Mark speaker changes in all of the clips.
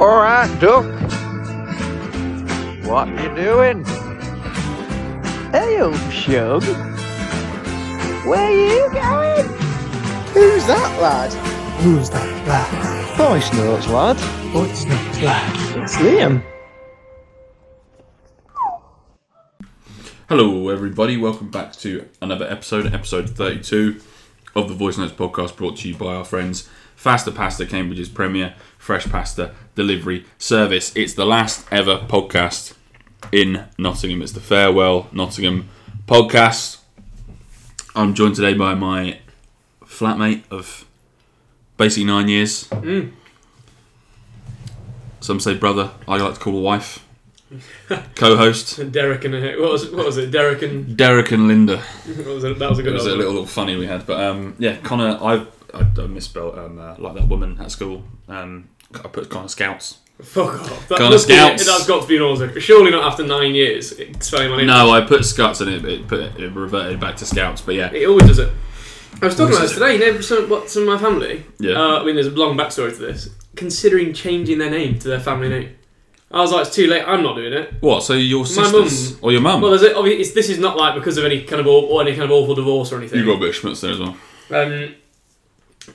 Speaker 1: All right, Duck. What you doing? Hey, old shug. Where you going?
Speaker 2: Who's that lad?
Speaker 3: Who's that lad?
Speaker 2: Voice notes, lad.
Speaker 3: What's that lad?
Speaker 2: It's Liam.
Speaker 4: Hello, everybody. Welcome back to another episode, episode 32 of the Voice Notes podcast brought to you by our friends Faster Pasta, Cambridge's premier fresh pasta delivery service. It's the last ever podcast in Nottingham. It's the Farewell Nottingham podcast. I'm joined today by my flatmate of basically nine years. Some say brother, I like to call a wife. Co host,
Speaker 5: And Derek and uh, what was what was it? Derek and
Speaker 4: Derek and Linda.
Speaker 5: what was it? That was a
Speaker 4: It
Speaker 5: good
Speaker 4: was a
Speaker 5: one.
Speaker 4: little, little funny we had, but um, yeah, Connor, I I, I misspelled um, uh, like that woman at school. Um, I put Connor Scouts.
Speaker 5: Fuck off. That
Speaker 4: Gone
Speaker 5: must be,
Speaker 4: Scouts.
Speaker 5: that's got to be an order. Surely not after nine years. It's Spelling my name.
Speaker 4: No, I put Scots and it, it put it reverted back to Scouts. But yeah,
Speaker 5: It always does it. I was talking
Speaker 4: Always
Speaker 5: about this
Speaker 4: does
Speaker 5: today. You know, some, what, some of my family.
Speaker 4: Yeah.
Speaker 5: Uh, I mean, there's a long backstory to this. Considering changing their name to their family name. I was like, it's too late. I'm not doing it.
Speaker 4: what? So your
Speaker 5: My
Speaker 4: sisters
Speaker 5: mum-
Speaker 4: or your mum?
Speaker 5: Well, there's a, obviously, it's, this is not like because of any kind of aw- or any kind of awful divorce or anything.
Speaker 4: you got a bit of schmutz there as well.
Speaker 5: Um,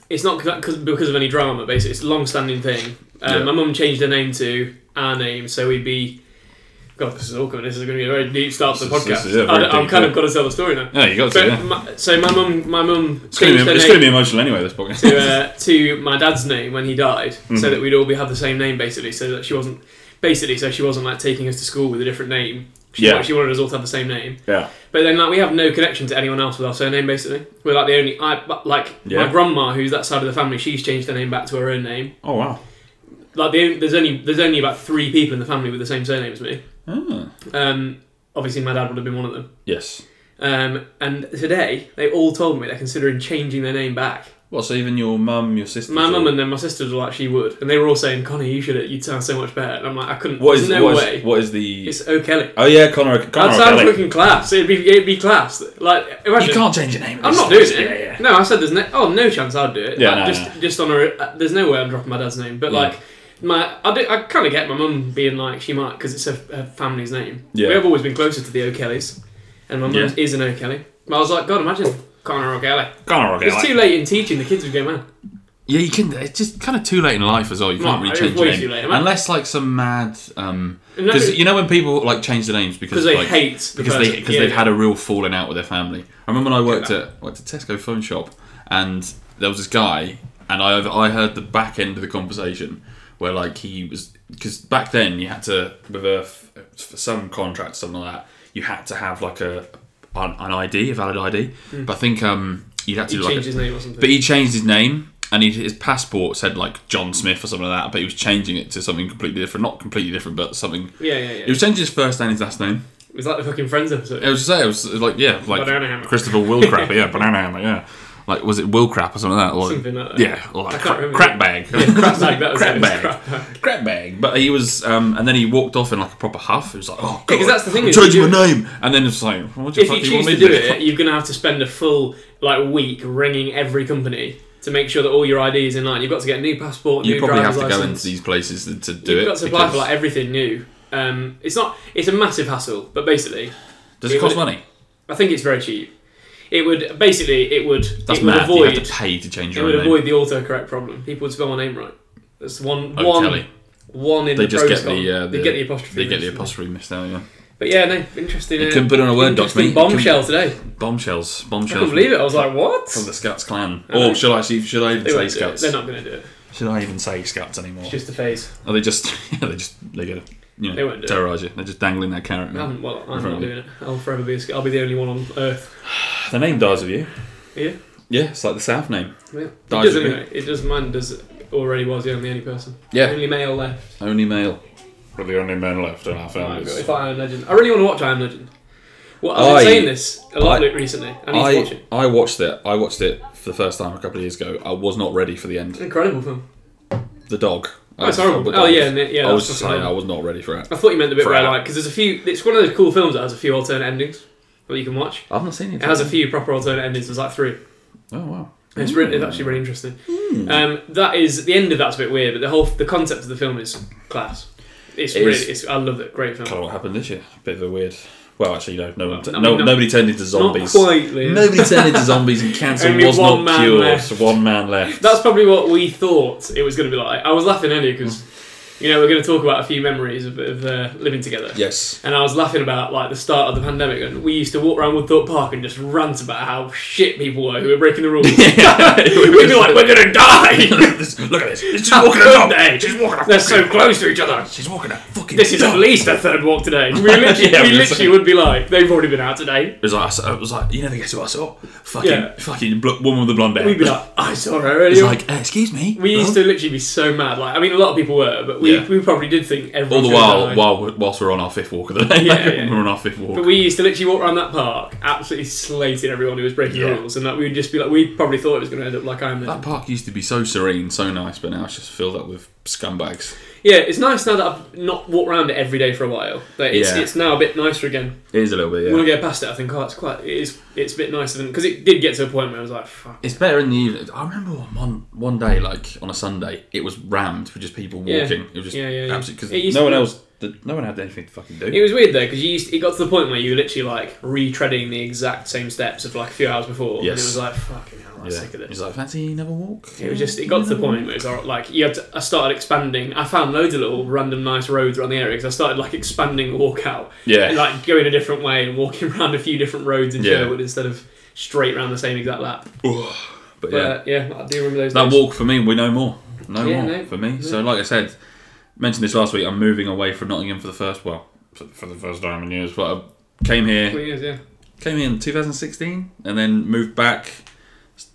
Speaker 5: it's not because because of any drama. Basically, it's a long-standing thing. Um,
Speaker 4: Yeah.
Speaker 5: My mum changed her name to our name, so we'd be. God, this is awkward. This is going to be a very deep start to the
Speaker 4: This is-
Speaker 5: podcast.
Speaker 4: this is, yeah, very
Speaker 5: I, I've
Speaker 4: deep,
Speaker 5: kind
Speaker 4: yeah.
Speaker 5: of got to tell the story now.
Speaker 4: Yeah, you got to.
Speaker 5: But
Speaker 4: Yeah.
Speaker 5: my, so my mum, my mum
Speaker 4: It's gonna,
Speaker 5: changed
Speaker 4: be,
Speaker 5: her
Speaker 4: it's gonna be Mm-hmm.
Speaker 5: name
Speaker 4: emotional anyway. This podcast.
Speaker 5: to, uh, to my dad's name when he died, so that we'd all be have the same name basically, so that she wasn't basically so she wasn't like taking us to school with a different name. She,
Speaker 4: Yeah.
Speaker 5: she wanted us all to have the same name.
Speaker 4: yeah.
Speaker 5: But then, like, we have no connection to anyone else with our surname. Basically, we're like the only. I but, like
Speaker 4: Yeah.
Speaker 5: my grandma, who's that side of the family. She's changed her name back to her own name.
Speaker 4: Oh wow.
Speaker 5: Like, the, only- there's only there's only about three people in the family with the same surname as me.
Speaker 4: Ah.
Speaker 5: Um, obviously, my dad would have been one of them.
Speaker 4: Yes.
Speaker 5: Um, and today, they all told me they're considering changing their name back.
Speaker 4: What? So even your mum, your sister.
Speaker 5: My mum and then my sisters were like, "She would," and they were all saying, "Connor, you should. You'd sound so much better." And I'm like, "I couldn't.
Speaker 4: what
Speaker 5: What
Speaker 4: is
Speaker 5: there's no
Speaker 4: what is-
Speaker 5: way."
Speaker 4: what is the?
Speaker 5: It's O'Kelly.
Speaker 4: oh yeah, Connor. Connor
Speaker 5: That sounds
Speaker 4: O'Kelly.
Speaker 5: fucking class. It'd be it'd be class. Like imagine
Speaker 4: You can't change your name. at
Speaker 5: I'm
Speaker 4: this
Speaker 5: not doing
Speaker 4: stage.
Speaker 5: it.
Speaker 4: Yeah, yeah.
Speaker 5: No, I said there's no. Oh, no chance I'd do it.
Speaker 4: Yeah,
Speaker 5: Like,
Speaker 4: no,
Speaker 5: just just on a. uh, There's no way I'm dropping my dad's name. But
Speaker 4: Yeah.
Speaker 5: like my, I, do, I kind of get my mum being like she might because it's her, her family's name.
Speaker 4: Yeah.
Speaker 5: We have always been closer to the O'Kellys, and my mum
Speaker 4: Yeah.
Speaker 5: is an O'Kelly. But I was like, God, imagine Connor O'Kelly.
Speaker 4: Connor O'Kelly.
Speaker 5: It's too late in teaching the kids would go mad.
Speaker 4: Yeah, you can. It's just kind of too late in life as well. You can't
Speaker 5: No,
Speaker 4: really
Speaker 5: it's
Speaker 4: change
Speaker 5: way
Speaker 4: your name
Speaker 5: too late, am I?
Speaker 4: unless like some mad. Um,
Speaker 5: No.
Speaker 4: because you know when people like change their names because
Speaker 5: 'Cause they
Speaker 4: like,
Speaker 5: hate the
Speaker 4: because they
Speaker 5: person.
Speaker 4: because
Speaker 5: Yeah,
Speaker 4: they've
Speaker 5: yeah.
Speaker 4: had a real falling out with their family. I remember when I worked
Speaker 5: that.
Speaker 4: at worked at Tesco phone shop and there was this guy and I I heard the back end of the conversation where like he was because back then you had to with a for some contract something like that you had to have like a an, an ID a valid ID but I think um you'd have to
Speaker 5: He
Speaker 4: do,
Speaker 5: Hmm.
Speaker 4: like a-
Speaker 5: changed his name or something.
Speaker 4: but he changed his name, and he, his passport said like John Smith or something like that. But he was changing it to something completely different. Not completely different, but something.
Speaker 5: yeah, yeah, yeah.
Speaker 4: He was changing his first name, his last name.
Speaker 5: It was like the fucking Friends episode.
Speaker 4: It was just it was like yeah, like
Speaker 5: Banana hammer.
Speaker 4: Christopher Willcrap, yeah, banana hammer, yeah. Like was it Willcrap or something like that? Or,
Speaker 5: Something like that.
Speaker 4: Yeah, or like
Speaker 5: can't
Speaker 4: cra-
Speaker 5: remember.
Speaker 4: crap bag,
Speaker 5: crap bag, that was
Speaker 4: crap
Speaker 5: it,
Speaker 4: bag,
Speaker 5: crap
Speaker 4: crap bag. But he was, um, and then he walked off in like a proper huff. He was like, oh,
Speaker 5: Because
Speaker 4: God,
Speaker 5: that's the thing
Speaker 4: I'm
Speaker 5: is,
Speaker 4: changing
Speaker 5: you
Speaker 4: my
Speaker 5: do-
Speaker 4: name, and then it's like, what the
Speaker 5: if
Speaker 4: fuck
Speaker 5: you
Speaker 4: do you want
Speaker 5: choose
Speaker 4: me
Speaker 5: to do it, you're going to have to spend a full like week ringing every company to make sure that all your IDs in line. You've got to get a new passport,
Speaker 4: You
Speaker 5: new
Speaker 4: probably have
Speaker 5: driver's
Speaker 4: to go
Speaker 5: license.
Speaker 4: into these places to, to do
Speaker 5: You've
Speaker 4: it.
Speaker 5: got to apply for
Speaker 4: because-
Speaker 5: like everything new. Um, it's not. It's a massive hassle, but basically,
Speaker 4: does it
Speaker 5: it
Speaker 4: cost
Speaker 5: would-
Speaker 4: money?
Speaker 5: I think it's very cheap. It would basically it would
Speaker 4: That's
Speaker 5: it would
Speaker 4: mad. that You
Speaker 5: avoid
Speaker 4: have to pay to change
Speaker 5: it
Speaker 4: your
Speaker 5: would
Speaker 4: own name.
Speaker 5: avoid the autocorrect problem. People would spell my name right. That's one
Speaker 4: Oh,
Speaker 5: one
Speaker 4: Kelly.
Speaker 5: one in
Speaker 4: They
Speaker 5: the
Speaker 4: just
Speaker 5: pros
Speaker 4: get the,
Speaker 5: con.
Speaker 4: uh,
Speaker 5: they get the apostrophe.
Speaker 4: They get the
Speaker 5: missed.
Speaker 4: apostrophe missed out. Yeah.
Speaker 5: But yeah, no, interesting. uh,
Speaker 4: You couldn't put it on a Word
Speaker 5: interesting
Speaker 4: document. You couldn't-
Speaker 5: Bombshell today.
Speaker 4: Bombshells.
Speaker 5: I
Speaker 4: Bombshells.
Speaker 5: couldn't believe it. I was like, what?
Speaker 4: From the Scots clan.
Speaker 5: I know.
Speaker 4: Or should I see? Should I even
Speaker 5: They
Speaker 4: say
Speaker 5: won't do it.
Speaker 4: Scots?
Speaker 5: They're not going to do it.
Speaker 4: Should I even say Scots anymore?
Speaker 5: It's just a phase.
Speaker 4: Are they just? Yeah, they just. They get. You know,
Speaker 5: They won't do it.
Speaker 4: terrorize you. They're just dangling that carrot.
Speaker 5: I
Speaker 4: Now.
Speaker 5: haven't, well, I'm
Speaker 4: Right.
Speaker 5: not doing it. I'll forever be. A, I'll be the only one on Earth.
Speaker 4: The name dies with you.
Speaker 5: Yeah,
Speaker 4: Yeah, it's like the South name.
Speaker 5: yeah. It
Speaker 4: Dies
Speaker 5: does
Speaker 4: with me.
Speaker 5: anyway. It does. Mine does. Already was. Yeah, I'm the only person.
Speaker 4: Yeah.
Speaker 5: Only male left.
Speaker 4: Only male. We're the only men left in our
Speaker 5: Oh my God,
Speaker 4: families.
Speaker 5: if I Am Legend, I really want to watch I Am Legend. Well, I've
Speaker 4: I-
Speaker 5: been saying this a lot
Speaker 4: I-
Speaker 5: recently. I need to watch
Speaker 4: I
Speaker 5: it.
Speaker 4: I watched it. I watched it for the first time a couple of years ago. I was not ready for the end.
Speaker 5: Incredible film.
Speaker 4: The dog. I
Speaker 5: That's
Speaker 4: was-
Speaker 5: horrible.
Speaker 4: the
Speaker 5: Oh,
Speaker 4: dog.
Speaker 5: yeah, and it- yeah,
Speaker 4: I
Speaker 5: that's
Speaker 4: was just
Speaker 5: fucking
Speaker 4: saying, I
Speaker 5: horrible.
Speaker 4: was not ready for it.
Speaker 5: I thought you meant the bit
Speaker 4: For
Speaker 5: where
Speaker 4: Al.
Speaker 5: like because there's a few. It's one of those cool films that has a few alternate endings that you can watch.
Speaker 4: I've not seen it.
Speaker 5: It has a few proper alternate endings. There's like three.
Speaker 4: Oh wow.
Speaker 5: And It's, really, it's actually really interesting.
Speaker 4: Hmm.
Speaker 5: Um, that is the end of that's a bit weird, but the whole the concept of the film is class. It's
Speaker 4: It
Speaker 5: really,
Speaker 4: is.
Speaker 5: it's, I love it. Great
Speaker 4: Kind
Speaker 5: film.
Speaker 4: of what happened this year. Bit of a weird. Well, actually, no, no, one
Speaker 5: I mean,
Speaker 4: no,
Speaker 5: not-
Speaker 4: nobody turned into
Speaker 5: Not
Speaker 4: zombies.
Speaker 5: quite. Liam.
Speaker 4: Nobody turned into zombies, and cancer
Speaker 5: Only
Speaker 4: was
Speaker 5: one
Speaker 4: not
Speaker 5: man
Speaker 4: cured.
Speaker 5: left.
Speaker 4: One man left.
Speaker 5: That's probably what we thought it was going to be like. I was laughing earlier because, you know, we're going to talk about a few memories of, of uh, living together.
Speaker 4: yes.
Speaker 5: And I was laughing about like the start of the pandemic, and we used to walk around Woodthorpe Park and just rant about how shit people were who were breaking the rules. We'd be like, "We're gonna die."
Speaker 4: This- Look at this. It's just
Speaker 5: How
Speaker 4: walking
Speaker 5: could
Speaker 4: along.
Speaker 5: they?
Speaker 4: She's walking a
Speaker 5: They're so close to each other.
Speaker 4: She's walking a fucking.
Speaker 5: This is at
Speaker 4: dog.
Speaker 5: least a third walk today. We literally,
Speaker 4: Yeah,
Speaker 5: we
Speaker 4: we were
Speaker 5: literally
Speaker 4: saying-
Speaker 5: would be like, they've already been out today.
Speaker 4: It was like I s- it was like you never guess who I saw. Fucking
Speaker 5: Yeah.
Speaker 4: fucking bl- woman with the blonde hair.
Speaker 5: We'd be like, I saw her earlier.
Speaker 4: it's like uh, excuse me.
Speaker 5: we used
Speaker 4: Huh?
Speaker 5: to literally be so mad. Like, I mean, a lot of people were, but we,
Speaker 4: Uh-huh. Yeah.
Speaker 5: we probably did think everyone.
Speaker 4: all the
Speaker 5: should have
Speaker 4: while
Speaker 5: died.
Speaker 4: while we're- whilst we're on our fifth walk of the day.
Speaker 5: Yeah, yeah.
Speaker 4: We're on our fifth walk.
Speaker 5: But we used to literally walk around that park, absolutely slating everyone who was breaking
Speaker 4: Yeah.
Speaker 5: the rules, and that we'd just be like, we probably thought it was going to end up like I'm.
Speaker 4: that park used to be so serene, so nice, but now it's just filled up with scumbags.
Speaker 5: Yeah, it's nice now that I've not walked around it every day for a while. Like, it's,
Speaker 4: Yeah.
Speaker 5: it's now a bit nicer again.
Speaker 4: It is a little bit. Yeah.
Speaker 5: When I go past it, I think, oh, it's quite, it is, it's a bit nicer than because it did get to a point where I was like, fuck.
Speaker 4: It's better in the evening. I remember one, one one day, like on a Sunday, it was rammed with just people walking.
Speaker 5: Yeah.
Speaker 4: It was just
Speaker 5: Yeah, yeah, yeah.
Speaker 4: absolute
Speaker 5: It
Speaker 4: because
Speaker 5: used
Speaker 4: no
Speaker 5: to
Speaker 4: one
Speaker 5: be-
Speaker 4: else, did, no one had anything to fucking do.
Speaker 5: It was weird though because you used, it got to the point where you were literally like retreading the exact same steps of like a few hours
Speaker 4: Yes.
Speaker 5: before, and it was like, fucking hell, I'm
Speaker 4: yeah.
Speaker 5: sick of this.
Speaker 4: It's like fancy another walk.
Speaker 5: It was just it got to the point where it was all- like you had to, I started expanding. I found loads of little random nice roads around the area because I started like expanding the walkout
Speaker 4: Yeah.
Speaker 5: and like going a different way and walking around a few different roads in
Speaker 4: Yeah.
Speaker 5: Sherwood instead of straight around the same exact lap.
Speaker 4: But yeah,
Speaker 5: But yeah, I do remember those.
Speaker 4: that
Speaker 5: days.
Speaker 4: walk for me, we know more, no
Speaker 5: Yeah,
Speaker 4: more
Speaker 5: no,
Speaker 4: for me. So like I said, mentioned this last week. I'm moving away from Nottingham for the first well, for, for the first time in years. But I came here,
Speaker 5: Couple of years, yeah.
Speaker 4: came here in 2016, and then moved back.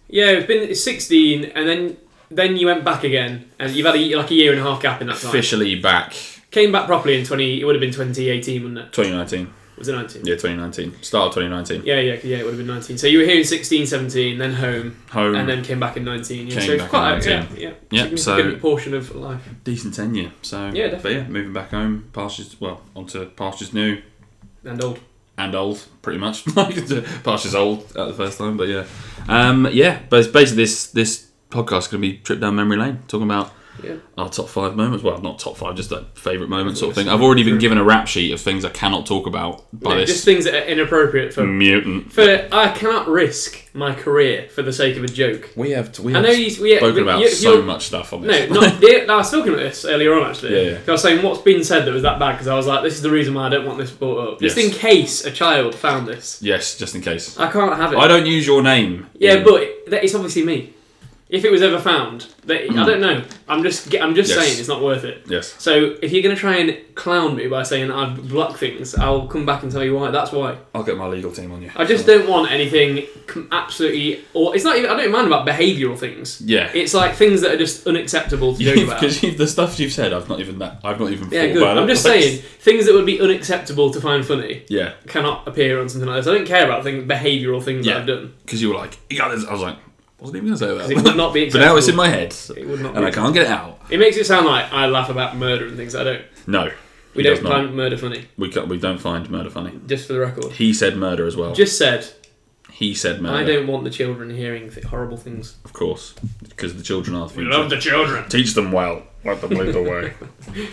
Speaker 5: Yeah, it's been it's 16, and then then you went back again, and you've had a, like a year and a half gap in that time.
Speaker 4: Officially back
Speaker 5: Came back properly in 20. It would have been 2018, wouldn't it?
Speaker 4: 2019.
Speaker 5: Was it 19?
Speaker 4: Yeah, 2019. Start of 2019.
Speaker 5: Yeah, yeah, yeah, it would have been 19. So you were here in 16, 17, then home,
Speaker 4: Home.
Speaker 5: and then came back in 19. Yeah,
Speaker 4: Came
Speaker 5: so it's
Speaker 4: back
Speaker 5: quite
Speaker 4: in
Speaker 5: a-
Speaker 4: 19.
Speaker 5: Yeah,
Speaker 4: Yeah,
Speaker 5: yeah,
Speaker 4: so-
Speaker 5: significant portion of life.
Speaker 4: decent tenure. So
Speaker 5: Yeah, definitely.
Speaker 4: But yeah, moving back home, pastures well onto pastures new
Speaker 5: And old.
Speaker 4: and old, pretty much. Like pastures old at the first time, but yeah, um, yeah. But it's basically this this podcast is going to be trip down memory lane, talking about
Speaker 5: Yeah.
Speaker 4: our top five moments. Well, not top five, just like favourite moments sort of thing. I've already been given a rap sheet of things I cannot talk about by
Speaker 5: Yeah,
Speaker 4: this Mm.
Speaker 5: just things that are inappropriate for.
Speaker 4: mutant.
Speaker 5: For I cannot risk my career for the sake of a joke.
Speaker 4: We have we
Speaker 5: I
Speaker 4: have
Speaker 5: know you. We,
Speaker 4: spoken
Speaker 5: we-
Speaker 4: about
Speaker 5: you-
Speaker 4: so
Speaker 5: you're-
Speaker 4: much stuff on
Speaker 5: No,
Speaker 4: this.
Speaker 5: not, the- I was talking about this earlier on actually.
Speaker 4: Yeah, yeah.
Speaker 5: I was saying what's been said that was that bad because I was like, this is the reason why I don't want this brought up. Just
Speaker 4: Yes.
Speaker 5: in case a child found this,
Speaker 4: yes, just in case.
Speaker 5: I can't have it.
Speaker 4: I don't use your name.
Speaker 5: yeah,
Speaker 4: in-
Speaker 5: but it, that, it's obviously me. If it was ever found, that, I don't know. I'm just, ge- I'm just
Speaker 4: Mm. Yes.
Speaker 5: saying it's not worth it.
Speaker 4: yes,
Speaker 5: So if you're gonna try and clown me by saying I've blocked things, I'll come back and tell you why. That's why.
Speaker 4: I'll get my legal team on you. Uh,
Speaker 5: I just don't want anything com- absolutely, or it's not even. I don't mind about behavioural things.
Speaker 4: Yeah.
Speaker 5: It's like things that are just unacceptable to joke about.
Speaker 4: because the stuff you've said, I've not even that. I've not even.
Speaker 5: Yeah,
Speaker 4: thought
Speaker 5: good.
Speaker 4: About
Speaker 5: I'm
Speaker 4: it.
Speaker 5: just
Speaker 4: Like,
Speaker 5: saying things that would be unacceptable to find funny
Speaker 4: Yeah,
Speaker 5: cannot appear on something like this. I don't care about things, behavioural things
Speaker 4: yeah.
Speaker 5: that I've done.
Speaker 4: because you were like, you got this. I was like, wasn't even gonna say that.
Speaker 5: It would not be
Speaker 4: but now it's in
Speaker 5: acceptable.
Speaker 4: my head,
Speaker 5: It would not.
Speaker 4: and
Speaker 5: be
Speaker 4: I can't get it out.
Speaker 5: It makes it sound like I laugh about murder and things that I don't.
Speaker 4: No, he
Speaker 5: We don't
Speaker 4: does not.
Speaker 5: find murder funny.
Speaker 4: We can't, we don't find murder funny.
Speaker 5: Just for the record,
Speaker 4: He said murder as well.
Speaker 5: just said
Speaker 4: he said murder.
Speaker 5: I don't want the children hearing th- horrible things.
Speaker 4: of course, because the children are the future.
Speaker 5: the children.
Speaker 4: Teach them well. Let them lead the way.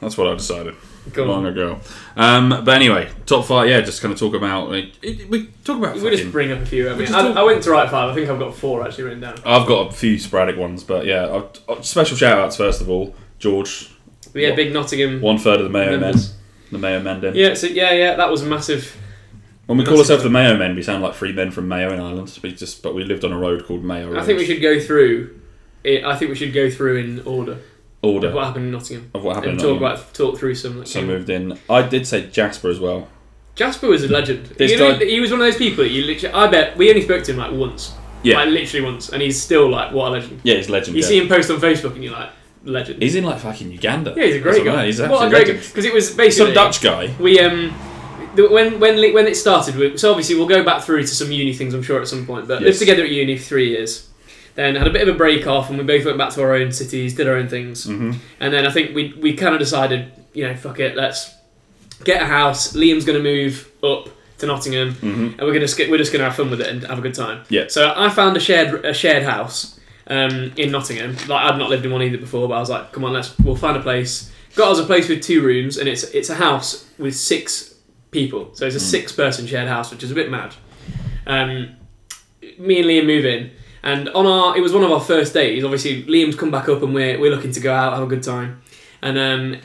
Speaker 4: That's what I decided
Speaker 5: Go
Speaker 4: long
Speaker 5: on.
Speaker 4: ago. Um, but anyway, top five. Yeah, just kind of talk about. Like, it, we talk about.
Speaker 5: We just
Speaker 4: fucking-
Speaker 5: bring up a few. I, mean,
Speaker 4: just
Speaker 5: I,
Speaker 4: talk-
Speaker 5: I went to write five. I think I've got four actually written down.
Speaker 4: I've got a few sporadic ones, but yeah. I've, uh, special shout outs first of all, George.
Speaker 5: But yeah,
Speaker 4: What?
Speaker 5: big Nottingham.
Speaker 4: One third of the Mayo Men,
Speaker 5: Members.
Speaker 4: the Mayo Men. Den.
Speaker 5: Yeah, so yeah, yeah, that was massive.
Speaker 4: When we call
Speaker 5: That's
Speaker 4: ourselves the Mayo Men, we sound like three men from Mayo in Ireland. We just, but we lived on a road called Mayo. Road.
Speaker 5: I think we should go through. It, I think we should go through in order
Speaker 4: order
Speaker 5: of what happened in Nottingham.
Speaker 4: of what happened.
Speaker 5: and
Speaker 4: in
Speaker 5: talk
Speaker 4: Ireland.
Speaker 5: about talk through some. Like,
Speaker 4: so I moved in. I did say Jasper as well.
Speaker 5: Jasper was a legend.
Speaker 4: This
Speaker 5: You know,
Speaker 4: guy-
Speaker 5: he was one of those people. That you literally, I bet we only spoke to him like once.
Speaker 4: Yeah.
Speaker 5: like literally once, and he's still like what a legend.
Speaker 4: Yeah, he's legend.
Speaker 5: You
Speaker 4: yeah.
Speaker 5: see him post on Facebook, and you're like legend.
Speaker 4: He's in like fucking Uganda.
Speaker 5: yeah, he's a
Speaker 4: That's
Speaker 5: great
Speaker 4: what I
Speaker 5: guy.
Speaker 4: know, He's
Speaker 5: what a
Speaker 4: absolutely
Speaker 5: great
Speaker 4: legend.
Speaker 5: because it was
Speaker 4: Some
Speaker 5: basically
Speaker 4: Dutch guy.
Speaker 5: We um. the- When when li- when it started, we- so obviously we'll go back through to some uni things, I'm sure at some point. But
Speaker 4: Yes.
Speaker 5: lived together at uni for three years, then had a bit of a break off, and we both went back to our own cities, did our own things,
Speaker 4: Mm-hmm.
Speaker 5: and then I think we we kind of decided, you know, fuck it, let's get a house. Liam's going to move up to Nottingham, and we're gonna sk- we're just gonna have fun with it and have a good time.
Speaker 4: Yeah.
Speaker 5: So I found a shared a shared house um, in Nottingham. Like I'd not lived in one either before, but I was like, come on, let's we'll find a place. Got us a place with two rooms, and it's it's a house with six people, so it's a six person shared house, which is a bit mad. Um, me and Liam move in, and on our it was one of our first days. Obviously, Liam's come back up, and we're we're looking to go out, have a good time, and um,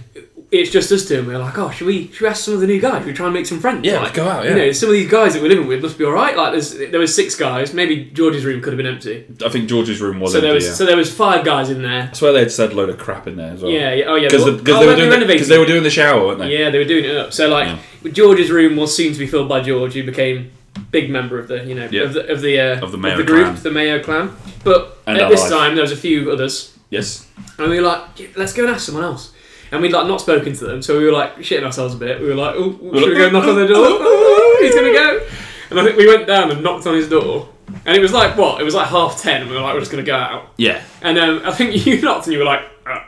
Speaker 5: it's just us two. And we're like, oh, should we should we ask some of the new guys? Should we try and make some friends.
Speaker 4: Yeah,
Speaker 5: like,
Speaker 4: let's go out,
Speaker 5: You
Speaker 4: yeah.
Speaker 5: know, some of these guys that we're living with must be all right. Like, there's, there was six guys. Maybe George's room could have been empty.
Speaker 4: I think George's room was
Speaker 5: So
Speaker 4: empty.
Speaker 5: there was
Speaker 4: yeah.
Speaker 5: so there was five guys in there.
Speaker 4: I swear they'd said a load of crap in there as well.
Speaker 5: Yeah, yeah. Oh yeah.
Speaker 4: Because
Speaker 5: were-
Speaker 4: the, 'cause
Speaker 5: oh,
Speaker 4: they, were
Speaker 5: when
Speaker 4: doing the- 'cause they
Speaker 5: renovating
Speaker 4: were doing the shower, weren't they?
Speaker 5: yeah, they were doing it up. So like George's room was soon to be filled by George, who became big member of the you know
Speaker 4: Yeah.
Speaker 5: of the of the, uh,
Speaker 4: Of the Mayo
Speaker 5: group,
Speaker 4: clan.
Speaker 5: the Mayo clan. But
Speaker 4: And
Speaker 5: at
Speaker 4: our
Speaker 5: this
Speaker 4: life.
Speaker 5: time, there was a few others,
Speaker 4: Yes.
Speaker 5: and we were like, "Yeah, let's go and ask someone else. And we'd like not spoken to them, so we were like shitting ourselves a bit. We were like, oh, should we go knock on the door? Ooh, He's gonna go. And I think we went down and knocked on his door. And it was like what? It was like half ten, and we were like, we're just gonna go out.
Speaker 4: Yeah.
Speaker 5: And um, I think you knocked, and you were like, uh,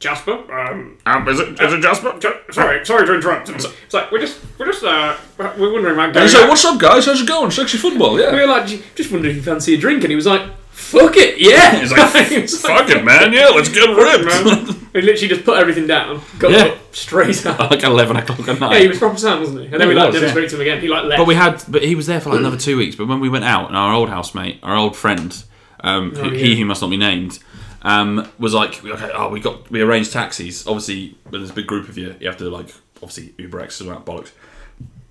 Speaker 5: Jasper, um,
Speaker 4: Um, is, it, is it Jasper?
Speaker 5: sorry, sorry to interrupt. It's like we're just, we're just, uh, we're wondering about
Speaker 4: And
Speaker 5: going.
Speaker 4: he's like, what's up, guys? How's it going? Sexy football,
Speaker 5: we
Speaker 4: yeah.
Speaker 5: were like, "J- just wondering if you fancy a drink, and he was like, fuck it, yeah.
Speaker 4: He's like,
Speaker 5: He was
Speaker 4: Fuck it, man. Yeah, let's get ripped.
Speaker 5: man. We literally just put everything down, got
Speaker 4: Yeah.
Speaker 5: up straight out.
Speaker 4: like 11 o'clock at night.
Speaker 5: Yeah, he was proper sound, wasn't he? And then we
Speaker 4: He
Speaker 5: like
Speaker 4: was,
Speaker 5: never
Speaker 4: yeah.
Speaker 5: spoke to him again. He like left.
Speaker 4: But we had, but he was there for like another two weeks. But when we went out, and our old housemate, our old friend, um, who-
Speaker 5: Oh, yeah.
Speaker 4: he who must not be named, um, was like, okay, oh, we got, we arranged taxis. Obviously, when there's a big group of you, you have to like, obviously, Uber X is about bollocks.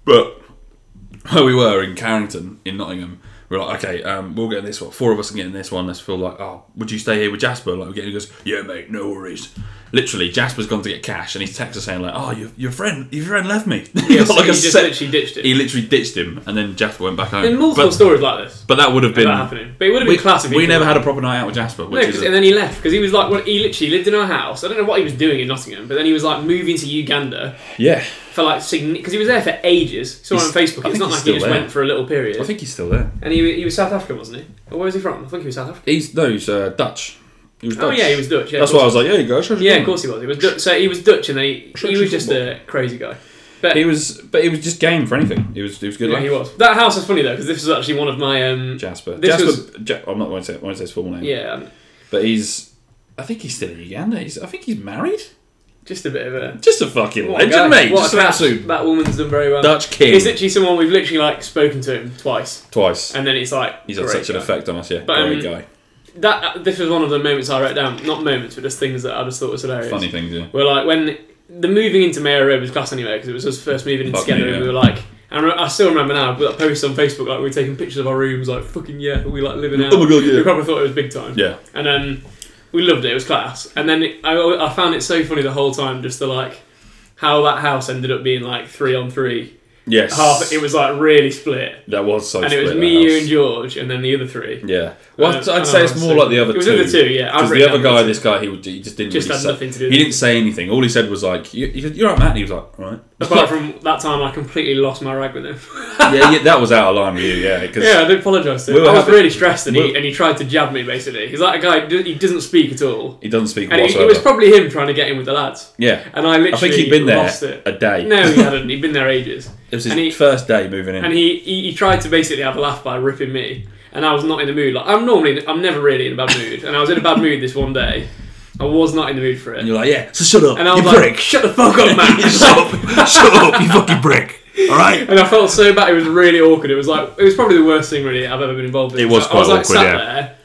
Speaker 4: But where we were in Carrington in Nottingham, we were like, okay, um, we'll get in this one. Four of us can get in this one. Let's feel like, oh, would you stay here with Jasper? Like, we get, he goes, yeah, mate, no worries. Literally, Jasper's gone to get cash, and he's texted us saying like, "Oh, your, your friend, your friend left me." He got,
Speaker 5: so
Speaker 4: like,
Speaker 5: he
Speaker 4: a
Speaker 5: just
Speaker 4: set-
Speaker 5: literally ditched it.
Speaker 4: He literally ditched him, and then Jasper went back home.
Speaker 5: There's multiple
Speaker 4: but,
Speaker 5: stories like this.
Speaker 4: but that would have been
Speaker 5: about happening. But it would have been
Speaker 4: we,
Speaker 5: class if he
Speaker 4: we
Speaker 5: did
Speaker 4: never
Speaker 5: that.
Speaker 4: had a proper night out with Jasper, which
Speaker 5: No, 'cause-
Speaker 4: is
Speaker 5: and then he left because he was like, well, he literally lived in our house. I don't know what he was doing in Nottingham, but then he was like moving to Uganda
Speaker 4: yeah.
Speaker 5: for like because he was there for ages. Saw him on
Speaker 4: He's-
Speaker 5: Facebook.
Speaker 4: I think
Speaker 5: It's not
Speaker 4: he's
Speaker 5: like he
Speaker 4: still
Speaker 5: just
Speaker 4: there.
Speaker 5: went for a little period.
Speaker 4: I think he's still there.
Speaker 5: and he, he was South African, wasn't he? Or where was he from? I think he was South African.
Speaker 4: He's no, he's uh, Dutch. He was Dutch.
Speaker 5: Oh yeah, he was Dutch. Yeah,
Speaker 4: That's
Speaker 5: of
Speaker 4: why I
Speaker 5: course.
Speaker 4: was like, yeah, you guys.
Speaker 5: Yeah, of course he was. He was Dutch, so he was Dutch, and then he, he was just a crazy guy. But
Speaker 4: He was, but he was just game for anything. He was, he was good.
Speaker 5: yeah,
Speaker 4: lad.
Speaker 5: he was. That house is funny though because this was actually one of my um.
Speaker 4: Jasper.
Speaker 5: This
Speaker 4: Jasper.
Speaker 5: was-
Speaker 4: Ja- I'm not going to say, I won't say his full name.
Speaker 5: Yeah, um,
Speaker 4: But he's. I think he's still in Uganda. He's, I think he's married.
Speaker 5: just a bit of a.
Speaker 4: Just a fucking
Speaker 5: What a
Speaker 4: legend,
Speaker 5: guy.
Speaker 4: mate.
Speaker 5: What a
Speaker 4: Just an
Speaker 5: catch.
Speaker 4: absolute
Speaker 5: That woman's done very well.
Speaker 4: Dutch king.
Speaker 5: He's literally someone we've literally like spoken to him twice,
Speaker 4: Twice.
Speaker 5: and then it's like
Speaker 4: He's had
Speaker 5: great
Speaker 4: such an
Speaker 5: guy.
Speaker 4: effect on us. Yeah,
Speaker 5: But,
Speaker 4: great
Speaker 5: um,
Speaker 4: guy.
Speaker 5: That uh, this was one of the moments I wrote down. Not moments, but just things that I just thought was hilarious.
Speaker 4: Funny things. Yeah.
Speaker 5: We're like when the moving into Mayor Road was class anyway because it was us first moving in
Speaker 4: Fuck
Speaker 5: together,
Speaker 4: me,
Speaker 5: and we
Speaker 4: yeah.
Speaker 5: were like, I, remember, I still remember now. We that post on Facebook like we were taking pictures of our rooms, like fucking yeah, we like living out.
Speaker 4: Oh my God, yeah.
Speaker 5: We probably thought it was big time.
Speaker 4: Yeah.
Speaker 5: And then we loved it. It was class. And then it, I al- I found it so funny the whole time, just the like how that house ended up being like three on three.
Speaker 4: Yes.
Speaker 5: Half Oh, it was like really split,
Speaker 4: That was so.
Speaker 5: and it was
Speaker 4: split, that
Speaker 5: me, you,
Speaker 4: house.
Speaker 5: and George, and then the other three.
Speaker 4: Yeah. Well,
Speaker 5: Uh,
Speaker 4: I'd-
Speaker 5: I
Speaker 4: I'd say
Speaker 5: know,
Speaker 4: it's more
Speaker 5: so-
Speaker 4: like the other
Speaker 5: It was
Speaker 4: two.
Speaker 5: the other two, yeah. I've
Speaker 4: Because the
Speaker 5: written
Speaker 4: other
Speaker 5: down
Speaker 4: guy,
Speaker 5: the
Speaker 4: this guy, he, would, he just didn't.
Speaker 5: Just
Speaker 4: really
Speaker 5: had
Speaker 4: say,
Speaker 5: nothing to do with
Speaker 4: He
Speaker 5: it.
Speaker 4: didn't say anything. All he said was like, you, he said, "You're right, Matt." And he was like, "All "Right."
Speaker 5: Apart from that time, I completely lost my rag with him.
Speaker 4: yeah, yeah, that was out of line with you, yeah. Because
Speaker 5: Yeah, I did apologise to him.
Speaker 4: We were
Speaker 5: I was
Speaker 4: having-
Speaker 5: really stressed, and
Speaker 4: we-
Speaker 5: he, and he tried to jab me basically. He's like a guy he doesn't speak at all,
Speaker 4: he doesn't speak
Speaker 5: and it,
Speaker 4: whatsoever.
Speaker 5: it was probably him trying to get in with the lads.
Speaker 4: yeah,
Speaker 5: And I literally
Speaker 4: I think he'd been there
Speaker 5: lost it.
Speaker 4: a day.
Speaker 5: No, he hadn't. He'd been there ages.
Speaker 4: it was his
Speaker 5: and he-
Speaker 4: first day moving in.
Speaker 5: And he, he he tried to basically have a laugh by ripping me, and I was not in the mood. Like I'm normally, I'm never really in a bad mood, and I was in a bad mood this one day. I was not in the mood for it,
Speaker 4: you're like, yeah, so shut up,
Speaker 5: and I was
Speaker 4: you
Speaker 5: like,
Speaker 4: prick.
Speaker 5: "Shut the fuck up, man!"
Speaker 4: shut up, shut up, you fucking prick. All right.
Speaker 5: And I felt so bad. It was really awkward. It was like it was probably the worst thing really I've ever been involved in.
Speaker 4: It was
Speaker 5: I
Speaker 4: quite
Speaker 5: was like
Speaker 4: awkward,
Speaker 5: sat
Speaker 4: yeah.
Speaker 5: there.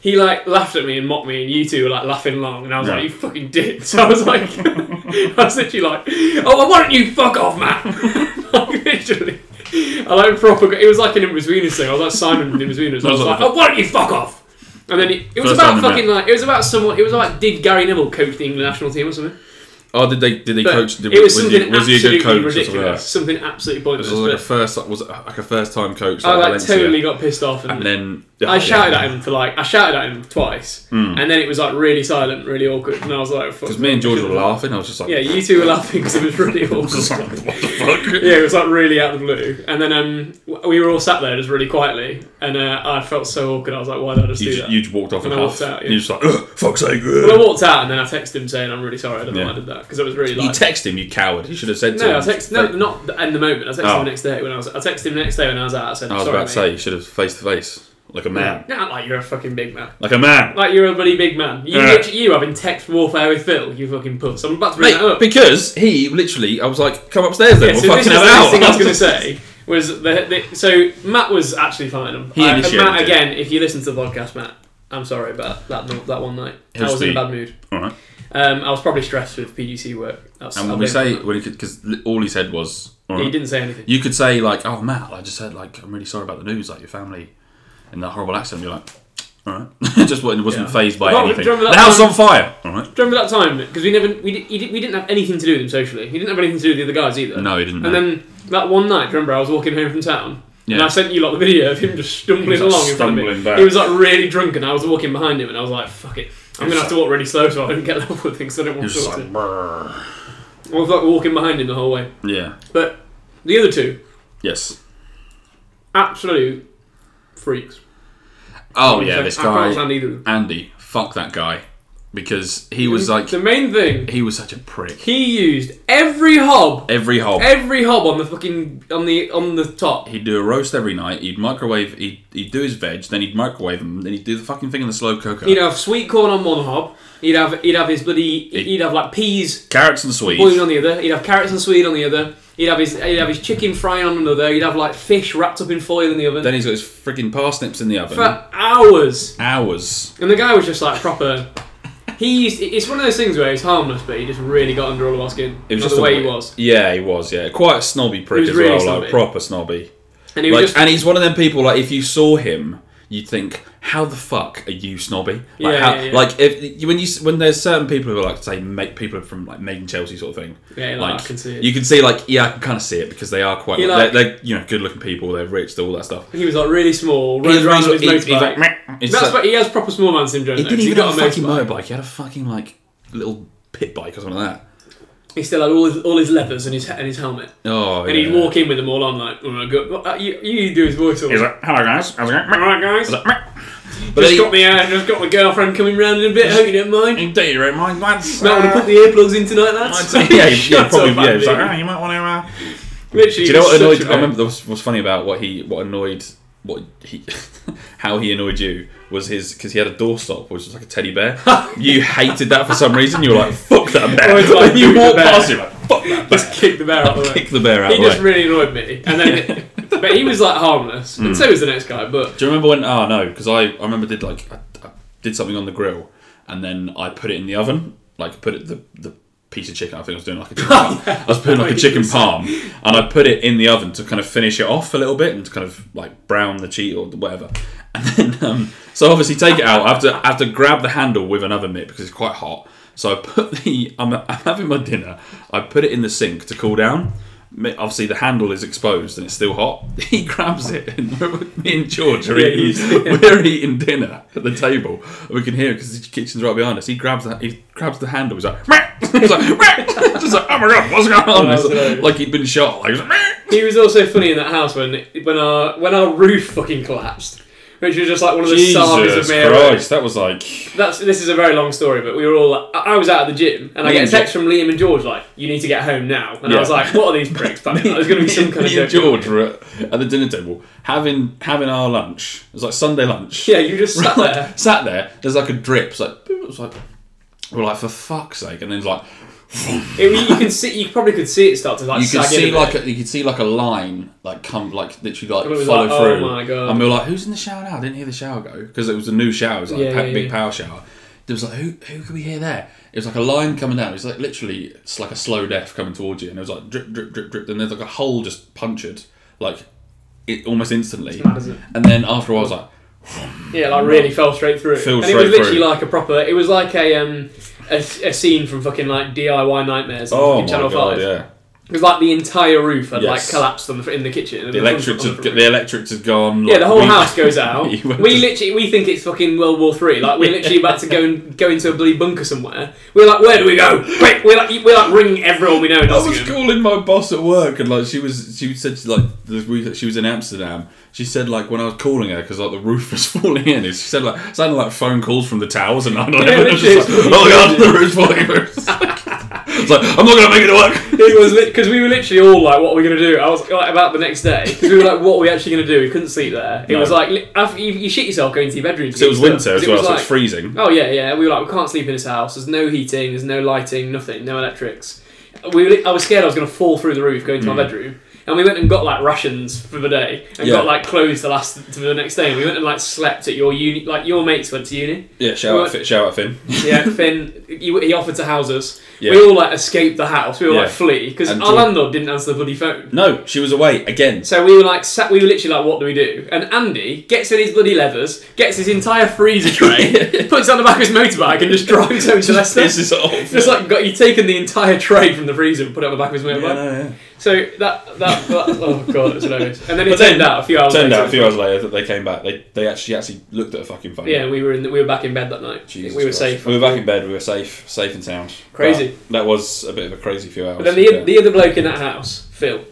Speaker 5: He like laughed at me and mocked me, and you two were like laughing along, and I was
Speaker 4: Yeah.
Speaker 5: like, "You fucking did." So I was like, I was literally like, "Oh, well, why don't you fuck off, man?" like literally, I like proper. got- It was like an in-betweeners thing. I was like Simon in betweeners. I was like, "Oh, why don't you fuck off?" And then it, it was
Speaker 4: First time
Speaker 5: about
Speaker 4: we met.
Speaker 5: fucking like it was about someone. It was like, did Gary Neville coach the England national team or something?
Speaker 4: Oh, did they? Did they
Speaker 5: But
Speaker 4: coach? Did,
Speaker 5: it was,
Speaker 4: was,
Speaker 5: something
Speaker 4: he, was he a good
Speaker 5: absolutely
Speaker 4: coach? Or something like
Speaker 5: ridiculous.
Speaker 4: that?
Speaker 5: Something absolutely
Speaker 4: It
Speaker 5: pointless.
Speaker 4: was like
Speaker 5: but-
Speaker 4: a first. Was it like a first time coach?
Speaker 5: I
Speaker 4: like
Speaker 5: Oh, like
Speaker 4: Valencia?
Speaker 5: totally got pissed off, and,
Speaker 4: And then
Speaker 5: I shouted at him for like I shouted at him twice, and then it was like really silent, really awkward, and I was like, "Fuck."
Speaker 4: because Hmm. me and George were laughing. I was just like,
Speaker 5: Yeah, you two were laughing because it was really
Speaker 4: I was just
Speaker 5: awkward.
Speaker 4: like, what the fuck?
Speaker 5: yeah, it was like really out of the blue, and then um, we were all sat there just really quietly, and uh, I felt so awkward. I was like, why did I just
Speaker 4: You
Speaker 5: do
Speaker 4: just,
Speaker 5: that?
Speaker 4: you just walked off
Speaker 5: And
Speaker 4: and
Speaker 5: I
Speaker 4: half.
Speaker 5: walked out, yeah.
Speaker 4: You're just like, "Ugh, fuck's sake.
Speaker 5: Well, I
Speaker 4: ugh."
Speaker 5: walked out and then I texted him saying I'm really sorry. I don't know why I
Speaker 4: Yeah.
Speaker 5: did that because it was really
Speaker 4: You
Speaker 5: like.
Speaker 4: text him, you coward. You should have said to him.
Speaker 5: no, I text no, not th- in the moment. I texted
Speaker 4: Oh.
Speaker 5: him the next day when I was. I texted him the next day when I was out. I said,
Speaker 4: I was
Speaker 5: sorry,
Speaker 4: about to say,
Speaker 5: mate.
Speaker 4: you should have face to face. Like a man.
Speaker 5: Nah, like you're a fucking big man.
Speaker 4: Like a man.
Speaker 5: Like you're a bloody big man. You,
Speaker 4: Yeah.
Speaker 5: literally- you having text warfare with Phil. You fucking puss. I'm about to bring that
Speaker 4: Mate,
Speaker 5: up.
Speaker 4: because he literally, I was like, come upstairs then,
Speaker 5: Yeah,
Speaker 4: we'll
Speaker 5: so this
Speaker 4: fucking
Speaker 5: is
Speaker 4: have
Speaker 5: the
Speaker 4: it out.
Speaker 5: next thing I was going to say was the, the, so Matt was actually fighting him.
Speaker 4: He
Speaker 5: I- and
Speaker 4: initiated
Speaker 5: Matt
Speaker 4: it.
Speaker 5: again. If you listen to the podcast, Matt, I'm sorry, but that no- that one night
Speaker 4: He'll
Speaker 5: I was in a
Speaker 4: speak.
Speaker 5: bad mood.
Speaker 4: All right.
Speaker 5: Um, I was probably stressed with PGC work. That's,
Speaker 4: And
Speaker 5: I'll
Speaker 4: when we
Speaker 5: be-
Speaker 4: say, because all he said was, all
Speaker 5: he
Speaker 4: right.
Speaker 5: didn't say anything.
Speaker 4: you could say like, oh Matt, I just heard like, I'm really sorry about the news, like your family in that horrible accident. You're like, all right, just wasn't wasn't
Speaker 5: Yeah.
Speaker 4: phased by
Speaker 5: Well, do
Speaker 4: anything.
Speaker 5: you remember
Speaker 4: The
Speaker 5: that
Speaker 4: house
Speaker 5: time-
Speaker 4: on fire. All right.
Speaker 5: Do you remember that time? Because we never we, did, he did, we didn't have anything to do with him socially. He didn't have anything to do with the other guys either.
Speaker 4: No, he didn't,
Speaker 5: And
Speaker 4: no.
Speaker 5: then that one night, do you remember I was walking home from town. And
Speaker 4: Yeah.
Speaker 5: I sent you like the video of him just stumbling
Speaker 4: He was, like,
Speaker 5: along in front of me.
Speaker 4: stumbling back.
Speaker 5: He was like really drunk, and I was walking behind him, and I was like, "Fuck it, I'm gonna have to walk really slow so I don't get level with things. I don't
Speaker 4: It
Speaker 5: want
Speaker 4: was
Speaker 5: to
Speaker 4: just
Speaker 5: talk to."
Speaker 4: like, "Brrr."
Speaker 5: I was like walking behind him the whole way.
Speaker 4: yeah,
Speaker 5: But the other two,
Speaker 4: yes.
Speaker 5: absolute freaks.
Speaker 4: Oh yeah, this
Speaker 5: I can't
Speaker 4: guy
Speaker 5: stand either of them.
Speaker 4: Andy, fuck that guy, because he was like,
Speaker 5: the main thing
Speaker 4: he was such a prick.
Speaker 5: he used every hob,
Speaker 4: Every hob.
Speaker 5: every hob on the fucking on the on the top.
Speaker 4: He'd do a roast every night. He'd microwave. He'd, he'd do his veg. Then he'd microwave them. Then he'd do the fucking thing in the slow cocoa.
Speaker 5: He'd have sweet corn on one hob. He'd have he'd have his bloody
Speaker 4: It-
Speaker 5: he'd have like peas
Speaker 4: Carrots and sweets.
Speaker 5: boiling on the other. He'd have carrots and swede on the other. He'd have his he'd have his chicken frying on another. He'd have like fish wrapped up in foil in the oven
Speaker 4: Then he's got his freaking parsnips in the oven.
Speaker 5: for hours.
Speaker 4: Hours.
Speaker 5: And the guy was just like proper. He used. It's one of those things where he's harmless, but he just really got under all of our skin.
Speaker 4: It was
Speaker 5: Like
Speaker 4: just
Speaker 5: the way
Speaker 4: a-
Speaker 5: he was,
Speaker 4: Yeah, he was. Yeah, quite a snobby prick
Speaker 5: was
Speaker 4: as
Speaker 5: really
Speaker 4: well.
Speaker 5: snobby.
Speaker 4: Like proper snobby.
Speaker 5: and he was
Speaker 4: Like,
Speaker 5: just.
Speaker 4: and he's one of them people. Like, if you saw him, you'd think, "How the fuck are you snobby?" Like,
Speaker 5: Yeah,
Speaker 4: how,
Speaker 5: yeah, yeah.
Speaker 4: like if you- when you s- when there's certain people who are like say make people from like Maiden Chelsea sort of thing.
Speaker 5: Yeah, like, I can see it.
Speaker 4: You can see like yeah, I can kind of see it because they are quite
Speaker 5: He,
Speaker 4: they're,
Speaker 5: like-
Speaker 4: they're you know good looking people. They're rich. They're all that stuff.
Speaker 5: he was like really small,
Speaker 4: He's
Speaker 5: running around on his
Speaker 4: he's- he's
Speaker 5: motorbike.
Speaker 4: like, "Meh." It's
Speaker 5: That's
Speaker 4: like-
Speaker 5: what he has proper small man syndrome.
Speaker 4: He
Speaker 5: though,
Speaker 4: didn't
Speaker 5: 'cause
Speaker 4: even
Speaker 5: got
Speaker 4: have a fucking
Speaker 5: motorbike.
Speaker 4: motorbike. He had a fucking like little pit bike or something like that.
Speaker 5: He still had all his all his leathers and his and his helmet,
Speaker 4: Oh,
Speaker 5: and he'd walk in with them all on like, oh my god, well, uh, you, you do his voice all.
Speaker 4: He's like, "Hello guys, how's it going?"
Speaker 5: all right, guys,
Speaker 4: But
Speaker 5: just
Speaker 4: he,
Speaker 5: got me, uh, just got my girlfriend coming round in a bit. I hope you don't mind.
Speaker 4: do you don't mind, lads?
Speaker 5: Might want to put the earplugs in tonight, lads.
Speaker 4: yeah, yeah,
Speaker 5: Shut
Speaker 4: probably.
Speaker 5: up,
Speaker 4: yeah, he was like,
Speaker 5: Andy.
Speaker 4: "Ah, you might want to. Uh...
Speaker 5: Literally,
Speaker 4: Do you know
Speaker 5: he
Speaker 4: what
Speaker 5: was
Speaker 4: annoyed?
Speaker 5: such a
Speaker 4: I remember that was, was funny about what he what annoyed what he how he annoyed you was his because he had a doorstop which was like a teddy bear. you hated that for some reason. You were like, "Fuck that bear!"
Speaker 5: Oh, it's like,
Speaker 4: when you
Speaker 5: "Boot the
Speaker 4: walk
Speaker 5: bear."
Speaker 4: past him, like, "Fuck that bear!"
Speaker 5: Just kick the bear out of the way.
Speaker 4: Kick the bear out.
Speaker 5: He
Speaker 4: of the way.
Speaker 5: just really annoyed me, and then, but he was like harmless,
Speaker 4: Mm.
Speaker 5: and so was the next guy. But
Speaker 4: Do you remember when? Oh no, because I, I remember did like I, I did something on the grill, and then I put it in the oven, like put it the the piece of chicken. I think I was doing like a chicken palm. I was putting like a chicken palm, and I put it in the oven to kind of finish it off a little bit and to kind of like brown the cheese or whatever. And then um, so obviously take it out. I have to I have to grab the handle with another mitt because it's quite hot. So I put the I'm, I'm having my dinner. I put it in the sink to cool down. Mi- Obviously, the handle is exposed and it's still hot. He grabs it, and me and George are
Speaker 5: Yeah,
Speaker 4: eating,
Speaker 5: he's-
Speaker 4: we're eating dinner at the table. And we can hear it because the kitchen's right behind us. He grabs that. He grabs the handle. He's like, "Meh." he's like, "Meh." just like, oh my god, what's going on?
Speaker 5: that
Speaker 4: It's
Speaker 5: was
Speaker 4: like,
Speaker 5: hilarious.
Speaker 4: like he'd been shot. Like, he's like, "Meh."
Speaker 5: he was also funny in that house when when our when our roof fucking collapsed, which was just like one of the sagas
Speaker 4: Jesus
Speaker 5: of me.
Speaker 4: Christ, that was like,
Speaker 5: That's this is a very long story, but we were all. I I was out of the gym, and I get a text from Liam and George like, "You need to get home now." And
Speaker 4: Yeah.
Speaker 5: I was like, "What are these pricks planning? Like, There's going to be some kind of
Speaker 4: me and
Speaker 5: joke."
Speaker 4: George were at, at the dinner table having having our lunch. It was like Sunday lunch.
Speaker 5: Yeah, you just sat
Speaker 4: Like,
Speaker 5: there.
Speaker 4: sat there. There's like a drip. It's like, it was like, we're like, for fuck's sake! And then it's like,
Speaker 5: It, you can see. You probably could see it start to like.
Speaker 4: you could
Speaker 5: sag in a
Speaker 4: see
Speaker 5: bit.
Speaker 4: like a, you could see like a line like come like literally
Speaker 5: It
Speaker 4: like
Speaker 5: was
Speaker 4: follow
Speaker 5: like, oh
Speaker 4: through.
Speaker 5: my God.
Speaker 4: And we were like, who's in the shower now? I didn't hear the shower go because it was a new shower. It was like
Speaker 5: Yeah,
Speaker 4: a pa-
Speaker 5: yeah,
Speaker 4: big
Speaker 5: yeah.
Speaker 4: power shower. There was like who who could we hear there? It was like a line coming down. It was like literally it's like a slow death coming towards you, and it was like drip drip drip drip. Then there's like a hole just punctured like it almost instantly.
Speaker 5: mad, isn't it?
Speaker 4: And then after a while, I was like,
Speaker 5: Yeah, like really fell straight through.
Speaker 4: Fell
Speaker 5: and it
Speaker 4: straight
Speaker 5: was literally
Speaker 4: through.
Speaker 5: like a proper. It was like a um a, a scene from fucking like DIY nightmares. On
Speaker 4: oh
Speaker 5: fucking
Speaker 4: my
Speaker 5: Channel
Speaker 4: god,
Speaker 5: Five.
Speaker 4: yeah.
Speaker 5: Because like the entire roof had
Speaker 4: Yes.
Speaker 5: like collapsed on the in the kitchen. and
Speaker 4: The
Speaker 5: on the
Speaker 4: electrics,
Speaker 5: front-
Speaker 4: have,
Speaker 5: on the
Speaker 4: the electrics has gone.
Speaker 5: yeah,
Speaker 4: like,
Speaker 5: the whole
Speaker 4: we-
Speaker 5: house goes out.
Speaker 4: You went
Speaker 5: we
Speaker 4: to-
Speaker 5: literally we think it's fucking World War Three. Like we're literally about to go and go into a bloody bunker somewhere. We're like, where do we go? Quick! We're like we're like ringing everyone we know. In
Speaker 4: I was
Speaker 5: Nottingham.
Speaker 4: calling my boss at work, and like she was, she said she, like the week that she was in Amsterdam. She said like when I was calling her because like the roof was falling in. She said like it sounded like phone calls from the towers and I'm like,
Speaker 5: Yeah,
Speaker 4: I was just like,
Speaker 5: literally.
Speaker 4: oh god, the roof's falling. in." It's like, I'm not gonna make it to work.
Speaker 5: It was because we were literally all like, "What are we gonna do?" I was like, about the next day because we were like, "What are we actually gonna do?" We couldn't sleep there. It
Speaker 4: No.
Speaker 5: was like li- after you, you shit yourself going to your bedroom. to
Speaker 4: So it was
Speaker 5: get
Speaker 4: winter
Speaker 5: stuff, 'cause
Speaker 4: as
Speaker 5: it
Speaker 4: well,
Speaker 5: was
Speaker 4: so
Speaker 5: like-
Speaker 4: it's freezing.
Speaker 5: Oh yeah, yeah. We were like, we can't sleep in this house. There's no heating. There's no lighting. Nothing. No electrics. We, were- I was scared I was going to fall through the roof going to my bedroom. And we went and got like rations for the day
Speaker 4: Hmm.
Speaker 5: and
Speaker 4: Yeah.
Speaker 5: got like clothes to last to the next day. And we went and like slept at your uni. Like your mates went to uni.
Speaker 4: Yeah, shout out, Fi- shout out, Finn.
Speaker 5: Yeah, Finn. He, he offered to house us.
Speaker 4: Yeah.
Speaker 5: We all like escaped the house. We were
Speaker 4: Yeah.
Speaker 5: like flee because our
Speaker 4: And George-
Speaker 5: landlord didn't answer the bloody phone.
Speaker 4: No, she was away again.
Speaker 5: So we were like, sat, we were literally like, what do we do? And Andy gets in his bloody leathers, gets his entire freezer tray, puts it on the back of his motorbike, and just drives home to Leicester.
Speaker 4: This is awful.
Speaker 5: Just like got you taken the entire tray from the freezer and put it on the back of his
Speaker 4: Yeah,
Speaker 5: motorbike.
Speaker 4: no, yeah.
Speaker 5: So that that, that oh god, it was hilarious. And then it
Speaker 4: But
Speaker 5: turned
Speaker 4: then-
Speaker 5: out a few hours.
Speaker 4: Turned
Speaker 5: later,
Speaker 4: out a few hours later that they came back. They they actually actually looked at a fucking phone.
Speaker 5: Yeah, we were in the, we were back in bed that night.
Speaker 4: Jesus
Speaker 5: we were
Speaker 4: Christ.
Speaker 5: safe.
Speaker 4: We were back in bed. We were safe, safe and sound.
Speaker 5: Crazy.
Speaker 4: But that was a bit of a crazy few hours.
Speaker 5: But then the,
Speaker 4: yeah.
Speaker 5: the other bloke in that house, Phil,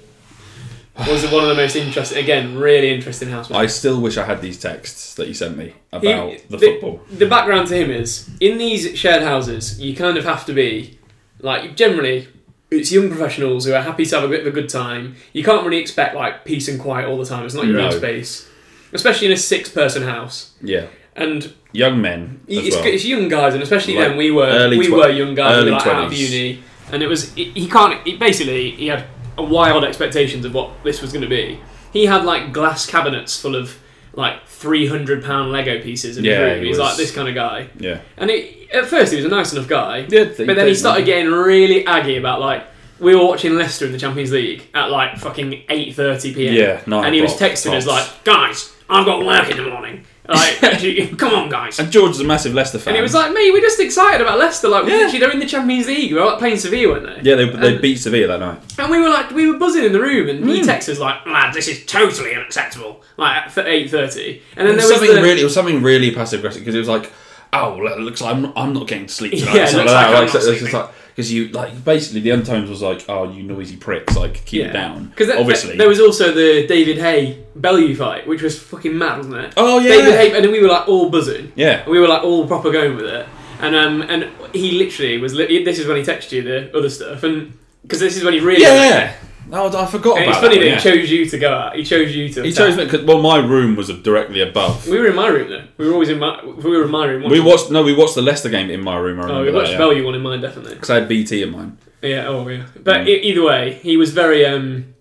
Speaker 5: was one of the most interesting. Again, really interesting house.
Speaker 4: I still wish I had these texts that you sent me
Speaker 5: He-
Speaker 4: about the, football.
Speaker 5: The background to him is in these shared houses, you kind of have to be like generally it's young professionals who are happy to have a bit of a good time. You can't really expect like peace and quiet all the time. It's not your own
Speaker 4: No.
Speaker 5: space, especially in a six-person house.
Speaker 4: Yeah,
Speaker 5: And
Speaker 4: young men as
Speaker 5: it's,
Speaker 4: well.
Speaker 5: it's young guys, and especially
Speaker 4: Like
Speaker 5: then we were
Speaker 4: early
Speaker 5: we
Speaker 4: twe-
Speaker 5: were young guys,
Speaker 4: early
Speaker 5: we were like out of
Speaker 4: 20s.
Speaker 5: uni, and it was he, he can't. He basically, he had a wild expectations of what this was going to be. He had like glass cabinets full of like three hundred pound Lego pieces in his
Speaker 4: Yeah,
Speaker 5: room.
Speaker 4: he
Speaker 5: He's
Speaker 4: was-
Speaker 5: like this kind of guy,
Speaker 4: yeah,
Speaker 5: and it, at first he was a nice enough guy,
Speaker 4: Yeah,
Speaker 5: but
Speaker 4: they-
Speaker 5: then
Speaker 4: they-
Speaker 5: he started getting really aggy about like. We were watching Leicester in the Champions League at like fucking eight thirty p.m.
Speaker 4: Yeah, nine
Speaker 5: and he was
Speaker 4: o'clock,
Speaker 5: texting us
Speaker 4: tops.
Speaker 5: like, "Guys, I've got work in the morning. Like, come on, guys."
Speaker 4: and George is a massive Leicester fan.
Speaker 5: And it was like, mate, we're just excited about Leicester. Like, we
Speaker 4: Yeah.
Speaker 5: literally, they're in the Champions League. They were like playing Sevilla, weren't they?
Speaker 4: yeah, they, they
Speaker 5: and,
Speaker 4: beat Sevilla that night.
Speaker 5: And we were like, we were buzzing in the room,
Speaker 4: Hmm.
Speaker 5: and he texts us like, lads, this is totally unacceptable. Like at eight thirty, and then
Speaker 4: It was
Speaker 5: there was
Speaker 4: something
Speaker 5: the,
Speaker 4: really, it was something really passive aggressive because it was like, oh, well, it looks like I'm, I'm not getting to sleep tonight.
Speaker 5: Yeah,
Speaker 4: or something
Speaker 5: it looks like I'm
Speaker 4: that.
Speaker 5: not
Speaker 4: so it's just
Speaker 5: sleeping.
Speaker 4: like because you like basically the undertones was like, oh, you noisy pricks, like keep it down.
Speaker 5: Because
Speaker 4: obviously
Speaker 5: there was also the David Hay Bellew fight, which was fucking mad, wasn't it?
Speaker 4: Oh, yeah.
Speaker 5: David Hay, and then we were like all buzzing.
Speaker 4: Yeah.
Speaker 5: we were like all proper going with it, and um, and he literally was. Li- this is when he texted you the other stuff, and because this is when he really
Speaker 4: yeah, yeah. No, I forgot
Speaker 5: And
Speaker 4: about
Speaker 5: it's funny
Speaker 4: that.
Speaker 5: that
Speaker 4: one, yeah.
Speaker 5: he chose you to go out. He chose you to.
Speaker 4: He
Speaker 5: attack.
Speaker 4: chose me because well, my room was directly above.
Speaker 5: We were in my room though. We were always in my. We were in my room.
Speaker 4: We
Speaker 5: watching-
Speaker 4: watched no, we watched the Leicester game in my room. I
Speaker 5: Oh,
Speaker 4: remember
Speaker 5: we watched
Speaker 4: that, yeah.
Speaker 5: Bellew one in mine definitely.
Speaker 4: 'Cause I had BT in mine.
Speaker 5: Yeah. Oh yeah. But
Speaker 4: Mm.
Speaker 5: e- either way, he was very um,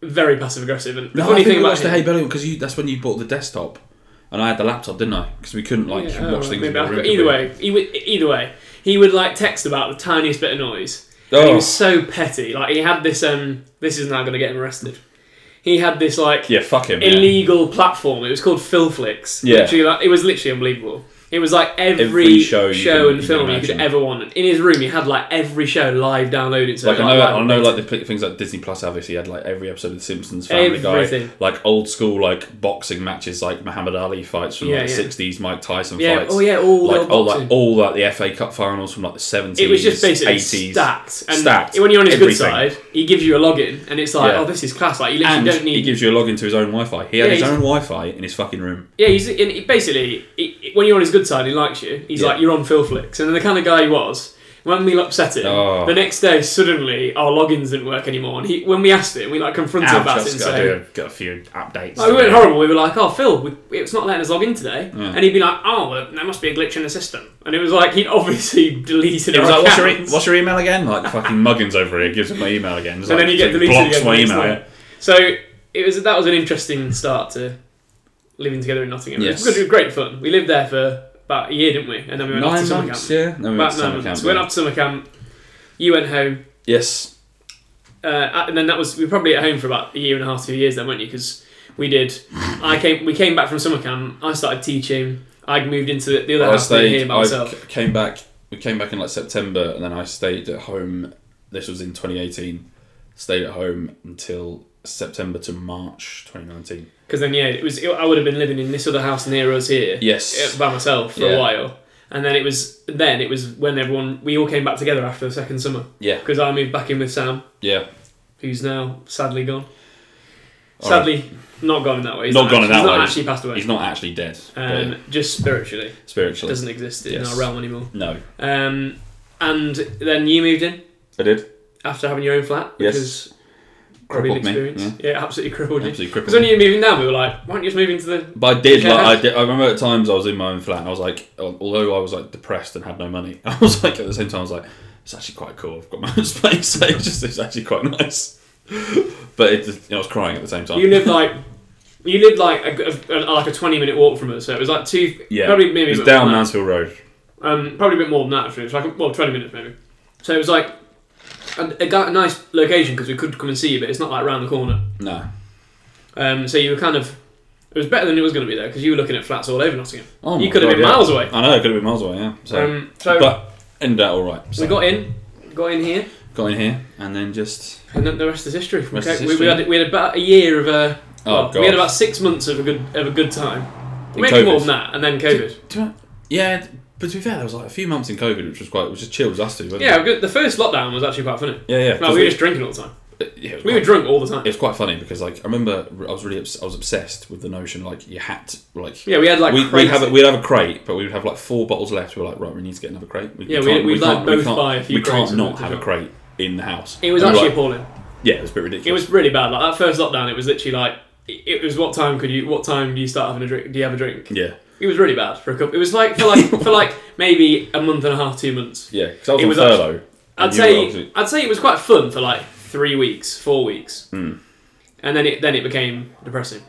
Speaker 5: very passive aggressive. And the
Speaker 4: No,
Speaker 5: funny
Speaker 4: I think
Speaker 5: thing
Speaker 4: we
Speaker 5: about
Speaker 4: watched the
Speaker 5: him-
Speaker 4: Hey Bellew because that's when you bought the desktop, and I had the laptop, didn't I? Because we couldn't like
Speaker 5: Yeah, oh,
Speaker 4: watch
Speaker 5: right,
Speaker 4: things.
Speaker 5: maybe
Speaker 4: in my
Speaker 5: I've
Speaker 4: room.
Speaker 5: got- either way, he would, either way, he would like text about the tiniest bit of noise. And he
Speaker 4: Oh.
Speaker 5: was so petty. Like he had this. Um, this is now going to get him arrested. He had this like
Speaker 4: yeah, fuck him. yeah.
Speaker 5: illegal platform. It was called Filflix.
Speaker 4: Yeah.
Speaker 5: Literally, like, it was literally unbelievable. It was like every,
Speaker 4: Every show you
Speaker 5: show
Speaker 4: can-
Speaker 5: and
Speaker 4: you can
Speaker 5: film you could
Speaker 4: imagine.
Speaker 5: ever want. In his room, he had like every show live downloaded. So
Speaker 4: Like I know, I
Speaker 5: live
Speaker 4: know,
Speaker 5: updated.
Speaker 4: like the things like Disney Plus. Obviously, had like every episode of The Simpsons, Family
Speaker 5: Everything.
Speaker 4: Guy, like old school like boxing matches, like Muhammad Ali fights from
Speaker 5: Yeah,
Speaker 4: like the
Speaker 5: yeah.
Speaker 4: '60s, Mike Tyson
Speaker 5: Yeah,
Speaker 4: fights.
Speaker 5: oh, yeah, all the
Speaker 4: like
Speaker 5: old
Speaker 4: all like
Speaker 5: boxing.
Speaker 4: all like the FA Cup finals from like the '70s.
Speaker 5: it was just basically
Speaker 4: 80s.
Speaker 5: stacked. And
Speaker 4: Stacked.
Speaker 5: When you're on his
Speaker 4: Everything.
Speaker 5: good side, he gives you a login, and it's like,
Speaker 4: Yeah.
Speaker 5: oh, this is class. Like you literally
Speaker 4: And
Speaker 5: don't need.
Speaker 4: he gives you a login to his own Wi-Fi. He had
Speaker 5: Yeah,
Speaker 4: his
Speaker 5: he's-
Speaker 4: own Wi-Fi in his fucking room.
Speaker 5: yeah, he's and he, basically he, when you're on his good side, he likes you. He's
Speaker 4: Yeah.
Speaker 5: like, you're on Filflix, and the kind of guy he was. When we upset him,
Speaker 4: Oh.
Speaker 5: the next day suddenly our logins didn't work anymore. And he, when we asked him, we like confronted him
Speaker 4: I've
Speaker 5: about it.
Speaker 4: just
Speaker 5: and
Speaker 4: got
Speaker 5: said-
Speaker 4: to do a, got a few updates.
Speaker 5: Like, we went horrible. We were like, "Oh, Phil, we, it's not letting us log in today," and he'd be like, "Oh, well, there must be a glitch in the system." And it was like he'd obviously deleted
Speaker 4: He
Speaker 5: our
Speaker 4: was like, what's your, e-
Speaker 5: accounts."
Speaker 4: what's your email again? Like, fucking Muggins over here gives him my email again. It's
Speaker 5: and
Speaker 4: like,
Speaker 5: then he get
Speaker 4: so
Speaker 5: deleted
Speaker 4: blocks
Speaker 5: again.
Speaker 4: my
Speaker 5: the next
Speaker 4: email.
Speaker 5: night. So it was that was an interesting start to living together in Nottingham. It was
Speaker 4: Yes.
Speaker 5: good, great fun. We lived there for about a year, didn't we? And then we went off to
Speaker 4: Nine
Speaker 5: summer
Speaker 4: months,
Speaker 5: camp.
Speaker 4: yeah. No, we went
Speaker 5: About
Speaker 4: to
Speaker 5: nine
Speaker 4: summer
Speaker 5: months.
Speaker 4: camp.
Speaker 5: we went
Speaker 4: yeah.
Speaker 5: off to summer camp. You went home,
Speaker 4: Yes.
Speaker 5: uh, and then that was we were probably at home for about a year and a half, two years then, weren't you? Because we did. I came. We came back from summer camp. I started teaching. I'd moved into the, the other
Speaker 4: I
Speaker 5: house near here
Speaker 4: stayed.
Speaker 5: by
Speaker 4: I
Speaker 5: myself.
Speaker 4: c- came back. We came back in like September, and then I stayed at home. This was in 2018 stayed at home until September to March 2019.
Speaker 5: Because then, yeah, it was. I would have been living in this other house near us here.
Speaker 4: Yes.
Speaker 5: uh, by myself for
Speaker 4: Yeah.
Speaker 5: a while, and then it was then it was when everyone we all came back together after the second summer.
Speaker 4: Yeah.
Speaker 5: Because I moved back in with Sam,
Speaker 4: Yeah.
Speaker 5: who's now sadly gone.
Speaker 4: All
Speaker 5: Sadly, not gone in that way. He's
Speaker 4: Not gone in
Speaker 5: actually-
Speaker 4: that
Speaker 5: he's
Speaker 4: way.
Speaker 5: Not actually passed away.
Speaker 4: He's not actually dead.
Speaker 5: Um,
Speaker 4: but
Speaker 5: Just spiritually,
Speaker 4: spiritually.
Speaker 5: doesn't exist in
Speaker 4: Yes.
Speaker 5: our realm anymore.
Speaker 4: No.
Speaker 5: Um, and then you moved in
Speaker 4: I did.
Speaker 5: after having your own flat, which
Speaker 4: Yes.
Speaker 5: was probably an
Speaker 4: Crippled me,
Speaker 5: experience. Yeah. absolutely crippled you.
Speaker 4: Absolutely
Speaker 5: Because
Speaker 4: crippled
Speaker 5: when
Speaker 4: me.
Speaker 5: you were moving down, we were like, "Why don't you just move into the?"
Speaker 4: But I did,
Speaker 5: Yeah.
Speaker 4: like, I did. I remember at times I was in my own flat, and I was like, al- although I was like depressed and had no money, I was like at the same time I was like, it's actually quite cool. I've got my own space. So it's just it's actually quite nice. But it, just- I was crying at the same time.
Speaker 5: You lived like. You lived like a, a- a- like a twenty minute walk from us, so it was like two,
Speaker 4: yeah,
Speaker 5: probably maybe
Speaker 4: it was
Speaker 5: a bit more
Speaker 4: down
Speaker 5: than that.
Speaker 4: Mansfield Road.
Speaker 5: um, probably a bit more than that actually. It was like well, twenty minutes maybe. So it was like a, a, gu- a nice location because we could come and see you, but it's not like round the corner.
Speaker 4: No,
Speaker 5: Um, so you were kind of it was better than it was going to be though because you were looking at flats all over Nottingham.
Speaker 4: oh
Speaker 5: you
Speaker 4: my
Speaker 5: could have
Speaker 4: God,
Speaker 5: been
Speaker 4: yeah.
Speaker 5: miles away.
Speaker 4: I know, it could have been miles away. Yeah. So,
Speaker 5: Um, so
Speaker 4: but ended out all right. So
Speaker 5: we got in, got in here,
Speaker 4: got in here and then just
Speaker 5: and then the rest is history.
Speaker 4: Rest
Speaker 5: okay,
Speaker 4: is
Speaker 5: We, we
Speaker 4: history.
Speaker 5: had we had about a year of a
Speaker 4: oh
Speaker 5: well,
Speaker 4: god,
Speaker 5: we had about six months of a good of a good time,
Speaker 4: In
Speaker 5: maybe more
Speaker 4: COVID.
Speaker 5: than that, and then COVID.
Speaker 4: Do you know- yeah. But to be fair, there was like a few months in COVID, which was quite, which was just chill. It was us two, wasn't
Speaker 5: Yeah,
Speaker 4: it?
Speaker 5: good- the first lockdown was actually quite funny.
Speaker 4: yeah, yeah.
Speaker 5: No, we were just drinking all the time.
Speaker 4: yeah, it was
Speaker 5: We
Speaker 4: quite-
Speaker 5: were drunk all the time.
Speaker 4: it was quite funny because like I remember I was really obs- I was obsessed with the notion like you had to, like
Speaker 5: Yeah, we had like
Speaker 4: we, we'd
Speaker 5: crazy-
Speaker 4: have a, we'd have a crate but we would have like four bottles left we were like right we need to get another crate we,
Speaker 5: Yeah, we-
Speaker 4: can't-
Speaker 5: we'd like
Speaker 4: can't-
Speaker 5: both
Speaker 4: can't,
Speaker 5: buy a few
Speaker 4: we can't
Speaker 5: crates of
Speaker 4: not
Speaker 5: it,
Speaker 4: have a
Speaker 5: yeah.
Speaker 4: crate in the house
Speaker 5: It was
Speaker 4: And we were
Speaker 5: actually
Speaker 4: like-
Speaker 5: appalling.
Speaker 4: yeah it was a bit
Speaker 5: It
Speaker 4: ridiculous
Speaker 5: was really bad. Like that first lockdown, it was literally like it it was what time could you? What time do you start having a drink? Do you have a drink?
Speaker 4: yeah
Speaker 5: It was really bad for a couple. It was like for like for like maybe a month and a half, two months.
Speaker 4: yeah because I was
Speaker 5: It
Speaker 4: on
Speaker 5: was
Speaker 4: furlough and
Speaker 5: I'd
Speaker 4: you were
Speaker 5: say
Speaker 4: obviously-
Speaker 5: I'd say it was quite fun for like three weeks, four weeks,
Speaker 4: Hmm.
Speaker 5: and then it then it became depressing.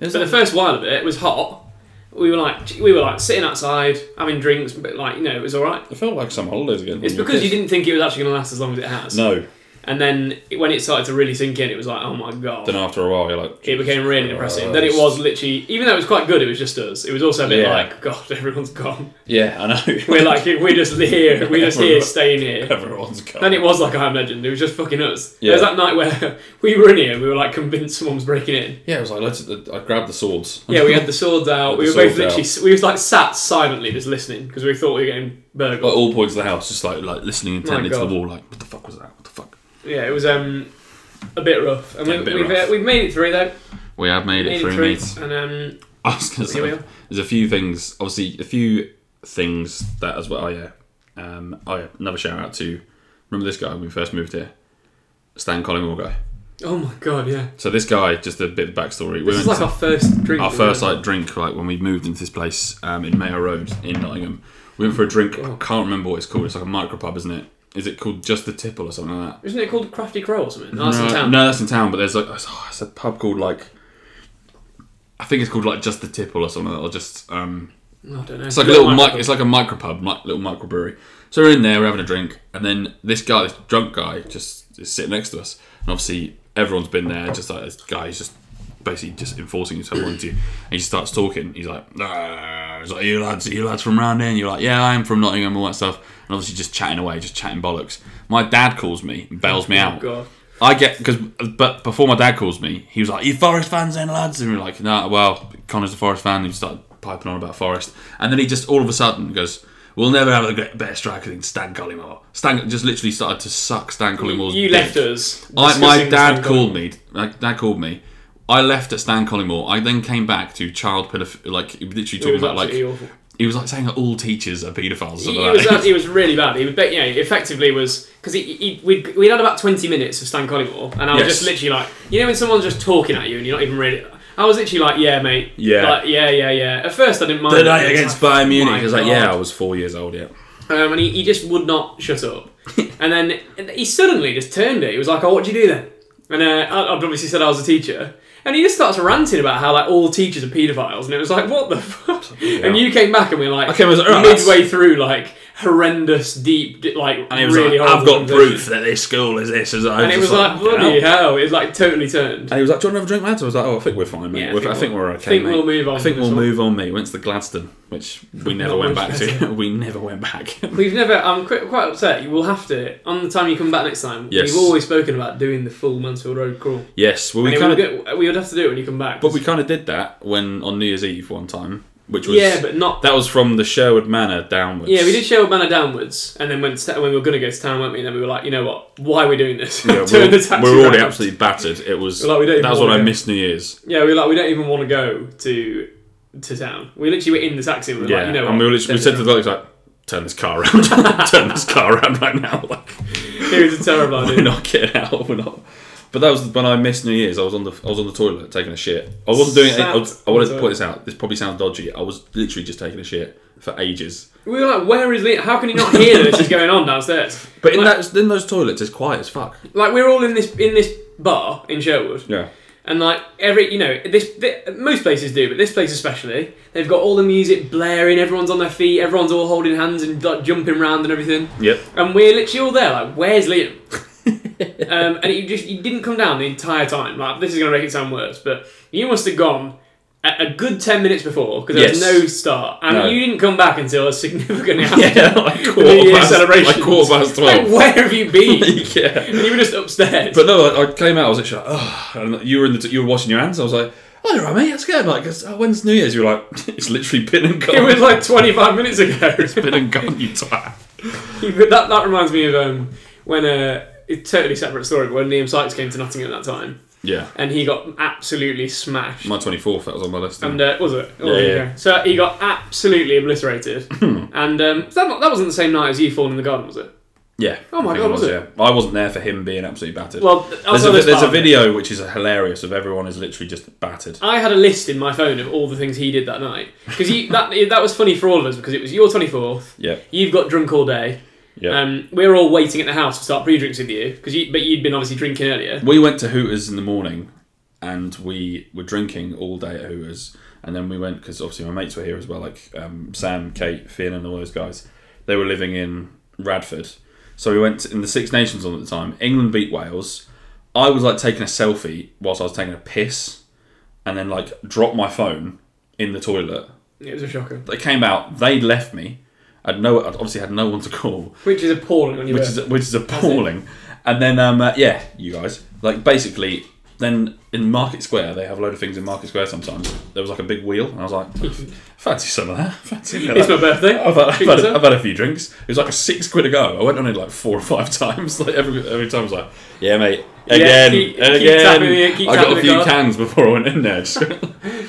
Speaker 4: It was
Speaker 5: So the
Speaker 4: like-
Speaker 5: first while of it, it was hot. We were like we were like sitting outside having drinks, but like you know it was all right.
Speaker 4: it felt like some holidays again
Speaker 5: It's
Speaker 4: when were
Speaker 5: because you
Speaker 4: kids.
Speaker 5: didn't think it was actually going to last as long as it has.
Speaker 4: no
Speaker 5: And then it- when it started to really sink in, it was like oh my god.
Speaker 4: then after a while you're like
Speaker 5: It became really depressing. Then it
Speaker 4: Christ.
Speaker 5: was literally, even though it was quite good, it was just us. It was also a bit
Speaker 4: Yeah.
Speaker 5: like, God, everyone's gone.
Speaker 4: yeah I know
Speaker 5: We're like, we're just here, we're just here, staying here.
Speaker 4: everyone's gone
Speaker 5: Then it was like I Am Legend. It was just fucking us. There was
Speaker 4: Yeah.
Speaker 5: that night where we were in here. and We were like convinced someone was breaking in.
Speaker 4: yeah it was like let's I grabbed the swords
Speaker 5: Yeah, we had the swords out.
Speaker 4: Had
Speaker 5: We
Speaker 4: the
Speaker 5: were both
Speaker 4: swords
Speaker 5: literally.
Speaker 4: out.
Speaker 5: s We was like sat silently just listening because we thought we were getting burgled.
Speaker 4: at all points of the house just like like listening intently to the
Speaker 5: God.
Speaker 4: wall like what the fuck was that what the fuck
Speaker 5: yeah, it was um a bit rough. And
Speaker 4: Yeah, a
Speaker 5: we,
Speaker 4: bit
Speaker 5: we've
Speaker 4: rough.
Speaker 5: Uh, we've made it through though.
Speaker 4: We have made it
Speaker 5: Made
Speaker 4: through,
Speaker 5: it
Speaker 4: mate.
Speaker 5: through. And um
Speaker 4: I was gonna
Speaker 5: Here we
Speaker 4: say,
Speaker 5: are.
Speaker 4: there's a few things, obviously, a few things that as well. Oh yeah, um, oh yeah. Another shout out to remember this guy when we first moved here, Stan Collingwood guy.
Speaker 5: oh my god, yeah.
Speaker 4: So this guy, just a bit of backstory. we
Speaker 5: This is
Speaker 4: went
Speaker 5: like
Speaker 4: to-
Speaker 5: our first drink.
Speaker 4: our
Speaker 5: we
Speaker 4: first
Speaker 5: had.
Speaker 4: like drink, like when we moved into this place um, in Mayo Road in Nottingham. We went for a drink.
Speaker 5: Oh.
Speaker 4: I can't remember what it's called. It's like a micro pub, isn't it? Is it called Just the Tipple or something like that?
Speaker 5: Isn't it called Crafty Crow or something? Nice
Speaker 4: no,
Speaker 5: in town.
Speaker 4: no, that's in town, but there's like it's, oh, it's a pub called like I think it's called like Just the Tipple or something, or just um,
Speaker 5: I don't know.
Speaker 4: it's like a little mic, it's like a micro pub, mi- little microbrewery. So we're in there, we're having a drink, and then this guy, this drunk guy, just is sitting next to us, and obviously everyone's been there, just like this guy is just basically just enforcing himself onto you, and he starts talking. He's like, "Ah," he's like, you lads, are you lads from round here? And you're like, yeah, I am from Nottingham, all that stuff, and obviously just chatting away, just chatting bollocks. My dad calls me, and bails me out.
Speaker 5: Oh, God.
Speaker 4: I get because, but before my dad calls me, he was like, "You Forest fans, then lads," and we were like, "No, well, Connor's a Forest fan." And he started piping on about Forest, and then he just all of a sudden goes, "We'll never have a great, better striker than Stan Collymore." Stan just literally started to suck Stan Collymore's.
Speaker 5: You
Speaker 4: dick.
Speaker 5: left us.
Speaker 4: I, my
Speaker 5: discussing
Speaker 4: dad
Speaker 5: Stan
Speaker 4: called me. My dad called me. I left at Stan Collymore. I then came back to child pedoph- like literally
Speaker 5: It
Speaker 4: talking
Speaker 5: was
Speaker 4: about
Speaker 5: absolutely
Speaker 4: like
Speaker 5: awful.
Speaker 4: he was like saying that all teachers are paedophiles. or something
Speaker 5: He, he
Speaker 4: like
Speaker 5: was
Speaker 4: that.
Speaker 5: he was really bad. He was, but, yeah, effectively was because he, he we'd, we'd had about twenty minutes of Stan Collymore, and I was
Speaker 4: Yes.
Speaker 5: just literally like, you know, when someone's just talking at you and you're not even really. I was literally like, yeah, mate.
Speaker 4: Yeah.
Speaker 5: Like, yeah, yeah, yeah. At first, I didn't mind.
Speaker 4: The
Speaker 5: it,
Speaker 4: night
Speaker 5: but it's
Speaker 4: against Bayern Munich,
Speaker 5: Oh my
Speaker 4: I was like, "Yeah, I
Speaker 5: God.
Speaker 4: was four years old." Yeah.
Speaker 5: Um, and he, he just would not shut up. and then he suddenly just turned it. He was like, "Oh, what do you do then?" And uh, I- I'd obviously said I was a teacher. And he just starts ranting about how like all teachers are paedophiles, and it was like, what the fuck? And you came back and we were like,
Speaker 4: I came, I was like, "Alright,
Speaker 5: midway through, like, horrendous, deep, d- like
Speaker 4: And he was
Speaker 5: really
Speaker 4: like,
Speaker 5: horrible
Speaker 4: I've got
Speaker 5: conversation."
Speaker 4: proof that this school is this. And, I
Speaker 5: And it was
Speaker 4: just
Speaker 5: like, bloody
Speaker 4: "Yeah."
Speaker 5: hell! It was like totally turned.
Speaker 4: And he was like, "Do you want to have a drink, lads?" I was like, "Oh, I think we're fine, mate.
Speaker 5: Yeah, I
Speaker 4: We're-
Speaker 5: think
Speaker 4: I think we're okay,
Speaker 5: think
Speaker 4: mate.
Speaker 5: we'll move on
Speaker 4: I think
Speaker 5: from
Speaker 4: we'll
Speaker 5: this one.
Speaker 4: move on, mate. Went to the Gladstone, which we never
Speaker 5: Not
Speaker 4: went
Speaker 5: much
Speaker 4: back to. we never went back.
Speaker 5: We've never. I'm qu- quite upset. You will have to on the time you come back next time.
Speaker 4: Yes.
Speaker 5: We've always spoken about doing the full Mansfield Road crawl.
Speaker 4: yes, well, we
Speaker 5: And it
Speaker 4: kind
Speaker 5: would
Speaker 4: of,
Speaker 5: get- we would have to do it when you come back.
Speaker 4: but we kind of did that when on New Year's Eve one time, which was
Speaker 5: yeah, but not.
Speaker 4: that was from the Sherwood Manor downwards.
Speaker 5: yeah, we did Sherwood Manor downwards, and then went to, when we were going to go to town, weren't we? And then we were like, you know what? Why are we doing this?
Speaker 4: Yeah,
Speaker 5: Turn
Speaker 4: we're,
Speaker 5: the taxi
Speaker 4: we're already
Speaker 5: round.
Speaker 4: absolutely battered. It was
Speaker 5: We're like, we don't even
Speaker 4: that was when
Speaker 5: wanna
Speaker 4: I
Speaker 5: go.
Speaker 4: missed New Year's.
Speaker 5: Yeah, we were like, we don't even want to go to to town. We literally were in the taxi. And we were
Speaker 4: Yeah,
Speaker 5: like, you know,
Speaker 4: and
Speaker 5: what?
Speaker 4: we, were literally, we said to the guys like, "Turn this car around. Turn this car around right now." Like,
Speaker 5: It was a terrible
Speaker 4: we're
Speaker 5: idea.
Speaker 4: not getting out. We're not. But that was when I missed New Year's. I was on the I was on the toilet taking a shit. I wasn't doing. Any, I, was- I want to point this out. This probably sounds dodgy. I was literally just taking a shit for ages.
Speaker 5: We were like, where is Lee? How can you not hear that this is going on downstairs?
Speaker 4: But in
Speaker 5: Like-
Speaker 4: that in those toilets, it's quiet as fuck.
Speaker 5: Like we're all in this in this bar in Sherwood,
Speaker 4: Yeah.
Speaker 5: and like every you know this, thi- most places do, but this place especially, they've got all the music blaring. Everyone's on their feet. Everyone's all holding hands and like jumping round and everything.
Speaker 4: Yep.
Speaker 5: And we're literally all there, like, where's Liam? um, and you just you didn't come down the entire time. Like, this is going to make it sound worse, but you must have gone a, a good ten minutes before because there was
Speaker 4: Yes.
Speaker 5: no start, and
Speaker 4: No.
Speaker 5: you didn't come back until a significant after
Speaker 4: Yeah. Like
Speaker 5: the New
Speaker 4: quarter
Speaker 5: Year's
Speaker 4: past.
Speaker 5: celebration.
Speaker 4: Like quarter past
Speaker 5: Like,
Speaker 4: twelve.
Speaker 5: where have you been?
Speaker 4: yeah.
Speaker 5: and you were just upstairs.
Speaker 4: But no, I, I came out. I was actually like, oh, and you were in the t- you were washing your hands. I was like, oh, you're right, mate. That's good. Like, it's- oh, when's New Year's? You were like, it's literally been and gone.
Speaker 5: it was like 25 minutes ago.
Speaker 4: it's been and gone. You twat.
Speaker 5: But that, that reminds me of um, when uh, it's a totally separate story, but when Liam Sykes came to Nottingham at that time,
Speaker 4: Yeah,
Speaker 5: and he got absolutely smashed.
Speaker 4: my twenty fourth. That was on my list.
Speaker 5: and uh, was it? Oh,
Speaker 4: Yeah,
Speaker 5: there you
Speaker 4: yeah.
Speaker 5: go. So he got absolutely obliterated, and um, that, not- that wasn't the same night as you falling in the garden, was it?
Speaker 4: yeah.
Speaker 5: Oh my
Speaker 4: I think
Speaker 5: God, was it?
Speaker 4: Yeah. I wasn't there for him being absolutely battered.
Speaker 5: Well, I'll
Speaker 4: there's a, vi-
Speaker 5: tell this
Speaker 4: there's a
Speaker 5: part.
Speaker 4: video which is hilarious of everyone is literally just battered.
Speaker 5: I had a list in my phone of all the things he did that night because that that was funny for all of us because it was your twenty fourth.
Speaker 4: Yep.
Speaker 5: You've got drunk all day.
Speaker 4: Yep.
Speaker 5: Um, we were all waiting at the house to start pre-drinks with you because you, but you'd been obviously drinking earlier.
Speaker 4: we went to Hooters in the morning, and we were drinking all day at Hooters, and then we went because obviously my mates were here as well, like um, Sam, Kate, Finn, and all those guys. They were living in Radford, so we went in the Six Nations on at the time. England beat Wales. I was like taking a selfie whilst I was taking a piss, and then like dropped my phone in the toilet.
Speaker 5: It was a shocker,
Speaker 4: They came out. They'd left me. I'd no. I'd obviously had no one to call
Speaker 5: which is appalling on your
Speaker 4: which
Speaker 5: birthday.
Speaker 4: is which is appalling. And then um, uh, yeah, you guys like basically then in Market Square they have a load of things in Market Square. Sometimes there was like a big wheel, and I was like, fancy some of that. Fancy a bit of
Speaker 5: It's my
Speaker 4: that.
Speaker 5: birthday.
Speaker 4: I've had, I've,
Speaker 5: Treat
Speaker 4: had,
Speaker 5: yourself.
Speaker 4: I've had a few drinks. It was like a six quid a go. I went on it like four or five times. Like every every time I was like, yeah, mate. Again,
Speaker 5: keep- keep
Speaker 4: again.
Speaker 5: tapping the- keep
Speaker 4: I
Speaker 5: tapping
Speaker 4: got
Speaker 5: the
Speaker 4: a few
Speaker 5: card.
Speaker 4: cans before I went in there. Just-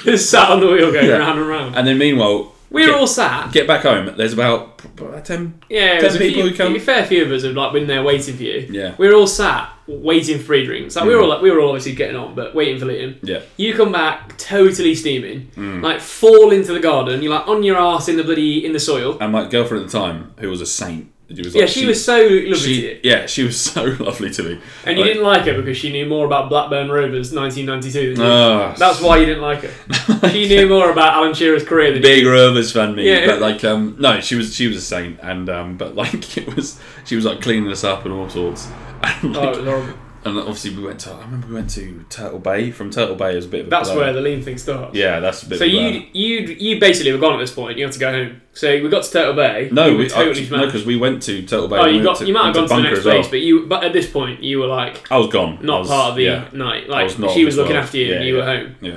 Speaker 5: Just sat on the wheel going
Speaker 4: Yeah.
Speaker 5: round and round.
Speaker 4: and then meanwhile,
Speaker 5: We were
Speaker 4: get,
Speaker 5: all sat.
Speaker 4: get back home. There's about about ten.
Speaker 5: Yeah,
Speaker 4: Ten
Speaker 5: there's a
Speaker 4: people
Speaker 5: few,
Speaker 4: who come.
Speaker 5: a fair few of us have like been there waiting for you.
Speaker 4: Yeah. Mm.
Speaker 5: we were all sat waiting for free drinks. Like we were all like, we were all obviously getting on, but waiting for Liam.
Speaker 4: Yeah. Mm.
Speaker 5: You come back totally steaming, like fall into the garden. You're like on your ass in the bloody in the soil.
Speaker 4: And my girlfriend at the time, who was a saint, Oh, she was like,
Speaker 5: Yeah, she, was so lovely to
Speaker 4: she,
Speaker 5: you,
Speaker 4: yeah, she was so lovely to me.
Speaker 5: and you
Speaker 4: Like,
Speaker 5: didn't like her because she knew more about Blackburn Rovers 1992. Than you.
Speaker 4: Ah.
Speaker 5: That's why you didn't like her. she knew more about Alan Shearer's career than
Speaker 4: big Rovers fan me,
Speaker 5: Yeah.
Speaker 4: but like um no, she was she was a saint, and um but like it was she was like cleaning us up and all sorts. And,
Speaker 5: you. Oh,
Speaker 4: like,
Speaker 5: it was horrible.
Speaker 4: and obviously we went to I remember we went to Turtle Bay. From Turtle Bay is a bit of a
Speaker 5: That's
Speaker 4: blur.
Speaker 5: where the lean thing starts.
Speaker 4: yeah that's a bit.
Speaker 5: So
Speaker 4: of a blur.
Speaker 5: you you you basically were gone at this point. You had to go home. So we got to Turtle Bay.
Speaker 4: no
Speaker 5: you were
Speaker 4: we
Speaker 5: totally
Speaker 4: I, no
Speaker 5: smashed.
Speaker 4: because we went to Turtle Bay.
Speaker 5: Oh,
Speaker 4: and
Speaker 5: you
Speaker 4: we
Speaker 5: got
Speaker 4: went to-
Speaker 5: you might have gone
Speaker 4: went
Speaker 5: to the
Speaker 4: Bunker
Speaker 5: next
Speaker 4: as well.
Speaker 5: place, but you but at this point you were like
Speaker 4: I was gone. I
Speaker 5: not
Speaker 4: was-
Speaker 5: part of the
Speaker 4: yeah.
Speaker 5: night.
Speaker 4: I
Speaker 5: Like
Speaker 4: was not
Speaker 5: she
Speaker 4: of
Speaker 5: was
Speaker 4: this
Speaker 5: looking
Speaker 4: world.
Speaker 5: after you and
Speaker 4: Yeah,
Speaker 5: you were
Speaker 4: yeah.
Speaker 5: home.
Speaker 4: Yeah.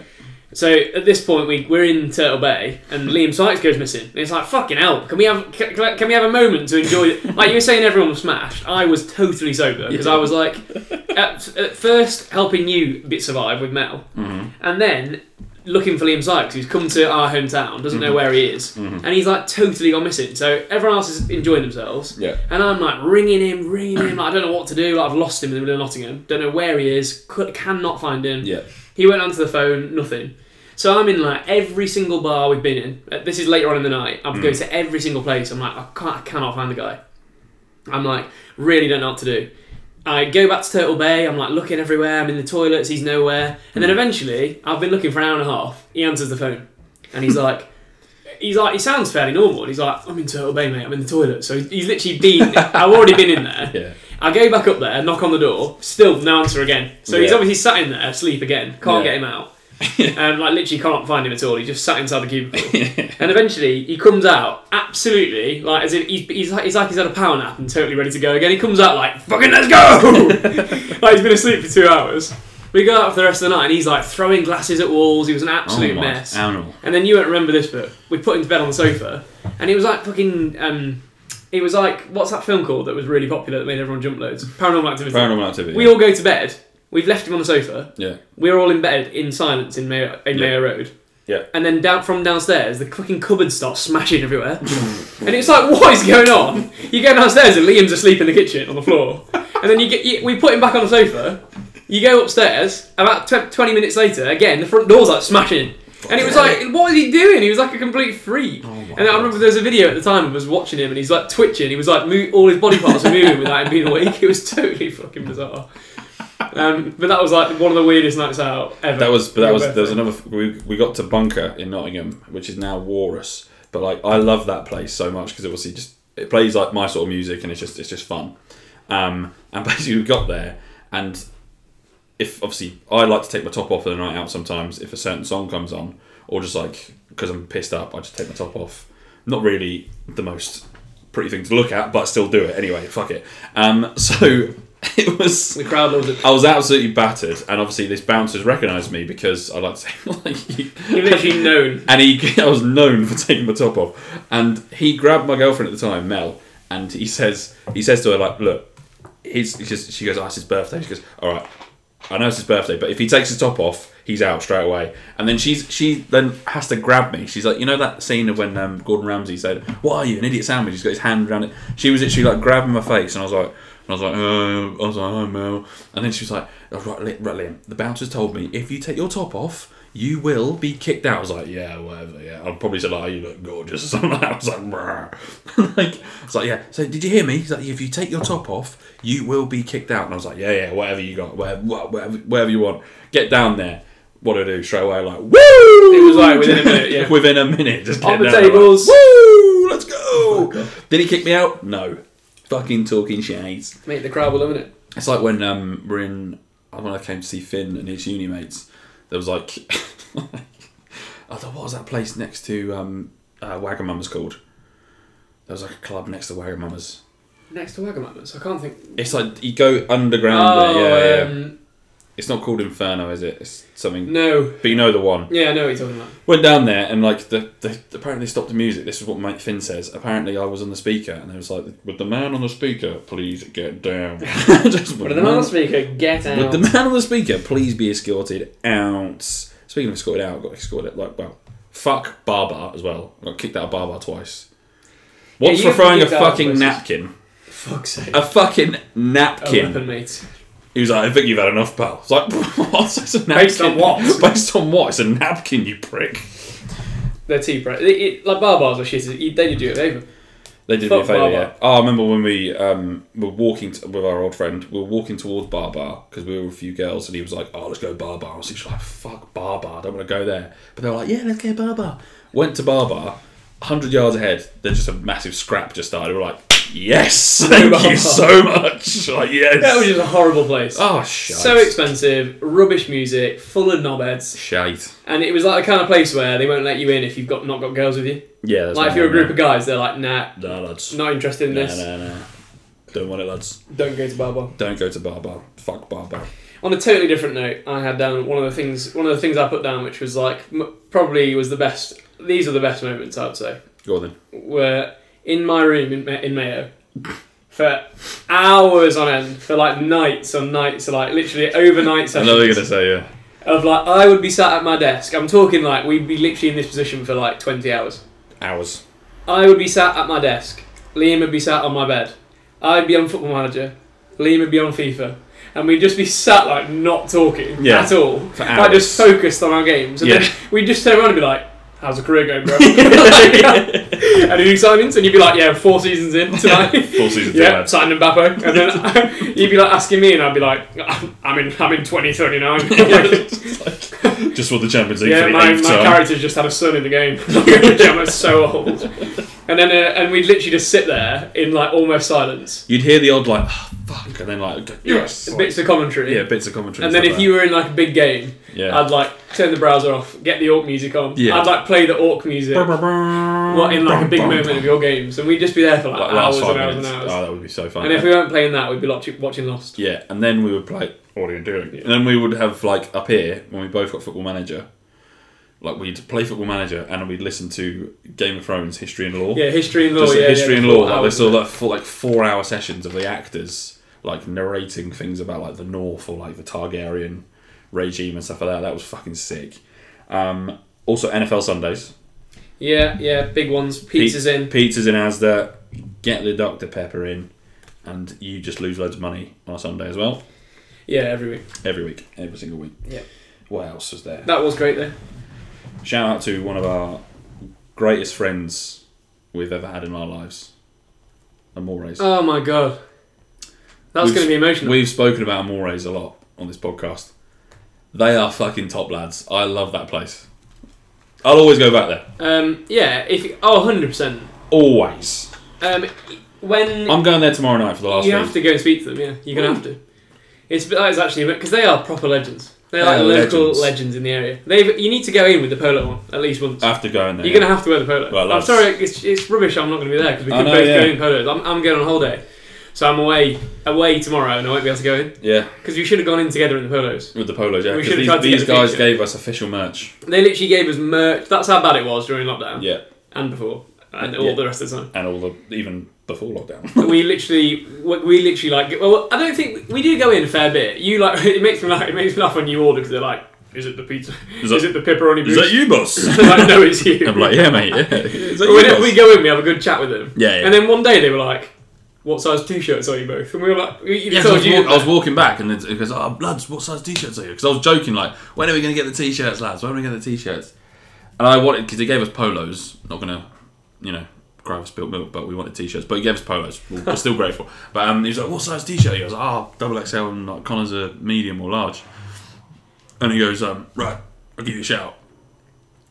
Speaker 5: So at this point we we're in Turtle Bay and Liam Sykes goes missing. And it's like fucking hell. Can we have can, can we have a moment to enjoy? It? Like you were saying, everyone was smashed. I was totally sober because I was like at, at first helping you bit survive with Mel,
Speaker 4: Mm-hmm.
Speaker 5: and then. Looking for Liam Sykes, who's come to our hometown, doesn't
Speaker 4: Mm-hmm.
Speaker 5: know where he is, and he's like totally gone missing. So everyone else is enjoying themselves,
Speaker 4: Yeah.
Speaker 5: and I'm like ringing him, ringing him. Like, I don't know what to do. Like, I've lost him in the middle of Nottingham. Don't know where he is. Could, cannot find him.
Speaker 4: Yeah.
Speaker 5: He went onto the phone. Nothing. So I'm in like every single bar we've been in. Uh, This is later on in the night.
Speaker 4: Mm.
Speaker 5: I'm going to every single place. I'm like, I can't, I cannot find the guy. I'm like, really don't know what to do. I go back to Turtle Bay. I'm like looking everywhere. I'm in the toilets. He's
Speaker 4: Mm.
Speaker 5: nowhere. And then eventually, I've been looking for an hour and a half. He answers the phone, and he's like, he's like, he sounds fairly normal. And he's like, I'm in Turtle Bay, mate. I'm in the toilet. So he's literally been. I've already been in there.
Speaker 4: Yeah.
Speaker 5: I go back up there, knock on the door, still no answer again. So he's
Speaker 4: Yeah.
Speaker 5: obviously sat in there asleep again. Can't
Speaker 4: Yeah.
Speaker 5: get him out. and like literally can't find him at all. He just sat inside the cubicle. and eventually he comes out absolutely like as in he's, he's like he's like he's had a power nap and totally ready to go again. He comes out like fucking let's go. like he's been asleep for two hours. We go out for the rest of the night and he's like throwing glasses at walls. He was an absolute
Speaker 4: Oh my
Speaker 5: mess.
Speaker 4: animal.
Speaker 5: And then you won't remember this, but we put him to bed on the sofa, and he was like fucking. Um, he was like, what's that film called that was really popular that made everyone jump loads? Paranormal Activity.
Speaker 4: Paranormal activity.
Speaker 5: We all go to bed. We've left him on the sofa.
Speaker 4: yeah.
Speaker 5: We're all in bed in silence in Mayo, in
Speaker 4: Yeah.
Speaker 5: Mayo Road.
Speaker 4: Yeah.
Speaker 5: And then down from downstairs, the fucking cupboard starts smashing everywhere. and it's like, what is going on? You go downstairs and Liam's asleep in the kitchen on the floor. And then you get you, we put him back on the sofa. You go upstairs. About tw- twenty minutes later, again the front door's like smashing. And it was like, what is he doing? He was like a complete freak.
Speaker 4: Oh
Speaker 5: and I remember there was a video at the time of us watching him, and he's like twitching. He was like, mo- all his body parts were moving without him being awake. It was totally fucking bizarre. Um, but that was like one of the weirdest nights out ever.
Speaker 4: That was, but that
Speaker 5: Your
Speaker 4: was, there was
Speaker 5: birthday.
Speaker 4: another. We, we got to Bunker in Nottingham, which is now Walrus. But like, I love that place so much because obviously just it plays like my sort of music, and it's just it's just fun. Um, and basically, we got there, and if obviously I like to take my top off for the night out sometimes if a certain song comes on, or just like because I'm pissed up, I just take my top off. Not really the most pretty thing to look at, but I still do it anyway. Fuck it. Um, so it was.
Speaker 5: The crowd loved it.
Speaker 4: I was absolutely battered, and obviously this bouncer's recognised me because I like to say,
Speaker 5: You've literally known.
Speaker 4: and he, I was known for taking my top off, and he grabbed my girlfriend at the time, Mel, and he says, he says to her like, look, he's, he says, she goes, oh, it's his birthday. She goes, all right, I know it's his birthday, but if he takes his top off, he's out straight away. And then she's she then has to grab me. She's like, you know that scene of when um, Gordon Ramsay said, "What are you, an idiot sandwich?" He's got his hand around it. She was literally like grabbing my face, and I was like. And I was like, uh, I was like, oh, Mel. And then she was like, oh, right, Li- right, Liam, the bouncer's told me if you take your top off, you will be kicked out. I was like, yeah, whatever, yeah. I probably said, like, oh, you look gorgeous or something like that. I was like, "Brr." like, I was like, yeah. So did you hear me? He's like, if you take your top off, you will be kicked out. And I was like, yeah, yeah, whatever you got, whatever, wha- whatever, whatever you want. Get down there. What do I do? Straight away, like, woo! It
Speaker 5: was like within a minute, yeah.
Speaker 4: within a minute, just
Speaker 5: On
Speaker 4: get
Speaker 5: the
Speaker 4: down there,
Speaker 5: tables.
Speaker 4: Like, woo! Let's go! Oh Did he kick me out? No. Fucking talking shades.
Speaker 5: Mate, the crowd were loving it.
Speaker 4: It's like when um, we're in, when I came to see Finn and his uni mates, there was like, I thought, what was that place next to um, uh, Wagamama's called? There was like a club next to Wagamama's.
Speaker 5: Next to Wagamama's, I can't think.
Speaker 4: It's like you go underground there, yeah,
Speaker 5: Oh,
Speaker 4: yeah.
Speaker 5: um,
Speaker 4: It's not called Inferno, is it? It's something.
Speaker 5: no.
Speaker 4: But you know the one.
Speaker 5: Yeah, I know what you're talking about.
Speaker 4: Went down there and like the, the apparently they stopped the music. This is what Mike Finn says. Apparently I was on the speaker and it was like, would the man on the speaker please get down? Just would the man on the
Speaker 5: speaker, get
Speaker 4: Would the man on the speaker please be escorted out? Speaking of escorted out, got escorted like well, fuck Barbar as well. I got kicked out of Barbar twice.
Speaker 5: Yeah,
Speaker 4: Once
Speaker 5: you
Speaker 4: for throwing a
Speaker 5: get kicked out of
Speaker 4: fucking
Speaker 5: places.
Speaker 4: napkin.
Speaker 5: Fuck's sake.
Speaker 4: A fucking
Speaker 5: A
Speaker 4: napkin.
Speaker 5: weapon, mate.
Speaker 4: he was like, I think you've had enough, pal. It's like, what? It's a napkin.
Speaker 5: Based on what?
Speaker 4: Based on what? It's a napkin, you prick.
Speaker 5: They're tea break. It, it, like bar bars or shit. It, they do it over.
Speaker 4: They did me a
Speaker 5: Fuck
Speaker 4: favour,
Speaker 5: Barbar.
Speaker 4: yeah. Oh, I remember when we um, were walking t with our old friend, we were walking towards Barbar because we were with a few girls, and he was like, Oh, let's go Barbar. I was just like, Fuck Barbar, I don't want to go there. But they were like, Yeah, let's go Barbar. Went to Barbar, 100 yards ahead, then just a massive scrap just started. We were like, Yes, thank
Speaker 5: Barbar.
Speaker 4: you so much. Like, yes.
Speaker 5: That was just a horrible place.
Speaker 4: oh, shite.
Speaker 5: so expensive, rubbish music, full of knobheads,
Speaker 4: Shite.
Speaker 5: and it was like the kind of place where they won't let you in if you've got not got girls with you.
Speaker 4: Yeah, that's
Speaker 5: like if you're a group of guys, they're like, nah,
Speaker 4: No, lads.
Speaker 5: not interested in
Speaker 4: no,
Speaker 5: this.
Speaker 4: no, no. Don't want it, lads.
Speaker 5: Don't go to bar bar.
Speaker 4: Don't go to Barbar. Fuck Barbar.
Speaker 5: On a totally different note, I had down one of the things. One of the things I put down, which was like m- probably was the best. These are the best moments I'd say.
Speaker 4: Go on then.
Speaker 5: Were in my room in, Ma- in Mayo for hours on end, for like nights on nights, so like literally overnight
Speaker 4: I
Speaker 5: sessions
Speaker 4: know what you're going to say, yeah.
Speaker 5: of like I would be sat at my desk. I'm talking like we'd be literally in this position for like 20 hours.
Speaker 4: Hours.
Speaker 5: I would be sat at my desk. Liam would be sat on my bed. I'd be on Football Manager. Liam would be on FIFA. And we'd just be sat like not talking
Speaker 4: Yeah.
Speaker 5: at all.
Speaker 4: For
Speaker 5: Like just
Speaker 4: hours.
Speaker 5: focused on our games. And
Speaker 4: Yeah.
Speaker 5: then we'd just turn around and be like, How's the career going, bro? and he'd sign and you'd be like, Yeah, four seasons in tonight.
Speaker 4: Full season
Speaker 5: Yeah,
Speaker 4: yeah.
Speaker 5: signed Mbappe, and then he'd be like asking me, and I'd be like, "I'm in, I'm in 2039."
Speaker 4: just won the Champions League
Speaker 5: Yeah,
Speaker 4: for the
Speaker 5: my,
Speaker 4: eighth
Speaker 5: my
Speaker 4: time.
Speaker 5: character just had a son in the game, which I'm so old. And then, uh, and we'd literally just sit there in like almost silence.
Speaker 4: You'd hear the odd like "Ah, fuck, and then like go, yes, like,
Speaker 5: bits of commentary.
Speaker 4: yeah, bits of commentary.
Speaker 5: and then
Speaker 4: stuff
Speaker 5: if
Speaker 4: like
Speaker 5: you were in like a big game,
Speaker 4: that. yeah,
Speaker 5: I'd like turn the browser off, get the orc music on.
Speaker 4: Yeah.
Speaker 5: I'd like play the orc music. What in like a big moment of your games, and we'd just be there for like,
Speaker 4: like last
Speaker 5: hours and
Speaker 4: five
Speaker 5: hours
Speaker 4: minutes.
Speaker 5: and hours.
Speaker 4: Oh, that would be so fun.
Speaker 5: and if we weren't playing that, we'd be watch- watching Lost.
Speaker 4: Yeah, and then we would play. What are you doing? And then we would have like up here when we both got Football Manager. Like we'd play Football Manager and we'd listen to Game of Thrones history and lore.
Speaker 5: Yeah, history and law.
Speaker 4: Just
Speaker 5: Oh, yeah,
Speaker 4: history
Speaker 5: yeah,
Speaker 4: and
Speaker 5: four
Speaker 4: law. Like
Speaker 5: hours.
Speaker 4: they saw like four, like four hour sessions of the actors like narrating things about like the North or like the Targaryen regime and stuff like that. That was fucking sick. Um, also NFL Sundays.
Speaker 5: Yeah, yeah, big ones. Pizza's
Speaker 4: Pe-
Speaker 5: in.
Speaker 4: Pizzas in Asda. Get the Dr Pepper in, and you just lose loads of money on a Sunday as well.
Speaker 5: Yeah, every week.
Speaker 4: Every week, every single week.
Speaker 5: Yeah.
Speaker 4: What else was there?
Speaker 5: That was great though.
Speaker 4: Shout out to one of our greatest friends we've ever had in our lives, Amores.
Speaker 5: Oh my god, that was
Speaker 4: We've-
Speaker 5: going to be emotional.
Speaker 4: We've spoken about Amores a lot on this podcast. They are fucking top lads. I love that place. I'll always go back there.
Speaker 5: Um, yeah, if oh, 100 percent.
Speaker 4: Always.
Speaker 5: Um, when
Speaker 4: I'm going there tomorrow night for the last
Speaker 5: you
Speaker 4: week.
Speaker 5: have to go and speak to them, yeah, you're gonna have to. It's that is actually because they are proper legends. They're like
Speaker 4: They're
Speaker 5: local
Speaker 4: legends.
Speaker 5: legends. in the area. They've you need to go in with the polo on at least once.
Speaker 4: I have to go in there.
Speaker 5: You're gonna have to wear the polo.
Speaker 4: Oh, Well,
Speaker 5: I'm
Speaker 4: that's-
Speaker 5: sorry, it's, it's rubbish. I'm not gonna be there because we
Speaker 4: I
Speaker 5: could
Speaker 4: know,
Speaker 5: both
Speaker 4: yeah.
Speaker 5: go in polos. I'm, I'm going on holiday, so I'm away away tomorrow, and I won't be able to go in
Speaker 4: yeah,
Speaker 5: because we should have gone in together in the polos.
Speaker 4: with the polos. Yeah,
Speaker 5: We
Speaker 4: 'cause
Speaker 5: should've
Speaker 4: these,
Speaker 5: tried to get
Speaker 4: these
Speaker 5: the
Speaker 4: guys
Speaker 5: picture.
Speaker 4: gave us official merch.
Speaker 5: They literally gave us merch. That's how bad it was during lockdown
Speaker 4: Yeah,
Speaker 5: and before and
Speaker 4: Yeah.
Speaker 5: all the rest of the time.
Speaker 4: and all the even before lockdown.
Speaker 5: we literally, we we literally like. Well, I don't think we do go in a fair bit. You like, it makes me laugh. It makes me laugh when you order because they're like, "Is it the pizza? Is,
Speaker 4: that-
Speaker 5: it the pepperoni?"
Speaker 4: Is that you, boss?
Speaker 5: They're like, no, it's you.
Speaker 4: I'm like, yeah, mate. Yeah. Is that
Speaker 5: But
Speaker 4: you,
Speaker 5: whenever
Speaker 4: boss?
Speaker 5: we go in, we have a good chat with them.
Speaker 4: Yeah, yeah.
Speaker 5: And then one day they were like, "What size t-shirts are you both?" And we were like, "We
Speaker 4: Yeah,
Speaker 5: we
Speaker 4: 'cause I,
Speaker 5: told
Speaker 4: was
Speaker 5: you."
Speaker 4: walk- I was walking back and it goes, oh, bloods, what size t-shirts are you? Because I was joking, like, when are we going to get the t-shirts, lads? When are we going to get the t-shirts? And I wanted, because they gave us polos, not going to, you know, cry for spilt milk, but we wanted t-shirts. But he gave us polos. We're we're still grateful. But um, he was like, what size t-shirt are you? I was like, oh, double XL and like, Connor's a medium or large. And he goes, um, right, I'll give you a shout.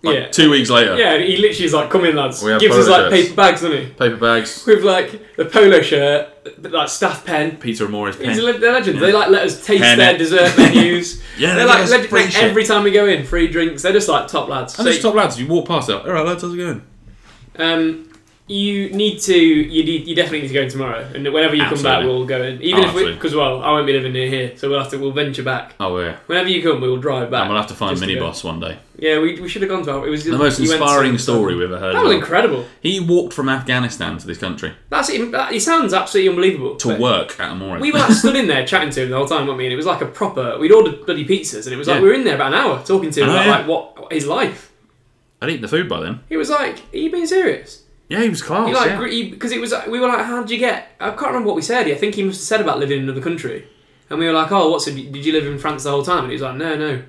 Speaker 4: Like,
Speaker 5: yeah.
Speaker 4: Two weeks later,
Speaker 5: yeah, and he literally is like, "Come in, lads."
Speaker 4: We have
Speaker 5: Gives us
Speaker 4: polo
Speaker 5: like
Speaker 4: shirts.
Speaker 5: paper bags, doesn't he?
Speaker 4: paper bags,
Speaker 5: With like the polo shirt, like staff pen,
Speaker 4: Peter Amores pen.
Speaker 5: These are le- they're legends. They like let us taste
Speaker 4: Pen.
Speaker 5: their dessert menus.
Speaker 4: Yeah,
Speaker 5: they're
Speaker 4: they
Speaker 5: like
Speaker 4: give us
Speaker 5: legend-
Speaker 4: free
Speaker 5: like,
Speaker 4: shit.
Speaker 5: every time we go in, free drinks. They're just like top lads.
Speaker 4: and
Speaker 5: So,
Speaker 4: these top lads, you walk past them, all right, lads, how's it going?
Speaker 5: um, you need to you need you definitely need to go in tomorrow. And whenever you come back,
Speaker 4: Absolutely.
Speaker 5: we'll go in. Even
Speaker 4: Oh,
Speaker 5: if we
Speaker 4: absolutely.
Speaker 5: because well, I won't be living near here, so we'll have to we'll venture back.
Speaker 4: Oh, yeah.
Speaker 5: Whenever you come, we'll drive back.
Speaker 4: And we'll have to find
Speaker 5: just to go.
Speaker 4: Miniboss one day.
Speaker 5: Yeah, we, we should have gone to our. It was
Speaker 4: The most
Speaker 5: you went to-
Speaker 4: inspiring story we've ever heard.
Speaker 5: That was
Speaker 4: of.
Speaker 5: incredible.
Speaker 4: He walked from Afghanistan to this country
Speaker 5: That's im- that, he sounds absolutely unbelievable.
Speaker 4: to
Speaker 5: But
Speaker 4: work at Amore.
Speaker 5: We were like stood in there chatting to him the whole time, weren't we? And it was like a proper. We'd ordered bloody pizzas, and it was like
Speaker 4: Yeah.
Speaker 5: we were in there about an hour talking to him
Speaker 4: Oh,
Speaker 5: about
Speaker 4: yeah.
Speaker 5: like what his life.
Speaker 4: I'd eaten the food by then.
Speaker 5: He was like, "Are you being serious?"
Speaker 4: Yeah, he was class.
Speaker 5: He like
Speaker 4: yeah.
Speaker 5: because it was uh, we were like, "How did you get?" I can't remember what we said. I think he must have said about living in another country, and we were like, "Oh, what's it? Did you live in France the whole time?" And he was like, "No, no."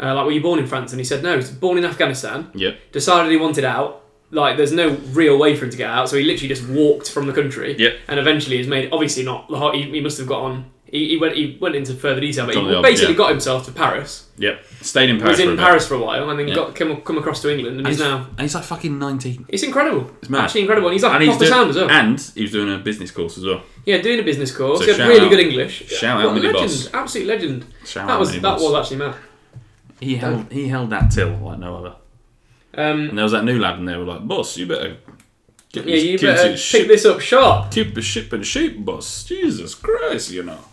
Speaker 5: Uh, like, were you born in France? And he said, "No." He was born in Afghanistan.
Speaker 4: Yep.
Speaker 5: Decided he wanted out. Like, there's no real way for him to get out, so he literally just walked from the country.
Speaker 4: Yep.
Speaker 5: And eventually, he's made obviously not. the whole- He, he must have got on. He, he went. He went into further detail, but
Speaker 4: Got on the
Speaker 5: he
Speaker 4: ob-
Speaker 5: basically
Speaker 4: yeah.
Speaker 5: got himself to Paris.
Speaker 4: Yep. Stayed in
Speaker 5: He was
Speaker 4: Paris. for a
Speaker 5: in
Speaker 4: bit.
Speaker 5: Paris for a while, and then
Speaker 4: Yeah.
Speaker 5: got come, come across to England, and
Speaker 4: And
Speaker 5: he's
Speaker 4: he's,
Speaker 5: now
Speaker 4: and he's like fucking 19.
Speaker 5: it's incredible.
Speaker 4: It's mad.
Speaker 5: Actually incredible. And he's like
Speaker 4: and, he's
Speaker 5: proper
Speaker 4: doing,
Speaker 5: sound as well.
Speaker 4: and he was doing a business course as well.
Speaker 5: yeah, doing a business course.
Speaker 4: So
Speaker 5: he had
Speaker 4: shout
Speaker 5: really
Speaker 4: out-
Speaker 5: good English.
Speaker 4: shout
Speaker 5: What
Speaker 4: out
Speaker 5: a
Speaker 4: Mini
Speaker 5: legend.
Speaker 4: Boss.
Speaker 5: Absolute legend.
Speaker 4: Shout
Speaker 5: that
Speaker 4: out
Speaker 5: was
Speaker 4: Mini
Speaker 5: that
Speaker 4: Boss.
Speaker 5: was actually mad.
Speaker 4: He held he held that till like no other.
Speaker 5: Um,
Speaker 4: And there was that new lad, and they were like, "Boss, you better get
Speaker 5: yeah,
Speaker 4: these
Speaker 5: you
Speaker 4: kids
Speaker 5: better
Speaker 4: in
Speaker 5: pick
Speaker 4: shape.
Speaker 5: this up sharp.
Speaker 4: keep the ship in shape, boss. Jesus Christ, you know."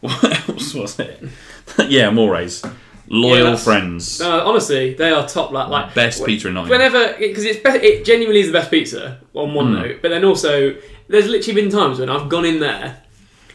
Speaker 4: What else was it? yeah, Amores,
Speaker 5: Yeah,
Speaker 4: loyal
Speaker 5: that's-
Speaker 4: friends,
Speaker 5: No, Uh, honestly, they are top like like
Speaker 4: best pizza in Nottingham.
Speaker 5: whenever because it's be- it genuinely is the best pizza on one note. But then also, there's literally been times when I've gone in there,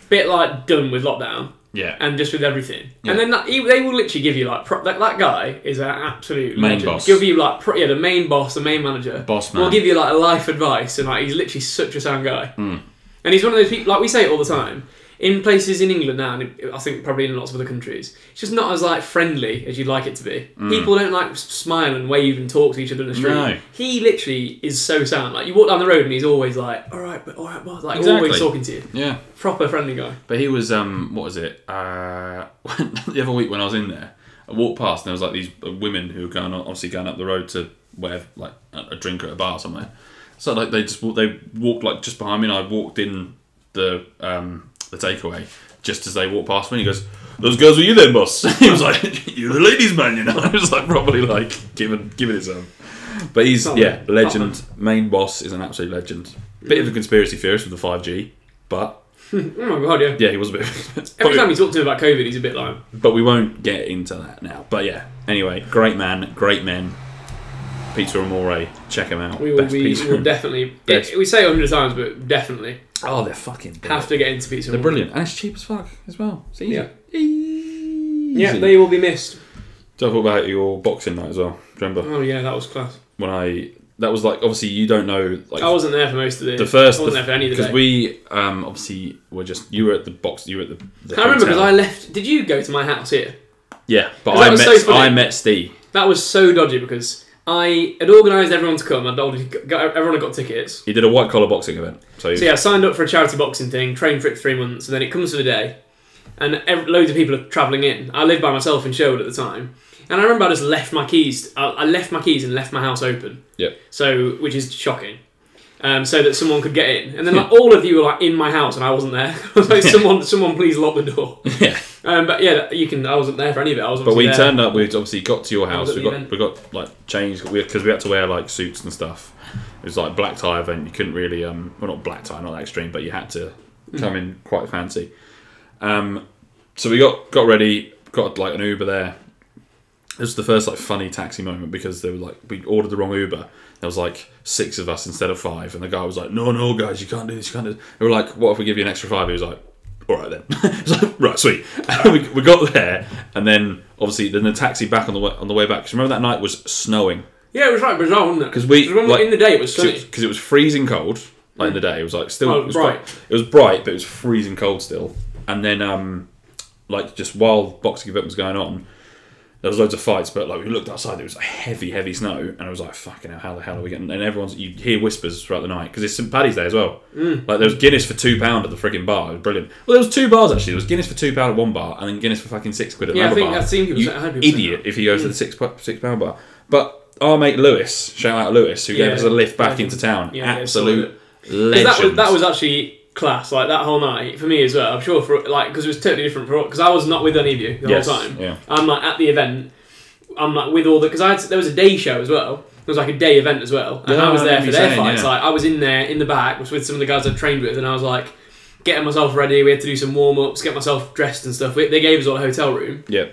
Speaker 5: bit like done with lockdown.
Speaker 4: yeah,
Speaker 5: and just with everything. And then that, he, they will literally give you like pro, that, that guy is an absolute
Speaker 4: Main
Speaker 5: legend.
Speaker 4: boss.
Speaker 5: Give you like pro, yeah the main boss, the main manager.
Speaker 4: Boss
Speaker 5: Will
Speaker 4: man.
Speaker 5: give you like life advice and like he's literally such a sound guy.
Speaker 4: Hmm.
Speaker 5: And he's one of those people like we say it all the time. In places in England now, and I think probably in lots of other countries, it's just not as like friendly as you'd like it to be. People don't like s- smile and wave and talk to each other in the street.
Speaker 4: Hmm. No.
Speaker 5: He literally is so sound. Like you walk down the road and he's always like, "All right, but all right, boss," like always
Speaker 4: Exactly.
Speaker 5: talking to you.
Speaker 4: yeah.
Speaker 5: Proper friendly guy.
Speaker 4: But he was um, what was it? Uh, the other week when I was in there, I walked past and there was like these uh, women who were going on, obviously going up the road to where like a a drink at a bar somewhere. So like they just walked, they walked like just behind me and I walked in the um, the takeaway just as they walked past me. And he goes, "Those girls were you then, boss?" he was like, "You're the ladies' man, you know." I was like, probably like giving giving it some. But he's
Speaker 5: Not
Speaker 4: yeah,
Speaker 5: bad.
Speaker 4: legend. Main boss is an absolute legend. Bit of a conspiracy theorist with the five G, but
Speaker 5: Oh my god, yeah.
Speaker 4: yeah, he was a bit.
Speaker 5: Every time you talk to him about COVID, he's a bit like,
Speaker 4: But we won't get into that now. But yeah, anyway, great man, great men. Pizza Amore, check them out.
Speaker 5: we will
Speaker 4: Best
Speaker 5: be,
Speaker 4: pizza.
Speaker 5: we'll definitely.
Speaker 4: Best.
Speaker 5: it- we say it a hundred times, but definitely
Speaker 4: oh, they're fucking. Brilliant.
Speaker 5: have to get into pizza.
Speaker 4: They're brilliant, and it's cheap as fuck as well. It's easy.
Speaker 5: Yeah.
Speaker 4: Easy.
Speaker 5: Yeah, they will be missed.
Speaker 4: Talk about your boxing night as well. Do you Remember
Speaker 5: Oh yeah, that was class.
Speaker 4: when I? That was like obviously you don't know like
Speaker 5: I wasn't there for most of the.
Speaker 4: the first
Speaker 5: I wasn't there for any of the
Speaker 4: because
Speaker 5: day.
Speaker 4: we um obviously were just you were at the box you were at the. the
Speaker 5: I remember because
Speaker 4: hotel.
Speaker 5: I left. Did you go to my house here?
Speaker 4: yeah, but
Speaker 5: 'cause that
Speaker 4: I met
Speaker 5: was so funny.
Speaker 4: I met Steve.
Speaker 5: That was so dodgy because I had organised everyone to come. I'd already got, everyone had got tickets.
Speaker 4: He did a white collar boxing event, so,
Speaker 5: So yeah, I signed up for a charity boxing thing, trained for it for three months, and then it comes to the day, and ev- loads of people are travelling in. I lived by myself in Sherwood at the time, and I remember I just left my keys. I, I left my keys and left my house open.
Speaker 4: Yep.
Speaker 5: So, which is shocking. Um, so that someone could get in, and then like, all of you were like in my house, and I wasn't there. I was like, "Someone, someone, please lock the door."
Speaker 4: yeah.
Speaker 5: Um, but yeah, you can. I wasn't there for any of it. I was.
Speaker 4: But we
Speaker 5: there.
Speaker 4: turned up. We obviously got to your house.
Speaker 5: at
Speaker 4: We
Speaker 5: the
Speaker 4: got
Speaker 5: event.
Speaker 4: we got like changed because we, had to wear like suits and stuff. It was like black tie event. You couldn't really um well not black tie, not that extreme, but you had to
Speaker 5: Hmm.
Speaker 4: come in quite fancy. Um, so we got got ready, got like an Uber there. This was the first like funny taxi moment because they were like we ordered the wrong Uber. There was like six of us instead of five, and the guy was like, "No, no, guys, you can't do this. You can't do." This. They were like, "What if we give you an extra five? He was like, "All right then." It's like, right, sweet. And we, we got there, and then obviously then the taxi back on the way on the way back. 'cause remember that night was snowing
Speaker 5: Yeah, it was right bizarre, wasn't it?
Speaker 4: because we
Speaker 5: remember
Speaker 4: like,
Speaker 5: in the day it was
Speaker 4: cause
Speaker 5: sunny.
Speaker 4: it, 'cause it was freezing cold like in the day it was like still
Speaker 5: Oh,
Speaker 4: it was
Speaker 5: bright.
Speaker 4: quite- it was bright but it was freezing cold still and then um like just while boxing event was going on there was loads of fights but like we looked outside there was heavy heavy snow and I was like fucking hell how the hell are we getting and everyone's you hear whispers throughout the night because it's St Paddy's Day as well
Speaker 5: Mm.
Speaker 4: like there was Guinness for two pound at the frigging bar it was brilliant well there was two bars actually there was Guinness for two pound at one bar and then Guinness for fucking six quid at
Speaker 5: Yeah, I
Speaker 4: another
Speaker 5: think
Speaker 4: bar
Speaker 5: I've seen people
Speaker 4: you
Speaker 5: say- I heard people say
Speaker 4: idiot if he goes
Speaker 5: Hmm.
Speaker 4: to the six pu- six pound bar but our mate Lewis, shout out Lewis, who
Speaker 5: Yeah.
Speaker 4: gave us a lift back into town.
Speaker 5: Yeah, yeah,
Speaker 4: Absolute legend.
Speaker 5: 'Cause That was, that was actually class, like that whole night for me as well. I'm sure for like because it was totally different for because I was not with any of you the
Speaker 4: Yes,
Speaker 5: whole time.
Speaker 4: yeah.
Speaker 5: I'm like at the event. I'm like with all the because I had, there was a day show as well. There was like a day event as well, and
Speaker 4: Yeah,
Speaker 5: I was
Speaker 4: I
Speaker 5: there
Speaker 4: remember
Speaker 5: for
Speaker 4: you
Speaker 5: their
Speaker 4: saying,
Speaker 5: fights.
Speaker 4: yeah.
Speaker 5: Like I was in there in the back, was with some of the guys I trained with, and I was like getting myself ready. We had to do some warm ups, get myself dressed and stuff. We, they gave us all a hotel room.
Speaker 4: yeah.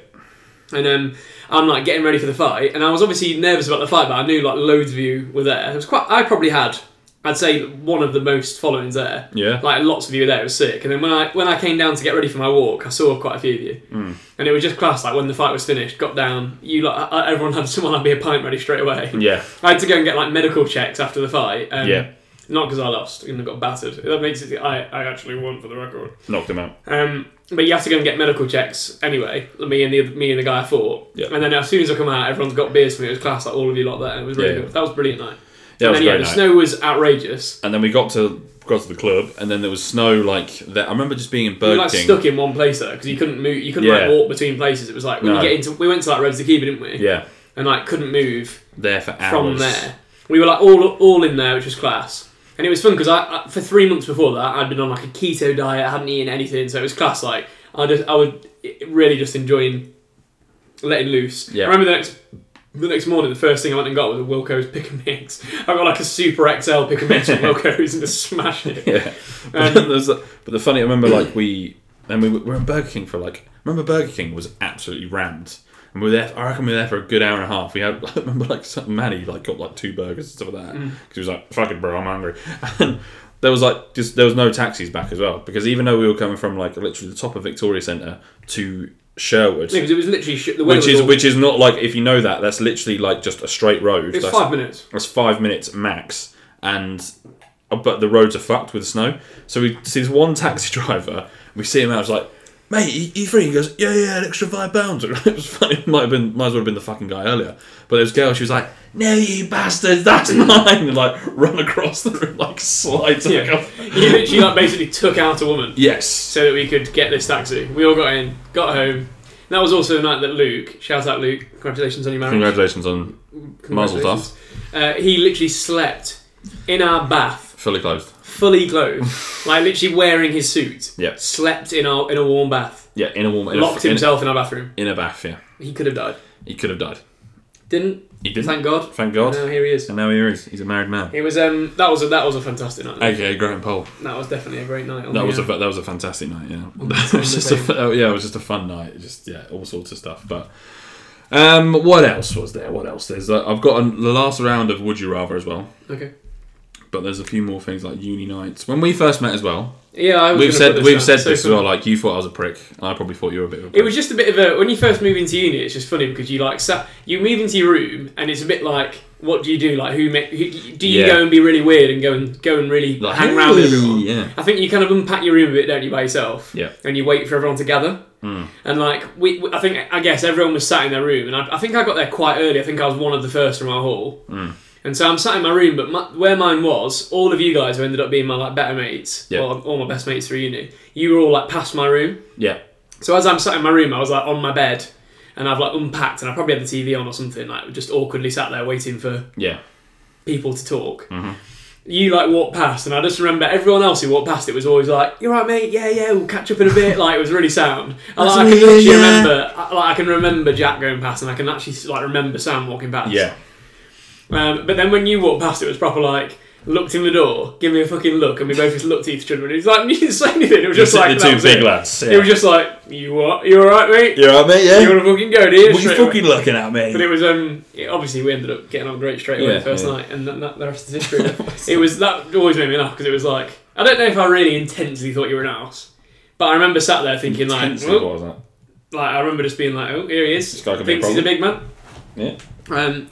Speaker 5: And um, I'm like getting ready for the fight, and I was obviously nervous about the fight, but I knew like loads of you were there. It was quite. I probably had, I'd say, one of the most followings there.
Speaker 4: Yeah.
Speaker 5: Like lots of you were there. It was sick. And then when I when I came down to get ready for my walk, I saw quite a few of you,
Speaker 4: Hmm.
Speaker 5: mm. and it was just class. Like when the fight was finished, got down, you like I- everyone had someone had me a pint ready straight away.
Speaker 4: Yeah.
Speaker 5: I had to go and get like medical checks after the fight. Um,
Speaker 4: Yeah.
Speaker 5: Not because I lost and I got battered. That makes it. I, I actually won for the record.
Speaker 4: Knocked him out.
Speaker 5: Um, but you have to go and get medical checks anyway. Me and the me and the guy I fought.
Speaker 4: Yeah.
Speaker 5: And then as soon as I come out, everyone's got beers for me. It was class, like all of you lot there. It was really
Speaker 4: Yeah.
Speaker 5: good. That was a brilliant night.
Speaker 4: Yeah, it
Speaker 5: and
Speaker 4: was
Speaker 5: then
Speaker 4: a
Speaker 5: yeah,
Speaker 4: great
Speaker 5: the
Speaker 4: night.
Speaker 5: snow was outrageous.
Speaker 4: And then we got to got to the club, and then there was snow like that. I remember just being in
Speaker 5: You
Speaker 4: Burger
Speaker 5: were like
Speaker 4: King.
Speaker 5: stuck in one place though because you couldn't move. You couldn't
Speaker 4: Yeah.
Speaker 5: like walk between places. It was like when
Speaker 4: No.
Speaker 5: you get into we went to like Revs the Keeper, didn't we?
Speaker 4: Yeah,
Speaker 5: And like couldn't move
Speaker 4: there for hours.
Speaker 5: from there. We were like all all in there, which was class. And it was fun because I, I for three months before that I'd been on like a keto diet. I hadn't eaten anything, so it was class. Like I just I would really just enjoying letting loose.
Speaker 4: Yeah.
Speaker 5: I remember the next. The next morning, the first thing I went and got was a Wilco's pick and mix. I got like a super XL pick and mix from Wilco's and just smashed it.
Speaker 4: Yeah. But,
Speaker 5: Um,
Speaker 4: there's the- but the funny, I remember like we and we were- we were in Burger King for like. Remember Burger King was absolutely rammed. And we were there. I reckon we were there for a good hour and a half. We had. I remember like some- Manny like got like two burgers and stuff like that
Speaker 5: Mm.
Speaker 4: because he was like, "Fuck it, bro, I'm hungry." And there was like just there was no taxis back as well because even though we were coming from like literally the top of Victoria Centre to Sherwood,
Speaker 5: Because it was literally sh- the weather
Speaker 4: which
Speaker 5: was
Speaker 4: is
Speaker 5: all-
Speaker 4: which is not like if you know that that's literally like just a straight road.
Speaker 5: It was
Speaker 4: That's-
Speaker 5: five minutes.
Speaker 4: that's five minutes max, and uh, but the roads are fucked with snow. So we see this one taxi driver. We see him out. It's like, mate, you, you free? He goes, yeah, yeah, an extra five pounds. It was funny. It might have been, might as well have been the fucking guy earlier. But this girl, she was like, no, you bastards, that's mine, and like run across the room, like slides. Yeah.
Speaker 5: Yeah. you literally like basically took out a woman.
Speaker 4: Yes.
Speaker 5: so that we could get this taxi. We all got in, got home, That was also the night that Luke, shout out Luke, congratulations on your marriage.
Speaker 4: Congratulations on Mazel
Speaker 5: Congratulations. Uh, he literally slept in our bath,
Speaker 4: fully closed.
Speaker 5: fully clothed, like literally wearing his suit.
Speaker 4: Yeah.
Speaker 5: Slept in our in a warm bath.
Speaker 4: Yeah, in a warm, in a-
Speaker 5: locked
Speaker 4: in a,
Speaker 5: himself in our bathroom.
Speaker 4: in a bath. Yeah,
Speaker 5: He could have died.
Speaker 4: he could have died.
Speaker 5: Didn't.
Speaker 4: He didn't.
Speaker 5: Thank God.
Speaker 4: Thank God.
Speaker 5: No, here he is.
Speaker 4: And now here he is. He's a married man.
Speaker 5: It was um that was a that was a fantastic night.
Speaker 4: AKA Graham Pole.
Speaker 5: That was definitely a great night.
Speaker 4: That was a
Speaker 5: Yeah.
Speaker 4: fa- that was a fantastic night. Yeah,
Speaker 5: the
Speaker 4: it was just a,
Speaker 5: same.
Speaker 4: fu- oh, yeah, it was just a fun night. Just yeah, all sorts of stuff. But um, what else was there? What else? There's uh, I've got an the last round of Would You Rather as well.
Speaker 5: okay.
Speaker 4: But there's a few more things like uni nights. When we first met as well,
Speaker 5: Yeah, I was
Speaker 4: we've
Speaker 5: gonna
Speaker 4: said
Speaker 5: put this
Speaker 4: we've
Speaker 5: down.
Speaker 4: said
Speaker 5: So
Speaker 4: this as
Speaker 5: funny.
Speaker 4: well. Like you thought I was a prick, and I probably thought you were a bit. Of a prick.
Speaker 5: It was just a bit of a when you first move into uni. It's just funny because you like sat, you move into your room and it's a bit like what do you do? Like who, ma- who do you
Speaker 4: Yeah.
Speaker 5: go and be really weird and go and go and really
Speaker 4: Like,
Speaker 5: hang around with
Speaker 4: hey,
Speaker 5: everyone?
Speaker 4: yeah.
Speaker 5: I think you kind of unpack your room a bit, don't you, by yourself?
Speaker 4: Yeah. Hmm.
Speaker 5: And you wait for everyone to gather. And like we, we- I think I guess everyone was sat in their room, and I, I think I got there quite early. I think I was one of the first from our hall.
Speaker 4: Hmm.
Speaker 5: And so I'm sat in my room, but my, where mine was, all of you guys who ended up being my like better mates,
Speaker 4: Yeah.
Speaker 5: well, all my best mates through uni, you were all like past my room.
Speaker 4: yeah.
Speaker 5: So as I'm sat in my room, I was like on my bed, and I've like unpacked, and I probably had the TV on or something, like just awkwardly sat there waiting for
Speaker 4: Yeah,
Speaker 5: people to talk.
Speaker 4: Mm-hmm.
Speaker 5: You like walked past, and I just remember everyone else who walked past. It was always like, "You're right, mate. Yeah, yeah. We'll catch up in a bit." Like it was really sound. And, like, I can
Speaker 4: That's me,
Speaker 5: actually
Speaker 4: yeah.
Speaker 5: remember, I- like I can remember Jack going past, and I can actually like remember Sam walking past.
Speaker 4: yeah,
Speaker 5: Um, but then when you walked past, it was proper like. Looked in the door, give me a fucking look, and we both just looked at each other. And it was like, you didn't say anything. It was just
Speaker 4: Just
Speaker 5: like
Speaker 4: the
Speaker 5: that
Speaker 4: two
Speaker 5: was
Speaker 4: big
Speaker 5: it.
Speaker 4: lads. Yeah.
Speaker 5: It was just like, you what? You all right, mate?
Speaker 4: you know what I mean? Yeah.
Speaker 5: you want to fucking go, do you?
Speaker 4: what are you
Speaker 5: Straight away.
Speaker 4: Um, fucking looking at
Speaker 5: But
Speaker 4: me?
Speaker 5: it was um. it- obviously, we ended up getting on great straight away
Speaker 4: Yeah,
Speaker 5: the first
Speaker 4: yeah.
Speaker 5: night, and that, that, the rest is history. it was that always made me laugh because it was like I don't know if I really intensely thought you were an ass, but I remember sat there thinking like,
Speaker 4: Intensely,
Speaker 5: "Oh,"
Speaker 4: what was that?
Speaker 5: like I remember just being like, oh, here he is,
Speaker 4: This guy could be a
Speaker 5: thinks he's a big man.
Speaker 4: Yeah.
Speaker 5: Um,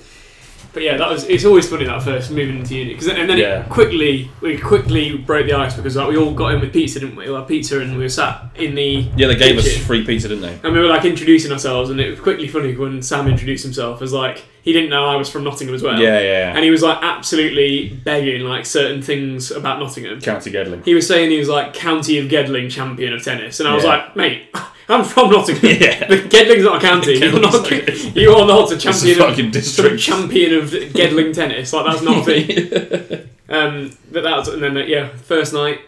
Speaker 5: but yeah, that was. It's always funny that first moving into uni, 'cause- and then
Speaker 4: Yeah.
Speaker 5: it quickly we quickly broke the ice because like we all got in with pizza, didn't we? Well, pizza, and we were sat in the
Speaker 4: Yeah, they gave us
Speaker 5: kitchen.
Speaker 4: free pizza, didn't they?
Speaker 5: And we were like introducing ourselves, and it was quickly funny when Sam introduced himself as like he didn't know I was from Nottingham as well.
Speaker 4: Yeah, yeah.
Speaker 5: And he was like absolutely begging like certain things about Nottingham.
Speaker 4: County Gedling.
Speaker 5: He was saying he was like county of Gedling champion of tennis, and I was
Speaker 4: Yeah.
Speaker 5: like, mate, I'm from Nottingham.
Speaker 4: Yeah.
Speaker 5: The Gedling's not a county. You're
Speaker 4: Gedling's
Speaker 5: not.
Speaker 4: not a-
Speaker 5: You are not a
Speaker 4: It's
Speaker 5: champion.
Speaker 4: a
Speaker 5: of-
Speaker 4: fucking
Speaker 5: some
Speaker 4: district.
Speaker 5: champion of Gedling tennis. Like that's not a thing. um, but that was, and then uh, yeah, first night.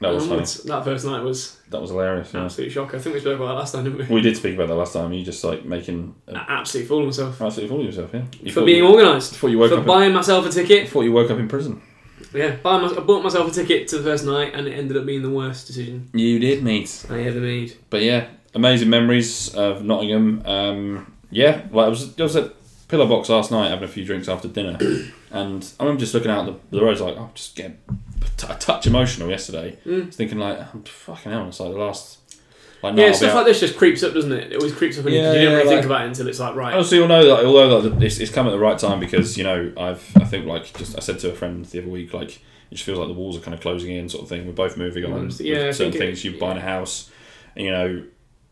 Speaker 4: That was funny.
Speaker 5: onwards, that first night was
Speaker 4: That was hilarious.
Speaker 5: an
Speaker 4: Yeah.
Speaker 5: absolute shock. I think we spoke about that last time, didn't we?
Speaker 4: We did speak about that last time. You just like making a
Speaker 5: I absolutely fooled myself.
Speaker 4: absolute fool of yourself, yeah. You
Speaker 5: for
Speaker 4: thought
Speaker 5: being
Speaker 4: you,
Speaker 5: organised.
Speaker 4: thought you woke
Speaker 5: for
Speaker 4: up.
Speaker 5: buying myself a
Speaker 4: in,
Speaker 5: ticket.
Speaker 4: thought you woke up in prison.
Speaker 5: Yeah, buy my, I bought myself a ticket to the first night, and it ended up being the worst decision
Speaker 4: You did, mate.
Speaker 5: I ever made.
Speaker 4: But yeah, amazing memories of Nottingham. Um, yeah, like I was, I was at Pillar Box last night having a few drinks after dinner, and I remember just looking out the, the roads like I'm just getting t- a touch emotional yesterday. I was thinking like, I'm fucking hell, it's like the last. Like, night
Speaker 5: yeah,
Speaker 4: Oh, I'll be
Speaker 5: stuff
Speaker 4: out-
Speaker 5: like this just creeps up, doesn't it? It always creeps up, and you-
Speaker 4: Yeah,
Speaker 5: you don't
Speaker 4: yeah,
Speaker 5: really think
Speaker 4: like-
Speaker 5: about it until it's like right.
Speaker 4: Obviously, Oh, you'll know that although that it's, it's come at the right time because you know I've I think like just I said to a friend the other week like it just feels like the walls are kind of closing in sort of thing. We're both moving on.
Speaker 5: Mm, yeah,
Speaker 4: with
Speaker 5: I
Speaker 4: certain
Speaker 5: think it-
Speaker 4: things you buy in a house, and, you know,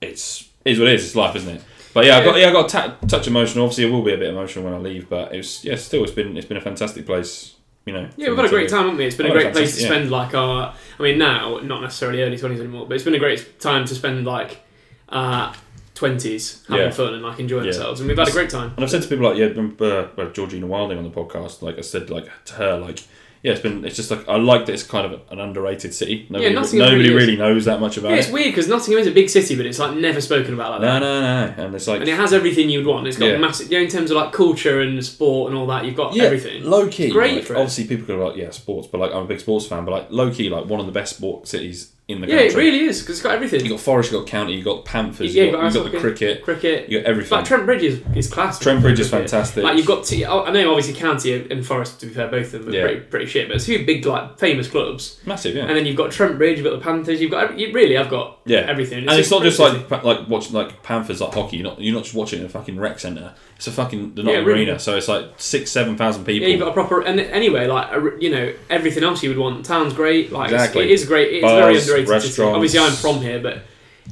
Speaker 4: it's it is what it is. It's life, isn't it? But yeah, I got yeah I got a ta- touch emotional. Obviously, I will be a bit emotional when I leave, but it's yeah still it's been it's been a fantastic place. You know.
Speaker 5: Yeah, we've had a great time, haven't we? It's been
Speaker 4: Oh,
Speaker 5: a great place to
Speaker 4: fantastic, yeah.
Speaker 5: spend like our. I mean, now not necessarily early twenties anymore, but it's been a great time to spend like uh twenties having
Speaker 4: Yeah.
Speaker 5: fun and like enjoying
Speaker 4: Yeah.
Speaker 5: ourselves, and we've had a great time.
Speaker 4: And I've said to people like, yeah, uh, well, Georgina Wilding on the podcast, like I said, like to her, like, yeah, it's been, it's just like I like that it's kind of an underrated city. Nobody,
Speaker 5: Nottingham
Speaker 4: nobody
Speaker 5: really
Speaker 4: really,
Speaker 5: is.
Speaker 4: knows that much about
Speaker 5: Yeah,
Speaker 4: it.
Speaker 5: it's weird because Nottingham is a big city, but it's like never spoken about like that.
Speaker 4: No, no, no, and it's like,
Speaker 5: And it has everything you'd want. It's got
Speaker 4: Yeah.
Speaker 5: massive, you know, in terms of like culture and sport and all that. You've got
Speaker 4: yeah,
Speaker 5: everything.
Speaker 4: low key.
Speaker 5: It's great
Speaker 4: like,
Speaker 5: for it.
Speaker 4: obviously, people go like, yeah, sports, but like I'm a big sports fan, but like low key, like one of the best sport cities in the
Speaker 5: yeah,
Speaker 4: country.
Speaker 5: it really is because it's got everything.
Speaker 4: You got Forest, you got County, you got Panthers,
Speaker 5: Yeah,
Speaker 4: you got,
Speaker 5: you've
Speaker 4: you got
Speaker 5: got
Speaker 4: the
Speaker 5: ice hockey.
Speaker 4: cricket,
Speaker 5: cricket.
Speaker 4: you got everything.
Speaker 5: Like Trent Bridge is, is class.
Speaker 4: Trent Bridge is
Speaker 5: Cricket.
Speaker 4: fantastic.
Speaker 5: Like you've got, t- oh, I know obviously County and Forest to be fair, both of them are
Speaker 4: Yeah.
Speaker 5: pretty, pretty shit, but it's a few big like famous clubs.
Speaker 4: massive, yeah.
Speaker 5: And then you've got Trent Bridge, you've got the Panthers, you've got you, really. I've got
Speaker 4: Yeah,
Speaker 5: everything.
Speaker 4: and it's not just
Speaker 5: crazy.
Speaker 4: like pa- like watching like Panthers like hockey. You're not you're not just watching in a fucking rec center. It's a fucking the Nottingham
Speaker 5: really.
Speaker 4: arena. So it's like six seven thousand people.
Speaker 5: yeah, you've got a proper and anyway, like a re- you know everything else you would want. Town's great, like it's-
Speaker 4: Exactly.
Speaker 5: it is great. It's
Speaker 4: Bars,
Speaker 5: very underrated. city.
Speaker 4: restaurants.
Speaker 5: Obviously, I'm from here, but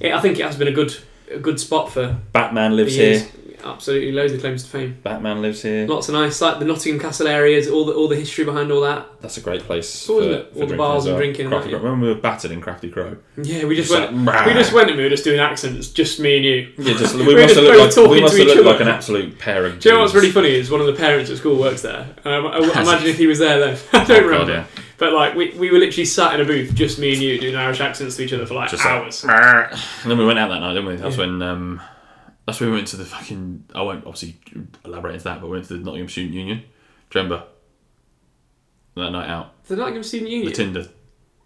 Speaker 5: it, I think it has been a good a good spot for
Speaker 4: Batman lives
Speaker 5: years.
Speaker 4: here.
Speaker 5: absolutely loads of claims to fame.
Speaker 4: Batman lives here.
Speaker 5: Lots of nice, like the Nottingham Castle areas, all the all the history behind all that.
Speaker 4: That's a great place
Speaker 5: Cool,
Speaker 4: for,
Speaker 5: isn't
Speaker 4: for
Speaker 5: it? All the
Speaker 4: drinking
Speaker 5: bars
Speaker 4: as
Speaker 5: and
Speaker 4: well.
Speaker 5: drinking and
Speaker 4: Crafty
Speaker 5: that,
Speaker 4: Crow. When we were battered in Crafty Crow,
Speaker 5: Yeah, we just
Speaker 4: It's
Speaker 5: went.
Speaker 4: like,
Speaker 5: we just went and we were just doing accents, just me and you.
Speaker 4: yeah, just, we,
Speaker 5: We were
Speaker 4: must
Speaker 5: just
Speaker 4: have looked
Speaker 5: both
Speaker 4: like, we
Speaker 5: talking
Speaker 4: must
Speaker 5: to
Speaker 4: have
Speaker 5: each
Speaker 4: looked like
Speaker 5: other.
Speaker 4: an absolute pair of.
Speaker 5: Do you know what's
Speaker 4: dudes.
Speaker 5: really funny is one of the parents at school works there. Um, I, I
Speaker 4: Has
Speaker 5: imagine
Speaker 4: he?
Speaker 5: if he was there then. I don't
Speaker 4: Oh, God,
Speaker 5: remember.
Speaker 4: yeah.
Speaker 5: But like we, we were literally sat in a booth, just me and you, doing Irish accents to each other for like
Speaker 4: Just like,
Speaker 5: hours.
Speaker 4: And then we went out that night, didn't we? That's when um, that's when we went to the fucking. I won't obviously elaborate into that, but we went to the Nottingham Student Union. Do you remember that night out?
Speaker 5: They're not going to see
Speaker 4: The
Speaker 5: you.
Speaker 4: Tinder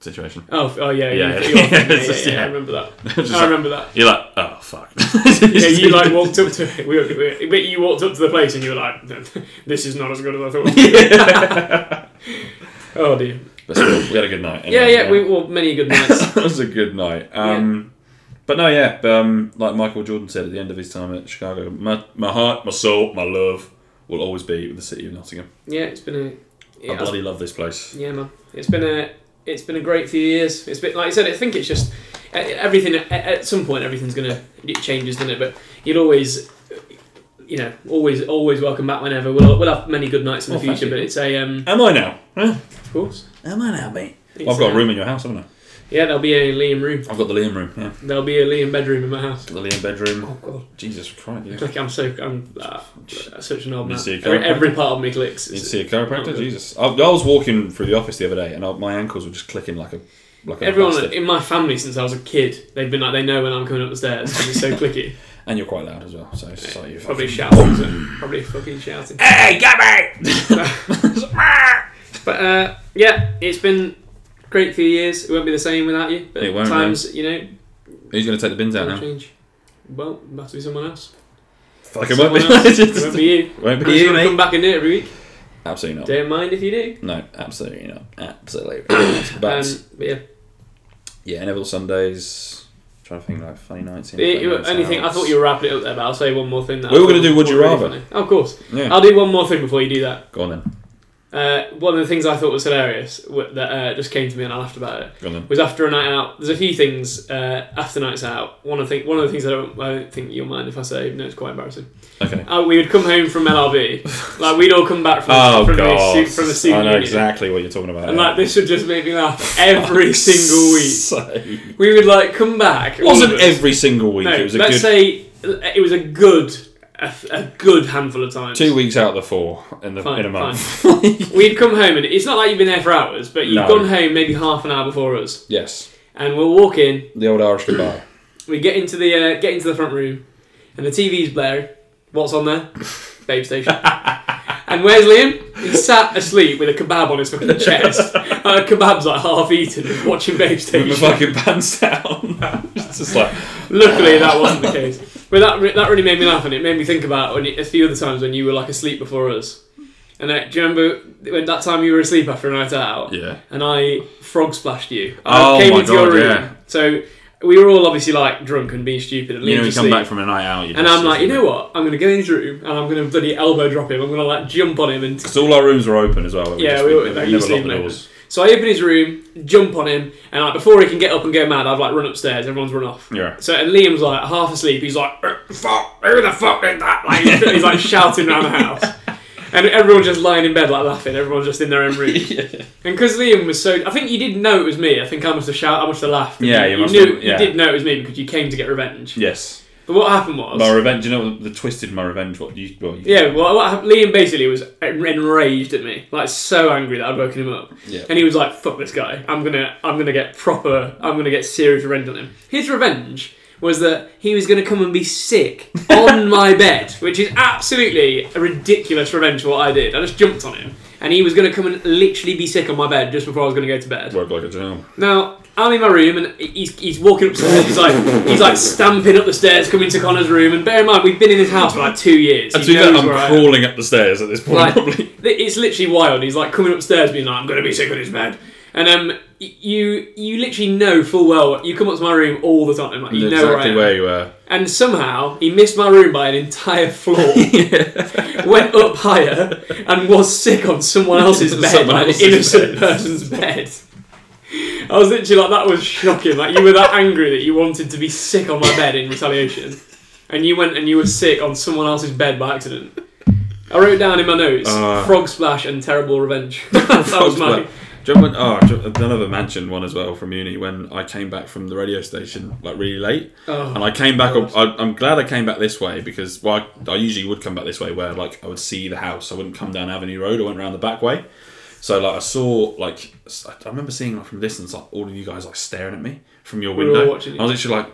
Speaker 4: situation.
Speaker 5: oh, oh yeah,
Speaker 4: Yeah, yeah.
Speaker 5: yeah, yeah, yeah, yeah,
Speaker 4: It's just,
Speaker 5: yeah,
Speaker 4: yeah.
Speaker 5: I remember that.
Speaker 4: Just
Speaker 5: I
Speaker 4: like-
Speaker 5: remember that.
Speaker 4: You're like, oh fuck.
Speaker 5: Yeah, you like walked up to it. We were, we were- but you walked up to the place and you were like, "This is not as good as I thought." oh dear.
Speaker 4: But still, we had a good night.
Speaker 5: Yeah,
Speaker 4: anyway,
Speaker 5: yeah. We well, many good nights.
Speaker 4: that was a good night. Um, But no, yeah, um, like Michael Jordan said at the end of his time at Chicago, my, my heart, my soul, my love will always be with the city of Nottingham.
Speaker 5: yeah, it's been a. Yeah,
Speaker 4: I bloody love this place.
Speaker 5: Yeah, man. It's been a it's been a great few years. It's been like I said. I think it's just e- everything. At, at some point, everything's gonna it changes, doesn't it? But you'll always, you know, always always welcome back whenever. We'll we'll have many good nights in the
Speaker 4: Well, Oh, thank
Speaker 5: future.
Speaker 4: you.
Speaker 5: But it's a um,
Speaker 4: Am I now? Huh?
Speaker 5: of course.
Speaker 4: Am I now, mate?
Speaker 5: It's,
Speaker 4: I've got a
Speaker 5: uh,
Speaker 4: room in your house, haven't I?
Speaker 5: Yeah, there'll be a Liam room.
Speaker 4: I've got the Liam room. Yeah,
Speaker 5: There'll be a Liam bedroom in my house.
Speaker 4: the Liam bedroom.
Speaker 5: Oh god.
Speaker 4: Jesus Christ! Yeah.
Speaker 5: Like I'm so I'm uh, such an old
Speaker 4: You
Speaker 5: man.
Speaker 4: see a
Speaker 5: Every,
Speaker 4: chiropractor?
Speaker 5: every part of me clicks.
Speaker 4: You
Speaker 5: It's-
Speaker 4: see a chiropractor? Jesus! I, I was walking through the office the other day, and I, my ankles were just clicking like a like a
Speaker 5: Everyone
Speaker 4: bastard.
Speaker 5: in my family since I was a kid, they've been like they know when I'm coming up the stairs 'cause it's so clicky.
Speaker 4: And you're quite loud as well, so it's just like you
Speaker 5: Probably
Speaker 4: fucking-
Speaker 5: shouting. isn't it? Probably fucking shouting.
Speaker 4: Hey, get me!
Speaker 5: But uh, yeah, it's been great few years. It won't be the same without you. But
Speaker 4: It won't,
Speaker 5: times, you know,
Speaker 4: Who's going to take the bins out
Speaker 5: will
Speaker 4: now?
Speaker 5: change. Well, it'll have to be someone else.
Speaker 4: Fuck, it won't be.
Speaker 5: Someone else. it won't
Speaker 4: Just-
Speaker 5: be you.
Speaker 4: won't
Speaker 5: I'm
Speaker 4: be
Speaker 5: just
Speaker 4: you,
Speaker 5: gonna come
Speaker 4: mate.
Speaker 5: back and do it every week.
Speaker 4: Absolutely not.
Speaker 5: Don't mind if you do.
Speaker 4: No, absolutely not. Absolutely not. But,
Speaker 5: um, but yeah,
Speaker 4: yeah, Neville Sundays. Trying to think like funny nights in.
Speaker 5: The-
Speaker 4: funny nights
Speaker 5: only thing I
Speaker 4: out.
Speaker 5: thought you were wrapping it up there, but I'll say one more thing. That
Speaker 4: We
Speaker 5: I
Speaker 4: were gonna
Speaker 5: thought
Speaker 4: do
Speaker 5: was
Speaker 4: Would You
Speaker 5: really
Speaker 4: Rather.
Speaker 5: funny. Oh, of course.
Speaker 4: Yeah.
Speaker 5: I'll do one more thing before you do that.
Speaker 4: Go on then.
Speaker 5: Uh, one of the things I thought was hilarious w- that uh, just came to me and I laughed about it.
Speaker 4: Go on then.
Speaker 5: was after a night out. There's a few things uh, after nights out. One of the thing, one of the things I don't, I don't think you'll mind if I say. No, it's quite embarrassing.
Speaker 4: Okay.
Speaker 5: Uh, we would come home from LRB, like we'd all come back from,
Speaker 4: Oh
Speaker 5: Uh, from,
Speaker 4: god.
Speaker 5: The, su- from the student
Speaker 4: I know
Speaker 5: union,
Speaker 4: exactly what you're talking about.
Speaker 5: and like this would just make me laugh every single week.
Speaker 4: So-
Speaker 5: We would like come back.
Speaker 4: It
Speaker 5: all
Speaker 4: wasn't
Speaker 5: of us.
Speaker 4: every single week.
Speaker 5: No,
Speaker 4: it was a
Speaker 5: let's
Speaker 4: good
Speaker 5: say it was a good, a, a good handful of times.
Speaker 4: two weeks out of the four in the
Speaker 5: Fine,
Speaker 4: in a month.
Speaker 5: We'd come home and it's not like you've been there for hours, but you've
Speaker 4: No.
Speaker 5: gone home maybe half an hour before us,
Speaker 4: yes,
Speaker 5: and we'll walk in.
Speaker 4: the old Irish goodbye.
Speaker 5: We get into the uh, get into the front room, and the TV's blaring. What's on there? Babe Station. and where's Liam? He's sat asleep with a kebab on his fucking chest. Uh, kebab's like half eaten, and watching Babe
Speaker 4: With my
Speaker 5: Station.
Speaker 4: fucking pants down. it's just like
Speaker 5: Luckily, that wasn't the case. But that re- that really made me laugh, and it made me think about when, a few other times when you were like asleep before us. And uh, do you remember when that time you were asleep after a night out?
Speaker 4: yeah.
Speaker 5: and I frog splashed you.
Speaker 4: Oh
Speaker 5: I came
Speaker 4: my
Speaker 5: into your
Speaker 4: God,
Speaker 5: room.
Speaker 4: yeah.
Speaker 5: So we were all obviously like drunk and being stupid and
Speaker 4: You know,
Speaker 5: leaving
Speaker 4: you
Speaker 5: to
Speaker 4: come
Speaker 5: sleep.
Speaker 4: back from a night out.
Speaker 5: and I'm like, you know what? I'm gonna go in his room and I'm gonna bloody elbow drop him. I'm gonna like jump on him and.
Speaker 4: Because all our rooms were open as well.
Speaker 5: Yeah,
Speaker 4: just-
Speaker 5: we, were- no, you
Speaker 4: never
Speaker 5: see
Speaker 4: locked the
Speaker 5: him later.
Speaker 4: doors.
Speaker 5: So I open his room, jump on him, and like before he can get up and go mad, I've like run upstairs. Everyone's run off.
Speaker 4: Yeah.
Speaker 5: So and Liam's like half asleep. He's like, "Eh, "Fuck! Who the fuck did that?" Like he's, he's like shouting around the house, and everyone's just lying in bed like laughing. Everyone's just in their own room. And because Liam was so, I think you didn't know it was me. I think I must have shouted, I must have laughed.
Speaker 4: Yeah, you
Speaker 5: you,
Speaker 4: must
Speaker 5: knew,
Speaker 4: have- yeah.
Speaker 5: you did know it was me because you came to get revenge.
Speaker 4: Yes,
Speaker 5: But what happened was,
Speaker 4: my revenge. You know the twisted my revenge. What you? What you
Speaker 5: yeah, well, what happened, Liam basically was en- enraged at me, like so angry that I'd woken him up,
Speaker 4: Yeah.
Speaker 5: and he was like, "Fuck this guy! I'm gonna, I'm gonna get proper, I'm gonna get serious revenge on him." His revenge was that he was gonna come and be sick on my bed, which is absolutely a ridiculous revenge for what I did. I just jumped on him, and he was gonna come and literally be sick on my bed just before I was gonna go to bed.
Speaker 4: Work like a gentleman.
Speaker 5: Now I'm in my room and he's, he's walking upstairs. He's like he's like stamping up the stairs, coming to Connor's room. And bear in mind, we've been in his house for like two years.
Speaker 4: And
Speaker 5: He
Speaker 4: to that,
Speaker 5: knows
Speaker 4: I'm
Speaker 5: where I am.
Speaker 4: crawling up the stairs at this point.
Speaker 5: Like,
Speaker 4: probably.
Speaker 5: li- it's literally wild. He's like coming upstairs, being like, "I'm gonna be sick on his bed." And um, y- you you literally know full well. You come up to my room all the time. Like you know where I
Speaker 4: exactly
Speaker 5: am.
Speaker 4: where you were.
Speaker 5: And somehow he missed my room by an entire floor. Went up higher and was sick on someone else's bed,
Speaker 4: Someone
Speaker 5: like
Speaker 4: else's
Speaker 5: an innocent
Speaker 4: bed.
Speaker 5: person's bed. I was literally like, that was shocking. Like you were that angry that you wanted to be sick on my bed in retaliation. and you went and you were sick on someone else's bed by accident. I wrote down in my notes
Speaker 4: Uh.
Speaker 5: frog splash and terrible revenge. that was my.
Speaker 4: Do you remember, oh, do you- another mansion one as well from uni when I came back from the radio station like really late,
Speaker 5: Oh.
Speaker 4: and I came back. up- I, I'm glad I came back this way because well, I, I usually would come back this way where like I would see the house. I wouldn't come down Avenue Road. I went round the back way. So like I saw like s- I remember seeing like from a distance like all of you guys like staring at me from your
Speaker 5: were all
Speaker 4: window.
Speaker 5: watching you.
Speaker 4: I was literally like,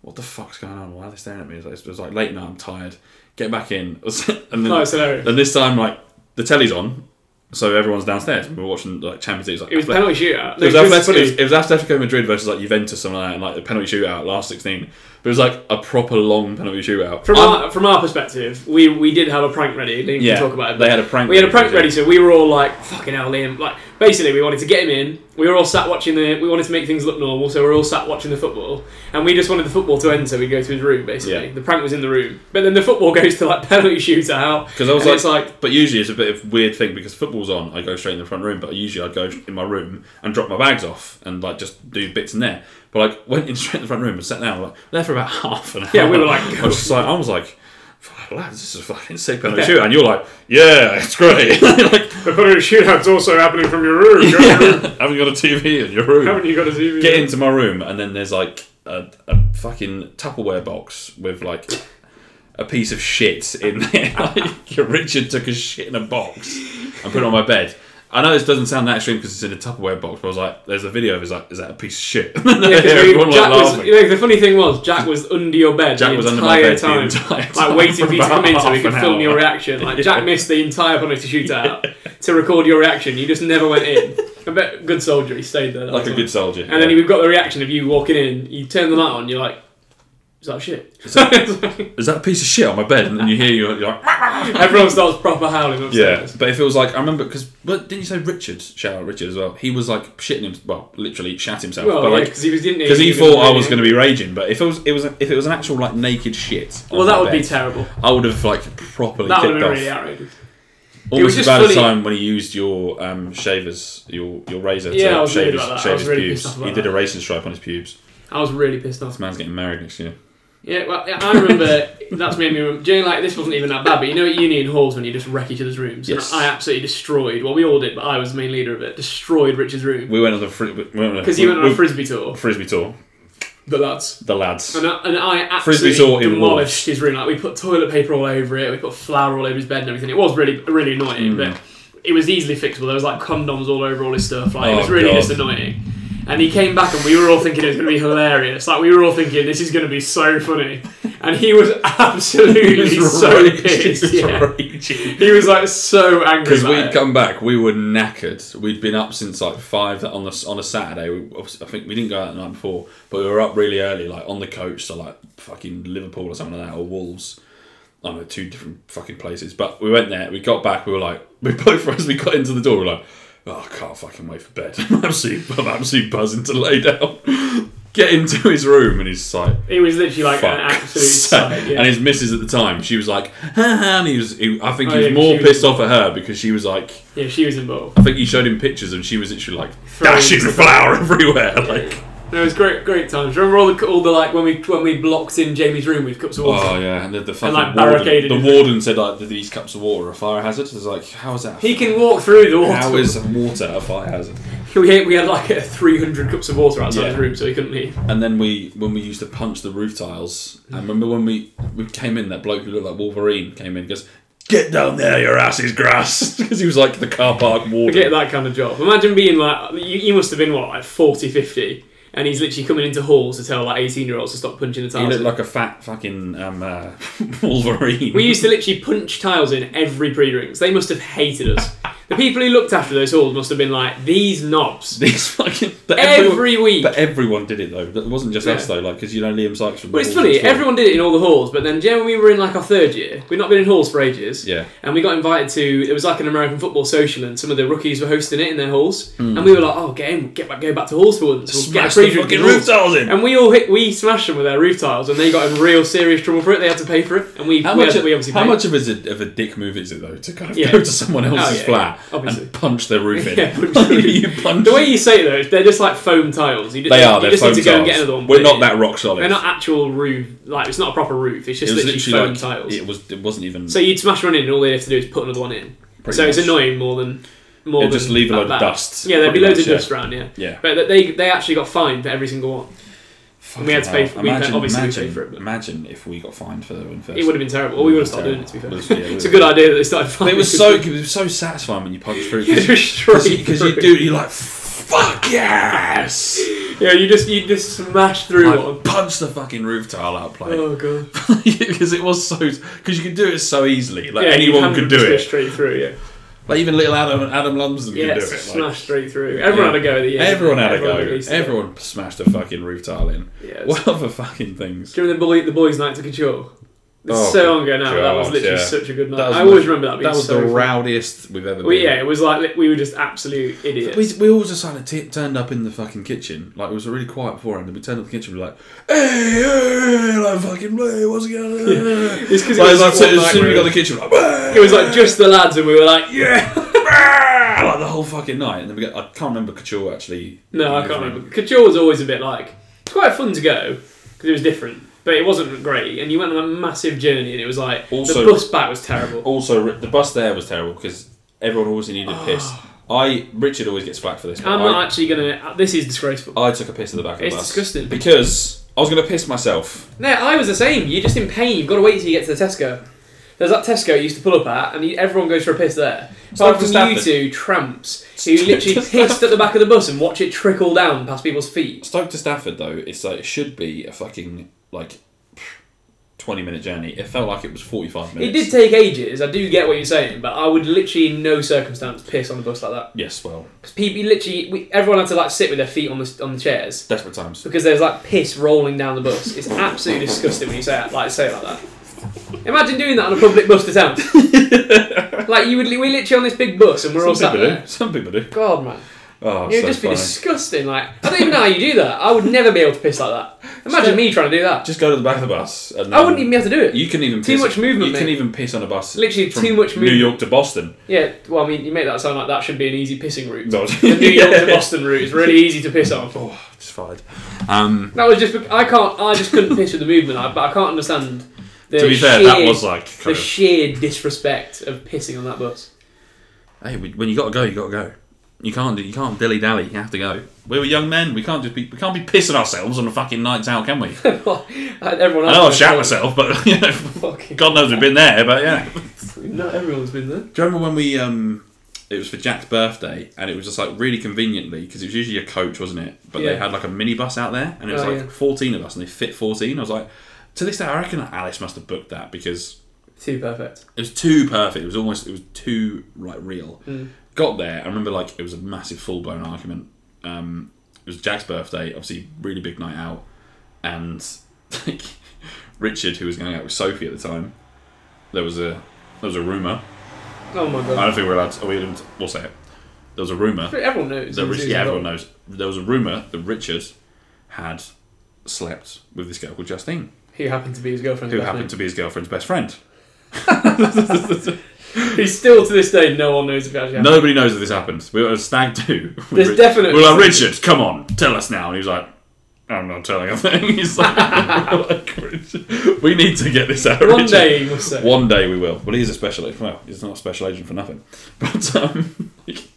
Speaker 4: "What the fuck's going on? Why are they staring at me?" It was like, it was like late now. I'm tired. Get back in. and then
Speaker 5: No, it's hilarious.
Speaker 4: and this time like the telly's on, so everyone's downstairs. We were watching like Champions League. Like,
Speaker 5: It was
Speaker 4: Athle-
Speaker 5: penalty shootout.
Speaker 4: it
Speaker 5: No,
Speaker 4: was,
Speaker 5: it was
Speaker 4: Atletico,
Speaker 5: funny.
Speaker 4: it was- it was Atletico Madrid versus like Juventus, something like that, and like the penalty shootout last sixteen. But it was like a proper long penalty shootout.
Speaker 5: From
Speaker 4: I'm-
Speaker 5: our, from our perspective, we, we did have a prank ready. Liam
Speaker 4: Um, Yeah,
Speaker 5: can talk about it.
Speaker 4: they
Speaker 5: but
Speaker 4: had a prank
Speaker 5: We had a
Speaker 4: ready,
Speaker 5: prank
Speaker 4: didn't
Speaker 5: ready, so we were all like, "Fucking hell, Liam!" Like, basically, we wanted to get him in. We were all sat watching the. We wanted to make things look normal, so we were all sat watching the football, and we just wanted the football to end, so we would go to his room. Basically,
Speaker 4: Yeah.
Speaker 5: the prank was in the room, but then the football goes to like penalty shootout.
Speaker 4: Because I was
Speaker 5: and
Speaker 4: like,
Speaker 5: it's like,
Speaker 4: but usually it's a bit of weird thing because football's on. I go straight in the front room, but usually I'd go in my room and drop my bags off and like just do bits in there. But like went in straight in the front room and sat down like there for about half an hour.
Speaker 5: Yeah, we were like-
Speaker 4: I was just like, I was like, "Fuck, lads, this is a fucking sick penalty shootout. And you're like, yeah, it's great. like,
Speaker 5: the penalty shootout's also happening from your room.
Speaker 4: haven't got a TV in your room.
Speaker 5: you got a TV?
Speaker 4: Get into my room and then there's like a, a fucking Tupperware box with like. A piece of shit in there. Like, Richard took a shit in a box and put it on my bed. I know this doesn't sound that extreme because it's in a Tupperware box, but I was like, there's a video of it, like, is that a piece of shit?
Speaker 5: Yeah, 'cause we-
Speaker 4: Everyone like
Speaker 5: Jack was,
Speaker 4: laughing.
Speaker 5: you know, the funny thing was, Jack was under your bed
Speaker 4: Jack
Speaker 5: the
Speaker 4: was under my
Speaker 5: entire
Speaker 4: bed the
Speaker 5: time,
Speaker 4: entire
Speaker 5: like
Speaker 4: time
Speaker 5: waiting for you to
Speaker 4: for
Speaker 5: come in so we
Speaker 4: about
Speaker 5: could
Speaker 4: half an
Speaker 5: film your
Speaker 4: hour.
Speaker 5: reaction. Like Jack
Speaker 4: Yeah.
Speaker 5: missed the entire penalty shootout to record your reaction. You just never went in. I bet good soldier, he stayed there. that
Speaker 4: like a
Speaker 5: time.
Speaker 4: good soldier.
Speaker 5: And then we've got the reaction of you walking in. You turn the light on. You're like, is that shit?
Speaker 4: is that a piece of shit on my bed? And then you hear you you're like,
Speaker 5: Everyone starts proper howling
Speaker 4: yeah.
Speaker 5: upstairs.
Speaker 4: But if it was like, I remember because, but didn't you say Richard? Shout out Richard as well. He was like shitting him, well, literally shat himself.
Speaker 5: Well,
Speaker 4: but
Speaker 5: yeah,
Speaker 4: like,
Speaker 5: 'cause he was- didn't he?
Speaker 4: because he
Speaker 5: He was
Speaker 4: thought I was
Speaker 5: really-
Speaker 4: going to be raging. But if it was, it was, if it was an actual like naked shit. on
Speaker 5: Well, that
Speaker 4: my
Speaker 5: would be
Speaker 4: bed,
Speaker 5: terrible.
Speaker 4: I would have like properly
Speaker 5: That would
Speaker 4: kicked
Speaker 5: have
Speaker 4: off.
Speaker 5: been really outrageous. It was
Speaker 4: Almost
Speaker 5: just
Speaker 4: about the
Speaker 5: fully-
Speaker 4: time when he used your um, shavers, your your razor
Speaker 5: Yeah, I
Speaker 4: to
Speaker 5: was
Speaker 4: shave
Speaker 5: worried
Speaker 4: his,
Speaker 5: about that. I
Speaker 4: shave
Speaker 5: was
Speaker 4: his
Speaker 5: really
Speaker 4: pubes.
Speaker 5: pissed off
Speaker 4: He
Speaker 5: about
Speaker 4: did
Speaker 5: that.
Speaker 4: a racing stripe on his pubes.
Speaker 5: I was really pissed off.
Speaker 4: This man's getting married next year.
Speaker 5: Yeah, well, yeah, I remember that's made me remember. During like this wasn't even that bad, but you know at uni in halls when you just wreck each other's rooms.
Speaker 4: Yes.
Speaker 5: And I absolutely destroyed. Well, we all did, but I was the main leader of it. Destroyed Richard's room
Speaker 4: We went on the fri- we went on
Speaker 5: because he went on
Speaker 4: we-
Speaker 5: a frisbee tour.
Speaker 4: frisbee tour.
Speaker 5: The lads
Speaker 4: The lads.
Speaker 5: and I, and I absolutely
Speaker 4: Frisbee tour in
Speaker 5: demolished his room. Like we put toilet paper all over it. We put flour all over his bed and everything. It was really really
Speaker 4: Hmm.
Speaker 5: annoying, but it was easily fixable. There was like condoms all over all his stuff. Like it
Speaker 4: Oh,
Speaker 5: was really
Speaker 4: God.
Speaker 5: just annoying. And he came back, and we were all thinking it was going to be hilarious. Like we were all thinking this is going to be so funny, and he was absolutely so
Speaker 4: raging,
Speaker 5: pissed.
Speaker 4: he was
Speaker 5: yeah.
Speaker 4: raging.
Speaker 5: He was like so angry.
Speaker 4: Because
Speaker 5: about
Speaker 4: we'd
Speaker 5: it.
Speaker 4: come back, we were knackered. We'd been up since like five on the on a Saturday. We, obviously- I think we didn't go out the night before, but we were up really early, like on the coach, so like fucking Liverpool or something like that, or Wolves. I don't know, two different fucking places. But we went there. We got back. We were like, we both of us. We got into the door. We were like, oh, I can't fucking wait for bed. I'm absolutely, I'm absolutely buzzing to lay down. Get into his room, and he's just like,
Speaker 5: It was literally like an
Speaker 4: Fuck.
Speaker 5: absolute.
Speaker 4: So-
Speaker 5: sight, yeah.
Speaker 4: And his missus at the time, she was like, ha ha, and he was, he, I think
Speaker 5: Oh,
Speaker 4: he was
Speaker 5: yeah,
Speaker 4: more
Speaker 5: she was-
Speaker 4: pissed off at her because she was like,
Speaker 5: yeah, she was involved.
Speaker 4: I think he showed him pictures and she was literally like
Speaker 5: Throwing
Speaker 4: dashing
Speaker 5: stuff.
Speaker 4: flour everywhere. Like,
Speaker 5: No, it was great, great times. Remember all the, all the like when we when we blocked in Jamie's room with cups of water.
Speaker 4: oh yeah, and the, the fucking
Speaker 5: like,
Speaker 4: warden,
Speaker 5: barricaded
Speaker 4: the
Speaker 5: his-
Speaker 4: warden said like that these cups of water are a fire hazard. I was like, how is that?
Speaker 5: He can walk through the water.
Speaker 4: how is water a fire hazard?
Speaker 5: we, had, we had like a 300 cups of water outside
Speaker 4: Yeah.
Speaker 5: his room, so he couldn't leave.
Speaker 4: And then we, when we used to punch the roof tiles, I remember when we we came in, that bloke who looked like Wolverine came in, and goes, "Get down there, your ass is grass," because he was like the car park warden.
Speaker 5: Forget that kind of job. Imagine being like, you, you must have been what, like 40, 50, and he's literally coming into halls to tell like 18 year olds to stop punching the
Speaker 4: He
Speaker 5: tiles.
Speaker 4: looked
Speaker 5: in.
Speaker 4: like a fat fucking um, uh, Wolverine.
Speaker 5: we used to literally punch tiles in every pre drinks. They must have hated us. the people who looked after those halls must have been like, these knobs.
Speaker 4: these fucking but
Speaker 5: Every week.
Speaker 4: But everyone did it though. It wasn't just us
Speaker 5: Yeah.
Speaker 4: though. Like because you know Liam Sykes. From
Speaker 5: But
Speaker 4: Wolves
Speaker 5: it's
Speaker 4: as
Speaker 5: funny,
Speaker 4: well.
Speaker 5: everyone did it in all the halls, but then, do you know, when we were in like our third year, we'd not been in halls for ages.
Speaker 4: Yeah.
Speaker 5: And we got invited to, it was like an American football social, and some of the rookies were hosting it in their halls. And we were like, oh, get in, get back, go back to halls for once. We'll
Speaker 4: Hmm. Smash
Speaker 5: get a
Speaker 4: the
Speaker 5: pre-drink
Speaker 4: fucking
Speaker 5: in halls."
Speaker 4: roof tiles in.
Speaker 5: And we all hit, we smashed them with our roof tiles, and they got in real serious trouble for it. They had to pay for it, and we,
Speaker 4: How
Speaker 5: we,
Speaker 4: much?
Speaker 5: had- we obviously
Speaker 4: how
Speaker 5: paid.
Speaker 4: much of, is a, of a dick move is it though to kind of
Speaker 5: Yeah. Oh,
Speaker 4: go to someone else's
Speaker 5: yeah,
Speaker 4: flat
Speaker 5: Obviously.
Speaker 4: and punch the roof in.
Speaker 5: Yeah, punch the roof.
Speaker 4: you punch.
Speaker 5: The way you say it though, they're just like foam tiles. You just,
Speaker 4: they are.
Speaker 5: You
Speaker 4: They're
Speaker 5: just
Speaker 4: foam
Speaker 5: need to go and get
Speaker 4: tiles.
Speaker 5: another one.
Speaker 4: We're
Speaker 5: but
Speaker 4: not
Speaker 5: it-
Speaker 4: that rock solid.
Speaker 5: They're not actual roof. Like it's not a proper roof. It's just
Speaker 4: it was
Speaker 5: literally,
Speaker 4: literally
Speaker 5: foam
Speaker 4: like
Speaker 5: tiles.
Speaker 4: it was. It wasn't even.
Speaker 5: So you'd smash one in, and all they have to do is put another one in.
Speaker 4: Pretty
Speaker 5: so
Speaker 4: much.
Speaker 5: it's annoying more than more
Speaker 4: It'd
Speaker 5: than
Speaker 4: just leave a
Speaker 5: that
Speaker 4: load of
Speaker 5: bad.
Speaker 4: dust,
Speaker 5: Yeah, there'd be
Speaker 4: pretty
Speaker 5: loads
Speaker 4: much,
Speaker 5: of
Speaker 4: yeah.
Speaker 5: dust around. Yeah,
Speaker 4: Yeah.
Speaker 5: But they they actually got fined for every single one.
Speaker 4: Fucking
Speaker 5: we had to pay for-
Speaker 4: hell.
Speaker 5: we had-
Speaker 4: imagine,
Speaker 5: obviously we
Speaker 4: imagine,
Speaker 5: paid for it, but-
Speaker 4: imagine if we got fined for the first.
Speaker 5: It would have been terrible. Or we would have started doing it. To be fair,
Speaker 4: Would've- yeah, would've
Speaker 5: it's a
Speaker 4: been.
Speaker 5: good idea that they started
Speaker 4: But
Speaker 5: fining.
Speaker 4: it was so it was so satisfying when you punch through
Speaker 5: You
Speaker 4: because
Speaker 5: just straight
Speaker 4: you
Speaker 5: through.
Speaker 4: do you're like fuck yes.
Speaker 5: Yeah, you just you just smash through
Speaker 4: I
Speaker 5: one.
Speaker 4: punched the fucking roof tile out, like
Speaker 5: Oh god.
Speaker 4: because it was so because you could do it so easily. Like
Speaker 5: yeah, you
Speaker 4: anyone
Speaker 5: can
Speaker 4: could do
Speaker 5: just go
Speaker 4: it.
Speaker 5: straight through. Yeah.
Speaker 4: Like even little Adam Adam Lumsden
Speaker 5: Yeah,
Speaker 4: could do
Speaker 5: smash
Speaker 4: it. Like,
Speaker 5: straight through.
Speaker 4: Yeah.
Speaker 5: Everyone had a go at the end.
Speaker 4: Everyone had
Speaker 5: Everyone
Speaker 4: a
Speaker 5: at
Speaker 4: go.
Speaker 5: least-
Speaker 4: Everyone smashed a fucking roof tile in.
Speaker 5: Yeah, it's-
Speaker 4: What other fucking things?
Speaker 5: Do you remember the, boy, the boys' night to control? It's
Speaker 4: Oh,
Speaker 5: so long ago now, but that was
Speaker 4: God,
Speaker 5: literally
Speaker 4: yeah.
Speaker 5: such a good night.
Speaker 4: That was
Speaker 5: I always
Speaker 4: the-
Speaker 5: remember that being
Speaker 4: That was
Speaker 5: so
Speaker 4: the
Speaker 5: fun.
Speaker 4: rowdiest we've ever been.
Speaker 5: We, yeah, it was like we were just absolute idiots.
Speaker 4: We, we all just like t- turned up in the fucking kitchen. Like it was really quiet beforehand, and we turned up in the kitchen. We were like, "Hey, hey, like fucking, hey, what's going on?"
Speaker 5: It's 'cause it
Speaker 4: Like,
Speaker 5: was
Speaker 4: like, so-
Speaker 5: just one
Speaker 4: as soon as we
Speaker 5: night
Speaker 4: got in
Speaker 5: where-
Speaker 4: the kitchen, we were like,
Speaker 5: it was like just the lads, and we were like, yeah.
Speaker 4: yeah, like the whole fucking night. And then we got, I can't remember Couture actually.
Speaker 5: No, I can't remember. Couture was always a bit like it's quite fun to go because it was different, but it wasn't great. And you went on a massive journey, and it was like
Speaker 4: Also-
Speaker 5: the bus back was terrible.
Speaker 4: Also, Ri- the bus there was terrible because everyone always needed a piss. I Richard always gets flack for this. but
Speaker 5: I'm
Speaker 4: I-
Speaker 5: not actually gonna. uh, This is disgraceful.
Speaker 4: I took a piss at the back of
Speaker 5: It's
Speaker 4: the bus.
Speaker 5: disgusting.
Speaker 4: Because I was going to piss myself.
Speaker 5: No, I was the same. You're just in pain. You've got to wait till you get to the Tesco. There's that Tesco you used to pull up at, and you, everyone goes for a piss there.
Speaker 4: Stop
Speaker 5: Apart from
Speaker 4: to
Speaker 5: you
Speaker 4: Stafford.
Speaker 5: two tramps who literally pissed at the back of the bus and watch it trickle down past people's feet.
Speaker 4: Stoke to Stafford, though, it's like, it should be a fucking, like, 20 minute journey. It felt like it was 45
Speaker 5: It
Speaker 4: minutes.
Speaker 5: did take ages. I do get what you're saying, but I would literally in no circumstance piss on the bus like that.
Speaker 4: Yes, well,
Speaker 5: Because people literally, we, everyone had to like sit with their feet on the on the chairs
Speaker 4: desperate times.
Speaker 5: because there's like piss rolling down the bus. It's absolutely disgusting when you say it, like say it like that. Imagine doing that on a public bus to town. like you would, li- we literally on this big bus and we're all
Speaker 4: Some
Speaker 5: sat
Speaker 4: people
Speaker 5: there.
Speaker 4: do. Some people do.
Speaker 5: God, man.
Speaker 4: Oh,
Speaker 5: It would
Speaker 4: so
Speaker 5: just be
Speaker 4: funny.
Speaker 5: disgusting. Like, I don't even know how you do that. I would never be able to piss like that. Imagine me trying to do that.
Speaker 4: Just go to the back of the bus. And
Speaker 5: I wouldn't even be able to do it.
Speaker 4: You can even
Speaker 5: Too
Speaker 4: piss,
Speaker 5: much movement,
Speaker 4: You can
Speaker 5: mate.
Speaker 4: even piss on a bus.
Speaker 5: Literally
Speaker 4: from
Speaker 5: too much
Speaker 4: New
Speaker 5: movement.
Speaker 4: York to Boston.
Speaker 5: yeah, well, I mean, you make that sound like that should be an easy pissing route.
Speaker 4: No,
Speaker 5: The New York to Boston route is really easy to piss on.
Speaker 4: Oh, just fired. Um,
Speaker 5: That was just I can't. I just couldn't piss with the movement. I, but I can't understand. The
Speaker 4: to be fair,
Speaker 5: sheer,
Speaker 4: that was like.
Speaker 5: the
Speaker 4: Kind of,
Speaker 5: sheer disrespect of pissing on that bus.
Speaker 4: hey, we- when you got to go, you got to go. You can't do. You can't dilly dally. You have to go. We were young men. We can't just be. We can't be pissing ourselves on a fucking nights out, can we? I
Speaker 5: Everyone else
Speaker 4: know I've shat myself, but you know,
Speaker 5: Fucking,
Speaker 4: God knows we've been there. But yeah. Do
Speaker 5: not everyone's been there.
Speaker 4: you remember when we? um It was for Jack's birthday, and it was just like really conveniently because it was usually a coach, wasn't it? But they
Speaker 5: Yeah.
Speaker 4: had like a minibus out there, and it was
Speaker 5: Oh,
Speaker 4: like
Speaker 5: yeah.
Speaker 4: fourteen of us, and they fit fourteen. I was like, to this day, I reckon that Alice must have booked that because
Speaker 5: Too perfect.
Speaker 4: It was too perfect. It was almost it was too like real.
Speaker 5: Mm.
Speaker 4: Got there. I remember like it was a massive full blown argument. Um, it was Jack's birthday. Obviously, really big night out, and like Richard, who was going out with Sophie at the time, there was a there was a rumor.
Speaker 5: Oh my
Speaker 4: I
Speaker 5: god.
Speaker 4: don't think we're allowed. To, are we allowed to- we'll say it. There was a rumor.
Speaker 5: everyone knows.
Speaker 4: That Rich,
Speaker 5: Who's
Speaker 4: yeah, everyone
Speaker 5: involved.
Speaker 4: knows. There was a rumor that Richard had slept with this girl called Justine,
Speaker 5: Who happened to be his girlfriend?
Speaker 4: who happened to be his girlfriend's best friend.
Speaker 5: He's still to this day. No one knows if it actually happened.
Speaker 4: Nobody knows that this happened. We were at a stag do.
Speaker 5: There's definitely-
Speaker 4: Well, like, Richard, come on, tell us now. And he was like, I'm not telling a thing. He's like, like, "Richard, we need to get this out.
Speaker 5: One
Speaker 4: Richard.
Speaker 5: day you must say.
Speaker 4: One day we will. Well, he is a special agent. Well, he's not a special agent for nothing. But um,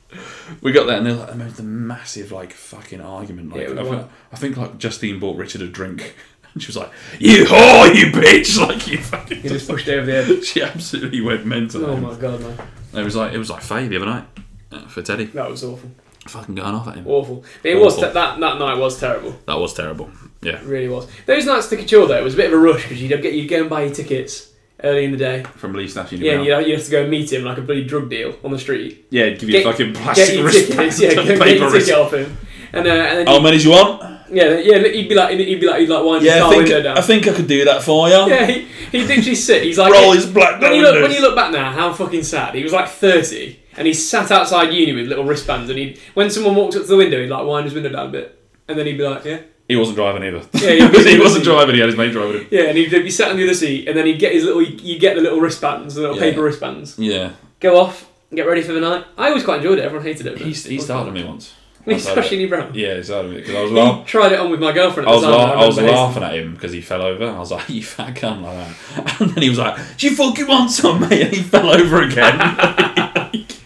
Speaker 4: we got there, and they're like, they made the massive like fucking argument. Like,
Speaker 5: Yeah, it was
Speaker 4: I,
Speaker 5: one-
Speaker 4: think, I think like Justine bought Richard a drink, and she was like, "You whore, you bitch!" Like you fucking.
Speaker 5: He just pushed over the edge.
Speaker 4: She absolutely went mental.
Speaker 5: Oh my god, man,
Speaker 4: It was like it was like Faye the other night uh, for Teddy.
Speaker 5: that was awful.
Speaker 4: Fucking going off at him.
Speaker 5: Awful. It was
Speaker 4: Awful.
Speaker 5: that that that night was terrible.
Speaker 4: That was terrible. Yeah.
Speaker 5: It really was. Those nights to Couture though, it was a bit of a rush because you'd get you'd go and buy your tickets early in the day.
Speaker 4: From Leeds National
Speaker 5: Yeah, and you'd, have- you'd have to go and meet him like a bloody drug deal on the street.
Speaker 4: Yeah, give you
Speaker 5: Get-
Speaker 4: a fucking
Speaker 5: Get
Speaker 4: plastic
Speaker 5: your
Speaker 4: wristband,
Speaker 5: tickets, yeah, go and get
Speaker 4: paper
Speaker 5: your
Speaker 4: wrist.
Speaker 5: ticket off him. And, uh, and then
Speaker 4: How many do you want?
Speaker 5: he'd, yeah, yeah, look, he'd be like, he'd be like, he'd like wind his
Speaker 4: Um, Yeah,
Speaker 5: car
Speaker 4: I think
Speaker 5: window down.
Speaker 4: I think I could do that for you.
Speaker 5: yeah, he, he'd literally sit. He's like,
Speaker 4: Roll his black
Speaker 5: when you
Speaker 4: down
Speaker 5: look when
Speaker 4: windows.
Speaker 5: you look back now, how fucking sad. He was like thirty, and he sat outside uni with little wristbands, and he when someone walked up to the window, he'd like wind his window down a bit, and then he'd be like, yeah.
Speaker 4: He wasn't driving either.
Speaker 5: Yeah, he-
Speaker 4: he wasn't driving. He had his mate driving. Him.
Speaker 5: Yeah, and he'd be sat on the other seat, and then he'd get his little, you get the little wristbands, the little
Speaker 4: Yeah.
Speaker 5: paper wristbands,
Speaker 4: Yeah.
Speaker 5: go off, Get ready for the night. I always quite enjoyed it. Everyone hated it. but-
Speaker 4: He, he started on me once.
Speaker 5: He
Speaker 4: I
Speaker 5: started
Speaker 4: started
Speaker 5: Shinny Brown.
Speaker 4: Yeah, he started on me because I was
Speaker 5: He
Speaker 4: laugh-
Speaker 5: tried it on with my girlfriend
Speaker 4: I
Speaker 5: at the
Speaker 4: was,
Speaker 5: time.
Speaker 4: la- I was
Speaker 5: remember his-
Speaker 4: laughing at him because he fell over. I was like, "You fat cunt!" like that, and then he was like, "Do you fucking want some, mate?" And he fell over again.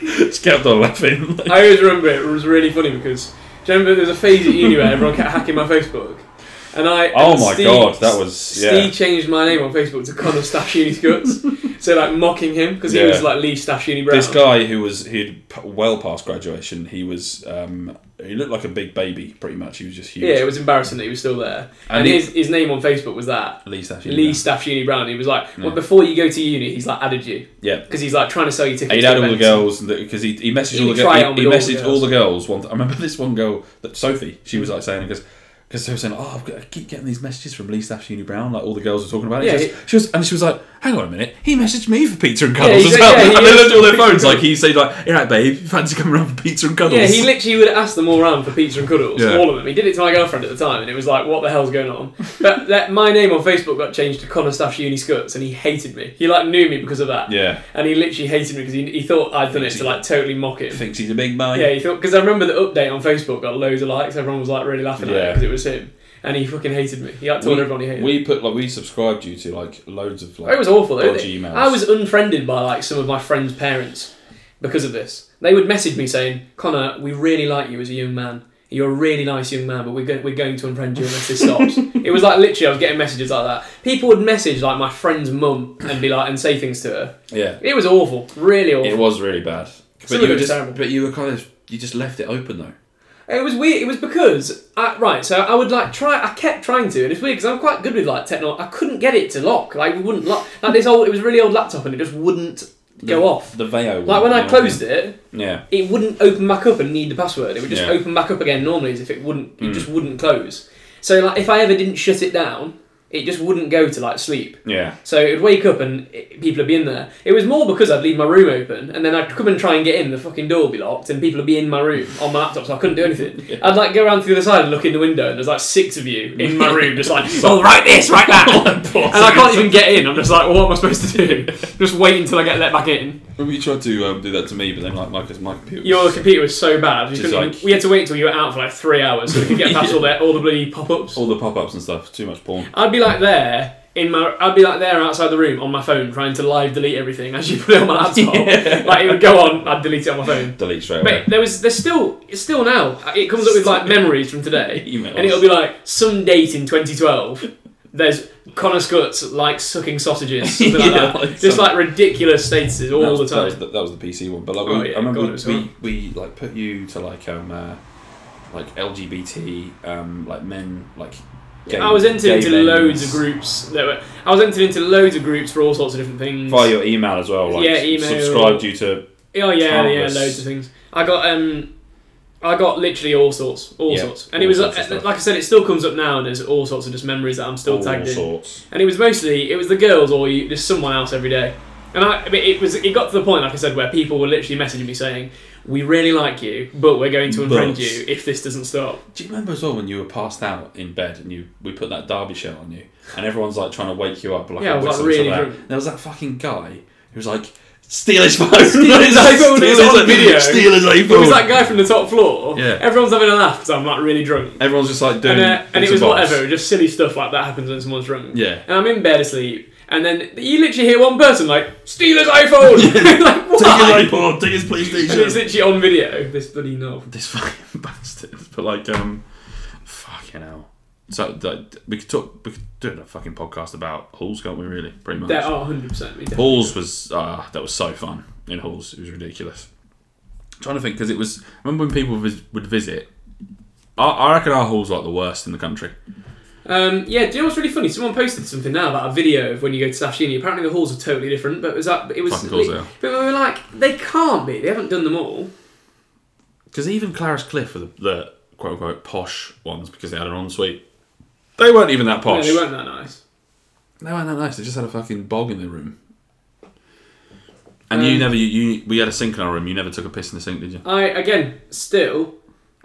Speaker 4: Just kept on laughing.
Speaker 5: I always remember it. It was really funny because do you remember there was a phase at uni where everyone kept hacking my Facebook, and I.
Speaker 4: oh
Speaker 5: and
Speaker 4: my
Speaker 5: Steve-
Speaker 4: god, that was yeah.
Speaker 5: Steve changed my name on Facebook to Connor Stash Uni Guts, so like mocking him because he
Speaker 4: Yeah.
Speaker 5: was like Lee Stash Uni Brown.
Speaker 4: This guy who was he'd p- well past graduation. He was um, he looked like a big baby, pretty much. He was just huge.
Speaker 5: Yeah, it was embarrassing that he was still there. And,
Speaker 4: And he-
Speaker 5: his, his name on Facebook was that.
Speaker 4: Lee Stash.
Speaker 5: Lee Staff Uni Brown. He was like, well, before you go to uni, he's like added you
Speaker 4: Yeah.
Speaker 5: because he's like trying to sell you tickets.
Speaker 4: He'd
Speaker 5: to
Speaker 4: had all the
Speaker 5: events.
Speaker 4: girls because he, he messaged
Speaker 5: He'd
Speaker 4: all the
Speaker 5: try
Speaker 4: girls.
Speaker 5: it on
Speaker 4: He,
Speaker 5: with
Speaker 4: he
Speaker 5: all the
Speaker 4: messaged all the girls. One, I remember this one girl that Sophie. She was like saying because. Because they were saying, "Oh, I've got, I keep getting these messages from Lee Staff Uni Brown, like all the girls are talking about it."
Speaker 5: Yeah,
Speaker 4: she,
Speaker 5: he-
Speaker 4: was, she was, and she was like, "Hang on a minute, he messaged me for pizza and
Speaker 5: Yeah,
Speaker 4: cuddles
Speaker 5: he
Speaker 4: as
Speaker 5: said-
Speaker 4: well."
Speaker 5: yeah, he
Speaker 4: and they looked at all their
Speaker 5: messaged for
Speaker 4: phones,
Speaker 5: pizza
Speaker 4: like
Speaker 5: and
Speaker 4: he said, "Like, all right, babe, you fancy coming around for pizza and cuddles?"
Speaker 5: Yeah, he literally would ask them all around for pizza and cuddles,
Speaker 4: Yeah.
Speaker 5: all of them. He did it to my girlfriend at the time, and it was like, what the hell's going on? But that, my name on Facebook got changed to Connor Stash Uni Scuts, and he hated me. He like knew me because of that.
Speaker 4: yeah,
Speaker 5: And he literally hated me because he, he thought I'd done it to like totally mock him.
Speaker 4: thinks he's a big man.
Speaker 5: Yeah, he thought because I remember the update on Facebook got loads of likes. Everyone was like really laughing at it
Speaker 4: Yeah.
Speaker 5: because it was him, and he fucking hated me. He like told everyone he hated. me.
Speaker 4: we put like we subscribed you to like loads of like
Speaker 5: it was awful. Though.
Speaker 4: dodgy emails.
Speaker 5: I was unfriended by like some of my friends' parents because of this. They would message me saying, "Connor, we really like you as a young man. You're a really nice young man, but we're, go- we're going to unfriend you unless this stops." it was like literally, I was getting messages like that. People would message like my friend's mum and be like and say things to her.
Speaker 4: yeah,
Speaker 5: It was awful, really awful.
Speaker 4: it was really bad.
Speaker 5: Some
Speaker 4: But
Speaker 5: of
Speaker 4: you
Speaker 5: it
Speaker 4: were
Speaker 5: was
Speaker 4: just
Speaker 5: terrible.
Speaker 4: but you were kind of you just left it open though.
Speaker 5: It was weird. It was because I, right. So I would like try. I kept trying to, and it's weird because I'm quite good with like techno. I couldn't get it to lock. Like it wouldn't lock. Like this old. It was a really old laptop, and it just wouldn't go off.
Speaker 4: The Veo.
Speaker 5: Like when I closed it,
Speaker 4: Yeah,
Speaker 5: it wouldn't open back up and need the password. It would just
Speaker 4: Yeah.
Speaker 5: open back up again normally, as if it wouldn't. It just wouldn't close. So like if I ever didn't shut it down, it just wouldn't go to like sleep.
Speaker 4: yeah.
Speaker 5: So it'd wake up and it, people would be in there. It was more because I'd leave my room open and then I'd come and try and get in, the fucking door would be locked and people would be in my room on my laptop, so I couldn't do anything. I'd like go around to the other side and look in the window and there's like six of you in my room just like, oh, write this, write that. and I can't even get in. I'm just like, what am I supposed to do? just wait until I get let back in.
Speaker 4: Remember you tried to um, do that to me, but then like my, 'cause my computer. was-
Speaker 5: Your computer was so bad. you
Speaker 4: Just
Speaker 5: couldn't
Speaker 4: like-
Speaker 5: even- we had to wait until you were out for like three hours so we could get past all, the, all the bloody pop-ups.
Speaker 4: all the pop-ups and stuff. Too much porn.
Speaker 5: I'd be like there in my, I'd be like there outside the room on my phone trying to live delete everything as you put it on my laptop. Like it would go on, I'd delete it on my phone.
Speaker 4: Delete straight away.
Speaker 5: But there was, there's still, it's still now. It comes up with like memories from today,
Speaker 4: Emails.
Speaker 5: and it'll be like some date in 2012. There's Connor Scuts like sucking sausages, something like
Speaker 4: Yeah,
Speaker 5: that.
Speaker 4: like
Speaker 5: just
Speaker 4: some-
Speaker 5: like ridiculous statuses
Speaker 4: And that
Speaker 5: all the
Speaker 4: was- That was
Speaker 5: time.
Speaker 4: the, that was the PC one. But like,
Speaker 5: Oh,
Speaker 4: we,
Speaker 5: yeah,
Speaker 4: I remember
Speaker 5: God,
Speaker 4: we,
Speaker 5: it was
Speaker 4: we,
Speaker 5: hard.
Speaker 4: we like put you to like um uh, like LGBT um like men like. Gay,
Speaker 5: I was entered
Speaker 4: gay
Speaker 5: into
Speaker 4: men's
Speaker 5: loads of groups. That were, I was entered into loads of groups for all sorts of different things.
Speaker 4: via your email as well. Like,
Speaker 5: Yeah, email.
Speaker 4: Subscribed you to
Speaker 5: Oh yeah,
Speaker 4: Countless.
Speaker 5: yeah, loads of things. I got um, I got literally all sorts, all
Speaker 4: Yeah,
Speaker 5: sorts, and it
Speaker 4: all
Speaker 5: was
Speaker 4: sorts of
Speaker 5: like,
Speaker 4: stuff.
Speaker 5: like I said, it still comes up now, and there's all sorts of just memories that I'm still
Speaker 4: all
Speaker 5: tagged in.
Speaker 4: sorts.
Speaker 5: And it was mostly it was the girls or you, just someone else every day. And I, I mean, it was it got to the point, like I said, where people were literally messaging me saying, "We really like you, but we're going to unfriend
Speaker 4: But-
Speaker 5: you if this doesn't stop."
Speaker 4: Do you remember as well when you were passed out in bed and you we put that derby shell on you and everyone's like trying to wake you up like
Speaker 5: Yeah,
Speaker 4: a
Speaker 5: I was, like,
Speaker 4: whistle
Speaker 5: really
Speaker 4: to that.
Speaker 5: drunk.
Speaker 4: There was that fucking guy who was like steal his phone. Steal
Speaker 5: his iPhone, it was on video.
Speaker 4: Steal his iPhone.
Speaker 5: It was that guy from the top floor.
Speaker 4: Yeah.
Speaker 5: everyone's having a laugh because I'm like really drunk.
Speaker 4: Everyone's just like doing
Speaker 5: and, uh, and
Speaker 4: bits
Speaker 5: it was
Speaker 4: and bobs.
Speaker 5: whatever, just silly stuff like that happens when someone's drunk.
Speaker 4: Yeah.
Speaker 5: And I'm in bed asleep, and then you literally hear one person like, steal his iPhone! like,
Speaker 4: Take his
Speaker 5: why?
Speaker 4: iPod, take his
Speaker 5: And it's
Speaker 4: PlayStation.
Speaker 5: literally on video, this bloody knob.
Speaker 4: this fucking bastard. But like um fucking hell. So like, we could talk we could do a fucking podcast about halls, can't we really? Pretty much.
Speaker 5: That are 100% me. definitely.
Speaker 4: Halls was ah, that was so fun in Halls. It was ridiculous. I'm trying to think because it was. Remember when people vis- would visit? I, I reckon our halls are like the worst in the country.
Speaker 5: Um, yeah, do you know what's really funny? Someone posted something now about a video of when you go to Sashini. Apparently the halls are totally different, but it was that it was
Speaker 4: Fucking halls they are.
Speaker 5: but we were like, they can't be. They haven't done them all.
Speaker 4: Because even Clarence Cliff were the, the quote unquote posh ones because they had an ensuite. They weren't even that
Speaker 5: No,
Speaker 4: posh.
Speaker 5: they weren't that nice.
Speaker 4: They weren't that nice. They just had a fucking bog in their room. And
Speaker 5: Um,
Speaker 4: you never you, you we had a sink in our room. You never took a piss in the sink, did you?
Speaker 5: I again still,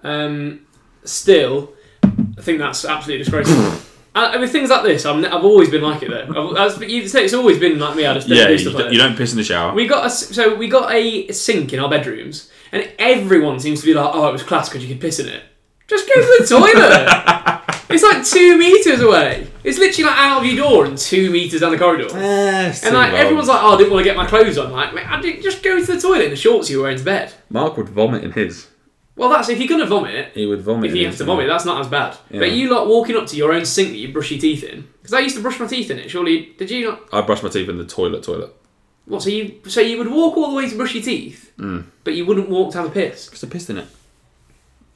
Speaker 5: um, still, I think that's absolutely disgraceful. I, I mean, things like this, I'm, I've always been like it though. I've, as you say, it's always been like me. I just don't
Speaker 4: yeah,
Speaker 5: do
Speaker 4: you,
Speaker 5: stuff
Speaker 4: d-
Speaker 5: like that.
Speaker 4: you don't piss in the shower.
Speaker 5: We got a, so we got a sink in our bedrooms, and everyone seems to be like, "Oh, it was class because you could piss in it." Just go to the toilet. It's like two meters away. It's literally like out of your door and two meters down the corridor. and like everyone's like, "Oh, I didn't want to get my clothes on." Like, mate, I did, just go to the toilet in the shorts you were wearing to bed.
Speaker 4: Mark would vomit in his.
Speaker 5: Well, that's if you're gonna vomit.
Speaker 4: He would vomit.
Speaker 5: If
Speaker 4: in
Speaker 5: you
Speaker 4: his,
Speaker 5: have to vomit, that's not as bad.
Speaker 4: Yeah.
Speaker 5: But you like walking up to your own sink that you brush your teeth in. Because I used to brush my teeth in it. Surely, did you not?
Speaker 4: I brush my teeth in the toilet. Toilet.
Speaker 5: What? So you so you would walk all the way to brush your teeth,
Speaker 4: Hmm.
Speaker 5: but you wouldn't walk to have a piss.
Speaker 4: Because I pissed in it.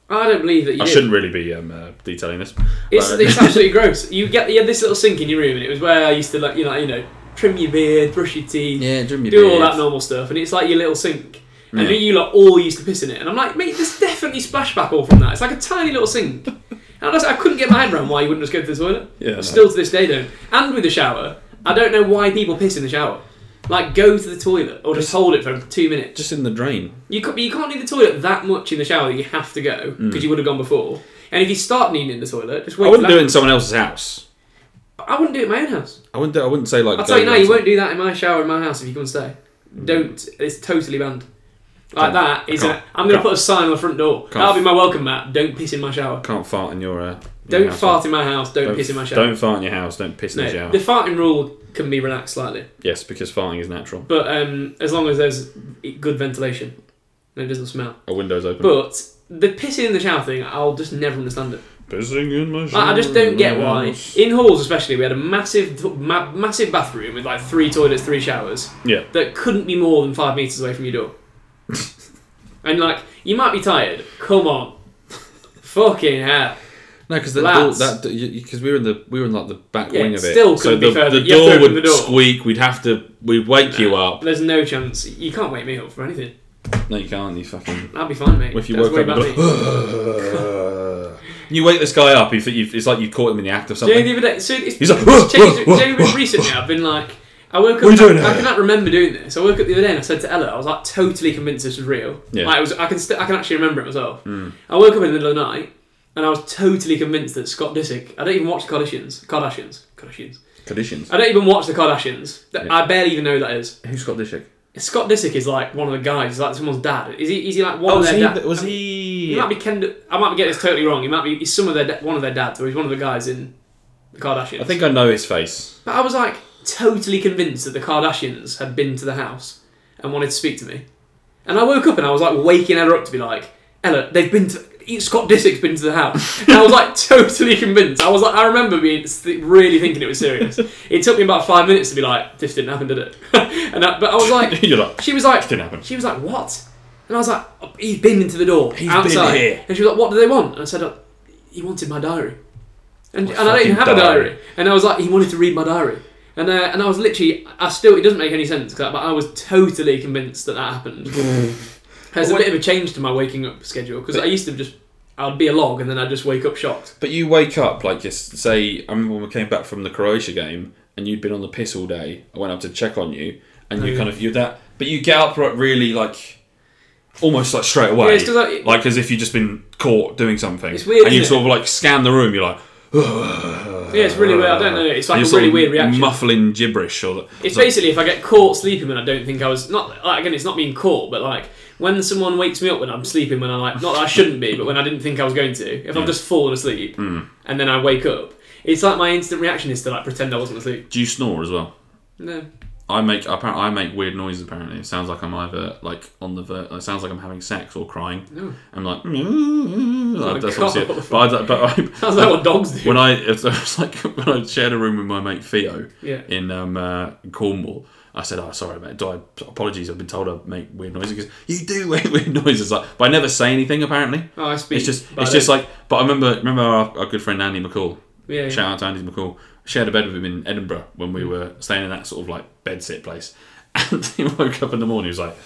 Speaker 5: I don't believe that you.
Speaker 4: I
Speaker 5: did.
Speaker 4: shouldn't really be um, uh, detailing this.
Speaker 5: It's,
Speaker 4: Uh,
Speaker 5: it's absolutely gross. You get you had this little sink in your room, and it was where I used to like you know you know trim your beard, brush your teeth,
Speaker 4: yeah, do
Speaker 5: do all that normal stuff, and it's like your little sink. And
Speaker 4: Yeah.
Speaker 5: then you lot all used to piss in it, and I'm like, mate, there's definitely splashback all from that. It's like a tiny little sink. And I, just, I couldn't get my head around why you wouldn't just go to the toilet.
Speaker 4: Yeah, no.
Speaker 5: Still to this day, don't. And with the shower, I don't know why people piss in the shower. Like, go to the toilet or just hold it for two minutes.
Speaker 4: Just in the drain.
Speaker 5: You can't, but you can't need the toilet that much in the shower that you have to go because you would have gone before. And if you start needing the toilet, just wait.
Speaker 4: Mm. I wouldn't
Speaker 5: for
Speaker 4: do
Speaker 5: that-
Speaker 4: it in someone else's house.
Speaker 5: I wouldn't do it in my own house.
Speaker 4: I wouldn't. Do, I wouldn't say like.
Speaker 5: I'll tell you
Speaker 4: go
Speaker 5: now, you
Speaker 4: to-
Speaker 5: won't do that in my shower in my house if you come and stay. Don't. It's totally banned. Like that is.
Speaker 4: Mm. can't-
Speaker 5: A, I'm going to
Speaker 4: can't.
Speaker 5: put a sign on the front door. That'll be my welcome mat. Don't piss in my shower.
Speaker 4: Can't fart in your. Uh, your
Speaker 5: Don't
Speaker 4: house.
Speaker 5: fart in my house. Don't,
Speaker 4: Don't
Speaker 5: piss in my
Speaker 4: f-
Speaker 5: shower.
Speaker 4: Don't fart in your house. Don't piss in
Speaker 5: No,
Speaker 4: the shower.
Speaker 5: the farting rule can be relaxed slightly,
Speaker 4: yes, because farting is natural.
Speaker 5: but um, as long as there's good ventilation and it doesn't smell.
Speaker 4: A window's open.
Speaker 5: But the pissing in the shower thing, I'll just never understand it.
Speaker 4: Pissing in my
Speaker 5: I, I just don't get
Speaker 4: shower.
Speaker 5: why. In halls, especially, we had a massive, t- ma- massive bathroom with like three toilets, three showers
Speaker 4: Yeah.
Speaker 5: that couldn't be more than five meters away from your door. and like, you might be tired. Come on, fucking hell.
Speaker 4: No, because that door,
Speaker 5: Lads.
Speaker 4: that because we were in the we were in like the back
Speaker 5: Yeah,
Speaker 4: wing of it.
Speaker 5: still
Speaker 4: so
Speaker 5: couldn't
Speaker 4: the,
Speaker 5: be further.
Speaker 4: the
Speaker 5: You have to
Speaker 4: door
Speaker 5: open
Speaker 4: would
Speaker 5: the door.
Speaker 4: squeak. We'd have to we'd wake you up.
Speaker 5: There's no chance. You can't wake me up for anything.
Speaker 4: No, you can't. You fucking.
Speaker 5: I'll be fine, mate.
Speaker 4: If you
Speaker 5: Don't
Speaker 4: woke
Speaker 5: worry
Speaker 4: up,
Speaker 5: about
Speaker 4: and
Speaker 5: me.
Speaker 4: go, you wake this guy up. You think you've, it's like you caught him in the act of
Speaker 5: Do you know
Speaker 4: something.
Speaker 5: the other day? So it's,
Speaker 4: He's like,
Speaker 5: it's
Speaker 4: "Whoa,
Speaker 5: changed-
Speaker 4: whoa,
Speaker 5: do you know
Speaker 4: whoa, whoa,
Speaker 5: recently I've been like, I woke up.
Speaker 4: What are you doing
Speaker 5: I, I
Speaker 4: here?
Speaker 5: cannot remember doing this. I woke up the other day and I said to Ella, I was like totally convinced this was real.
Speaker 4: Yeah. Hmm.
Speaker 5: Like, I was, I can, st- I can actually remember it myself. I woke up in the middle of the night and I was totally convinced that Scott Disick. I don't even watch the Kardashians. Kardashians. Kardashians.
Speaker 4: Conditions.
Speaker 5: I don't even watch the Kardashians. Th- I barely even know who that is.
Speaker 4: Uh, Who's got this chick?
Speaker 5: Scott Disick is like one of the guys. He's like someone's dad. Is he? Is he like one
Speaker 4: Oh,
Speaker 5: of
Speaker 4: was
Speaker 5: their
Speaker 4: he?
Speaker 5: dad?
Speaker 4: Was
Speaker 5: He
Speaker 4: he?
Speaker 5: might be Kendall. I might be getting this totally wrong. He might be. He's some of their da- one of their dads, or he's one of the guys in the Kardashians.
Speaker 4: I think I know his face.
Speaker 5: But I was like totally convinced that the Kardashians had been to the house and wanted to speak to me. And I woke up and I was like waking Ella up to be like, Ella, they've been to Scott Disick's been to the house. And I was like totally convinced. I was like, I remember being th- really thinking it was serious. It took me about five minutes to be like, this didn't happen, did it? and I, but I was like,
Speaker 4: You're like.
Speaker 5: she was like,
Speaker 4: didn't happen.
Speaker 5: She was like, what? And I was like, he's been into the door
Speaker 4: He's been
Speaker 5: outside.
Speaker 4: here.
Speaker 5: And she was like, what do they want? And I said, uh, he wanted my diary. And, and I don't even have
Speaker 4: fucking
Speaker 5: a diary.
Speaker 4: diary.
Speaker 5: And I was like, he wanted to read my diary. And, uh, and I was literally, I still, it doesn't make any sense, 'cause I- but I was totally convinced that that happened. There's a bit of a change to my waking up schedule because I used to just, I'd be a log and then I'd just wake up shocked.
Speaker 4: But you wake up like just say. I remember when we came back from the Croatia game and you'd been on the piss all day. I went up to check on you and you
Speaker 5: yeah.
Speaker 4: kind of you that. But you get up like really like almost like straight away,
Speaker 5: Yeah, it's 'cause I-
Speaker 4: like as if you've just been caught doing something.
Speaker 5: It's weird,
Speaker 4: And you
Speaker 5: isn't it?
Speaker 4: sort of like scan the room. You're like.
Speaker 5: Yeah, it's really weird. I don't know. It's like
Speaker 4: Uh, you're
Speaker 5: a
Speaker 4: sort
Speaker 5: really
Speaker 4: of
Speaker 5: weird reaction.
Speaker 4: Muffling gibberish or
Speaker 5: It's
Speaker 4: like-
Speaker 5: basically if I get caught sleeping when I don't think I was not like, again. It's not being caught, but like when someone wakes me up when I'm sleeping when I like not that I shouldn't be, but when I didn't think I was going to. If I've just fallen asleep
Speaker 4: Hmm.
Speaker 5: and then I wake up, it's like my instant reaction is to like pretend I wasn't asleep.
Speaker 4: Do you snore as well?
Speaker 5: No,
Speaker 4: I make apparent I make weird noises. Apparently, it sounds like I'm either like on the ver- it sounds like I'm having sex or crying. I'm like, "Mm, like that's
Speaker 5: God.
Speaker 4: obviously it. But I, don't- but I,
Speaker 5: that's like what dogs do.
Speaker 4: when I it's it's like when I shared a room with my mate Theo
Speaker 5: Yeah.
Speaker 4: in um uh, Cornwall. I said, "Oh, sorry, mate. I, apologies. I've been told I make weird noises." Because you do make weird noises, like, but I never say anything. Apparently,
Speaker 5: Oh, I speak.
Speaker 4: it's just
Speaker 5: by
Speaker 4: it's
Speaker 5: them.
Speaker 4: just like. But I remember remember our, our good friend Andy McCall.
Speaker 5: yeah, Mm. yeah.
Speaker 4: Shout out to Andy McCall. Shared a bed with him in Edinburgh when we were staying in that sort of like bed sit place. And he woke up in the morning. He was like,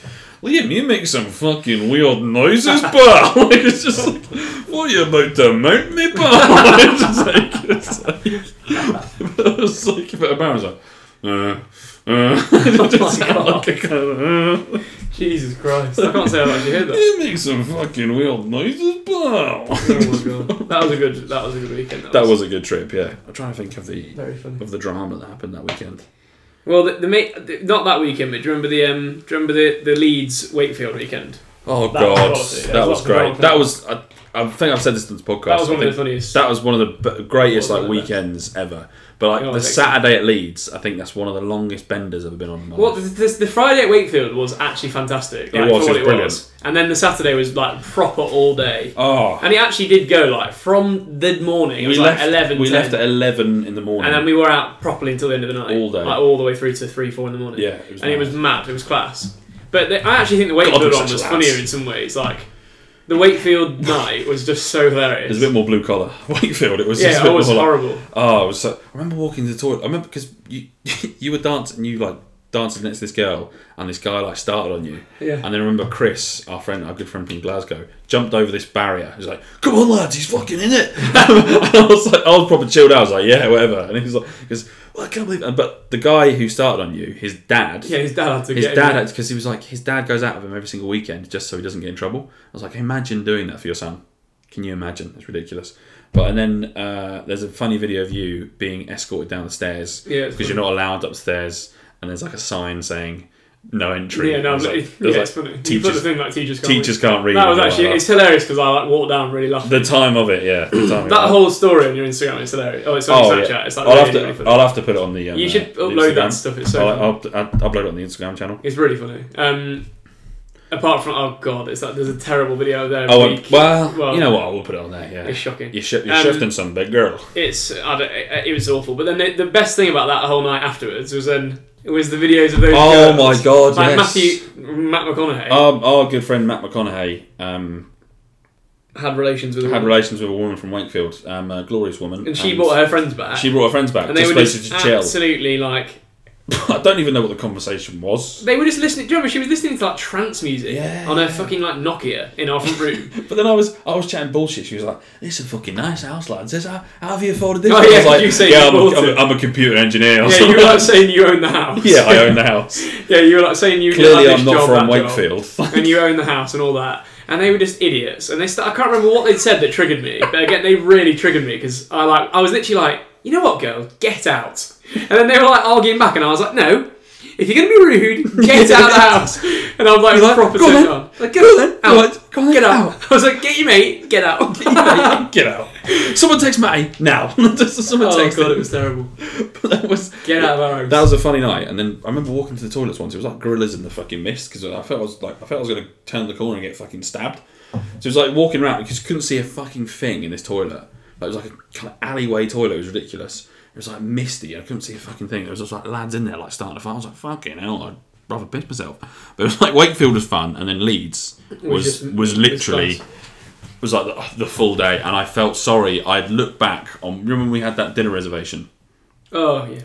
Speaker 4: "Liam, you make some fucking weird noises, pal." like it's just like, "What are you about to mount me, pal?" it's just like, it's like, but I was like, but Baron was like, "Uh." Uh, It just
Speaker 5: Oh my
Speaker 4: sounded
Speaker 5: God.
Speaker 4: like a kind of, uh.
Speaker 5: Jesus Christ. I can't say I've actually heard that.
Speaker 4: You make some fucking weird noises, pal.
Speaker 5: Oh my god. That was a good that was a good weekend.
Speaker 4: That was a good trip, yeah. I'm trying to think of the
Speaker 5: very funny.
Speaker 4: of the drama that happened that weekend.
Speaker 5: Well, the, the, ma- the not that weekend, but do you remember the um, do you remember the, the Leeds Wakefield weekend?
Speaker 4: Oh
Speaker 6: That was
Speaker 4: god,
Speaker 6: quality.
Speaker 4: that
Speaker 6: That
Speaker 4: was
Speaker 6: was
Speaker 4: great.
Speaker 6: quality.
Speaker 4: That was I, I think I've said this in the podcast.
Speaker 5: That was
Speaker 4: I
Speaker 5: one of the
Speaker 4: think
Speaker 5: funniest.
Speaker 4: That was one of the b- greatest
Speaker 5: That
Speaker 4: like
Speaker 5: was one of the
Speaker 4: weekends ever. But like
Speaker 5: Yeah,
Speaker 4: the
Speaker 5: it's
Speaker 4: Saturday at Leeds, I think that's one of the longest benders I've ever been on. In my
Speaker 5: Well,
Speaker 4: life.
Speaker 5: the, the, the Friday at Wakefield was actually fantastic.
Speaker 4: It
Speaker 5: Like,
Speaker 4: was,
Speaker 5: for what
Speaker 4: it was brilliant.
Speaker 5: And then the Saturday was like proper all day.
Speaker 4: Oh,
Speaker 5: And it actually did go like from the morning.
Speaker 4: we
Speaker 5: It was
Speaker 4: left
Speaker 5: like eleven.
Speaker 4: We
Speaker 5: 10,
Speaker 4: left at eleven in the morning.
Speaker 5: and then we were out properly until the end of the night.
Speaker 4: All day.
Speaker 5: like all the way through to three, four in the morning.
Speaker 4: Yeah, it was
Speaker 5: and it
Speaker 4: nice.
Speaker 5: was mad. It was class. But the, I actually think the
Speaker 4: God,
Speaker 5: Wakefield
Speaker 4: we're
Speaker 5: one
Speaker 4: such
Speaker 5: was
Speaker 4: lads.
Speaker 5: funnier in some ways. Like the Wakefield night was just so hilarious.
Speaker 4: There's a bit more blue collar. Wakefield, it was just a
Speaker 5: yeah,
Speaker 4: bit
Speaker 5: it was
Speaker 4: more like-
Speaker 5: horrible.
Speaker 4: Oh, it was so, I remember walking to the toilet. I remember because you you were dancing, you like dancing next to this girl, and this guy like started on you.
Speaker 5: Yeah.
Speaker 4: And then I remember Chris, our friend, our good friend from Glasgow, jumped over this barrier. He was like, "Come on, lads, he's fucking in it." and I was like, I was proper chilled. out. I was like, "Yeah, whatever." And he was like, he goes, "Well, I can't believe." It. But the guy who started on you, his dad.
Speaker 5: Yeah, his dad had to
Speaker 4: His
Speaker 5: get him.
Speaker 4: dad, because he was like, his dad goes out with him every single weekend just so he doesn't get in trouble. I was like, imagine doing that for your son. Can you imagine? It's ridiculous. But and then uh, there's a funny video of you being escorted down the stairs
Speaker 5: Yeah, it's
Speaker 4: because you're not allowed upstairs, and there's like a sign saying no entry.
Speaker 5: Yeah,
Speaker 4: It
Speaker 5: no, it
Speaker 4: was like-
Speaker 5: it,
Speaker 4: there was
Speaker 5: yeah,
Speaker 4: like
Speaker 5: it's funny. Teachers, put the
Speaker 4: teachers,
Speaker 5: thing like teachers can't
Speaker 4: teachers can't read.
Speaker 5: read. That was
Speaker 4: and all
Speaker 5: actually,
Speaker 4: that.
Speaker 5: it's hilarious because I like walked down really laughing.
Speaker 4: the time of it. Yeah, the time of
Speaker 5: that
Speaker 4: it.
Speaker 5: whole story on your Instagram is hilarious. Oh, it's on
Speaker 4: Oh,
Speaker 5: Snapchat.
Speaker 4: yeah.
Speaker 5: It's like
Speaker 4: I'll,
Speaker 5: really,
Speaker 4: have to,
Speaker 5: really funny.
Speaker 4: I'll have to put it on the. Um,
Speaker 5: You should
Speaker 4: uh, the
Speaker 5: upload that
Speaker 4: Instagram.
Speaker 5: stuff, it's so
Speaker 4: I'll, I'll, I'll upload it on the Instagram channel.
Speaker 5: It's really funny. Um, apart from oh god, it's like there's a terrible video there.
Speaker 4: Oh
Speaker 5: week.
Speaker 4: well, you know what? We'll put it on there. Yeah,
Speaker 5: It's shocking.
Speaker 4: You're, shi- you're
Speaker 5: Um,
Speaker 4: shifting some big girl.
Speaker 5: It's I don't, it, it was awful. But then the, the best thing about that whole night afterwards was then it was the videos of those.
Speaker 4: Oh
Speaker 5: girls.
Speaker 4: my God,
Speaker 5: Like
Speaker 4: yes.
Speaker 5: Matthew Matt McConaughey
Speaker 4: Um, our good friend Matt McConaughey um,
Speaker 5: had relations with a
Speaker 4: Oh. had
Speaker 5: woman,
Speaker 4: relations with a woman from Wakefield, um, a glorious woman,
Speaker 5: and she brought her friends back.
Speaker 4: She brought her friends back,
Speaker 5: and they
Speaker 4: just
Speaker 5: were
Speaker 4: basically
Speaker 5: just
Speaker 4: to chill.
Speaker 5: absolutely like
Speaker 4: I don't even know what the conversation was.
Speaker 5: They were just listening. Do you remember she was listening to like trance music
Speaker 4: Yeah.
Speaker 5: on her fucking like Nokia in our front room?
Speaker 4: But then I was I was chatting bullshit. She was like, "This is a fucking nice house, lads. This, how, how have you afforded this?"
Speaker 5: Oh,
Speaker 4: I
Speaker 5: yeah,
Speaker 4: was like,
Speaker 5: you say
Speaker 4: "Yeah,
Speaker 5: you
Speaker 4: I'm a,
Speaker 5: bought
Speaker 4: I'm,
Speaker 5: it."
Speaker 4: a, I'm a computer engineer." Or
Speaker 5: yeah,
Speaker 4: something.
Speaker 5: you were like saying you own the house.
Speaker 4: yeah, I own the house.
Speaker 5: Yeah, you were like saying you
Speaker 4: Clearly,
Speaker 5: had this
Speaker 4: I'm not
Speaker 5: job,
Speaker 4: from
Speaker 5: that job,
Speaker 4: Wakefield.
Speaker 5: and you own the house and all that. And they were just idiots. And they sta- I can't remember what they'd said that triggered me. But again, they really triggered me because I like I was literally like, you know what, girl, get out. And then they were like arguing back, and I was like, no. If you're gonna be rude, get out of the house. And I'm like,
Speaker 4: You're like,
Speaker 5: proper
Speaker 4: "Go on
Speaker 5: turned
Speaker 4: then,
Speaker 5: on. Like, go
Speaker 4: then, go on,
Speaker 5: out,
Speaker 4: go on then,
Speaker 5: get out. I was like, get your mate, get out.
Speaker 4: Get out! Someone takes Matty now. Just Someone
Speaker 5: Oh
Speaker 4: takes
Speaker 5: god, it
Speaker 4: him.
Speaker 5: was terrible.
Speaker 4: that was
Speaker 5: Get out of our house.
Speaker 4: That was a funny night, and then I remember walking to the toilets once. It was like gorillas in the fucking mist because I felt I was like I felt I was gonna turn the corner and get fucking stabbed. So it was like walking around because you couldn't see a fucking thing in this toilet. Like, it was like a kind of alleyway toilet. It was ridiculous. It was like misty. I couldn't see a fucking thing. There was just like lads in there like starting to fight. I was like fucking hell. I'd rather piss myself. But it was like Wakefield was fun, and then Leeds was was,
Speaker 5: just-
Speaker 4: literally
Speaker 5: class.
Speaker 4: was like the, the full day, and I felt sorry. I'd look back on remember when we had that dinner reservation.
Speaker 5: oh yeah.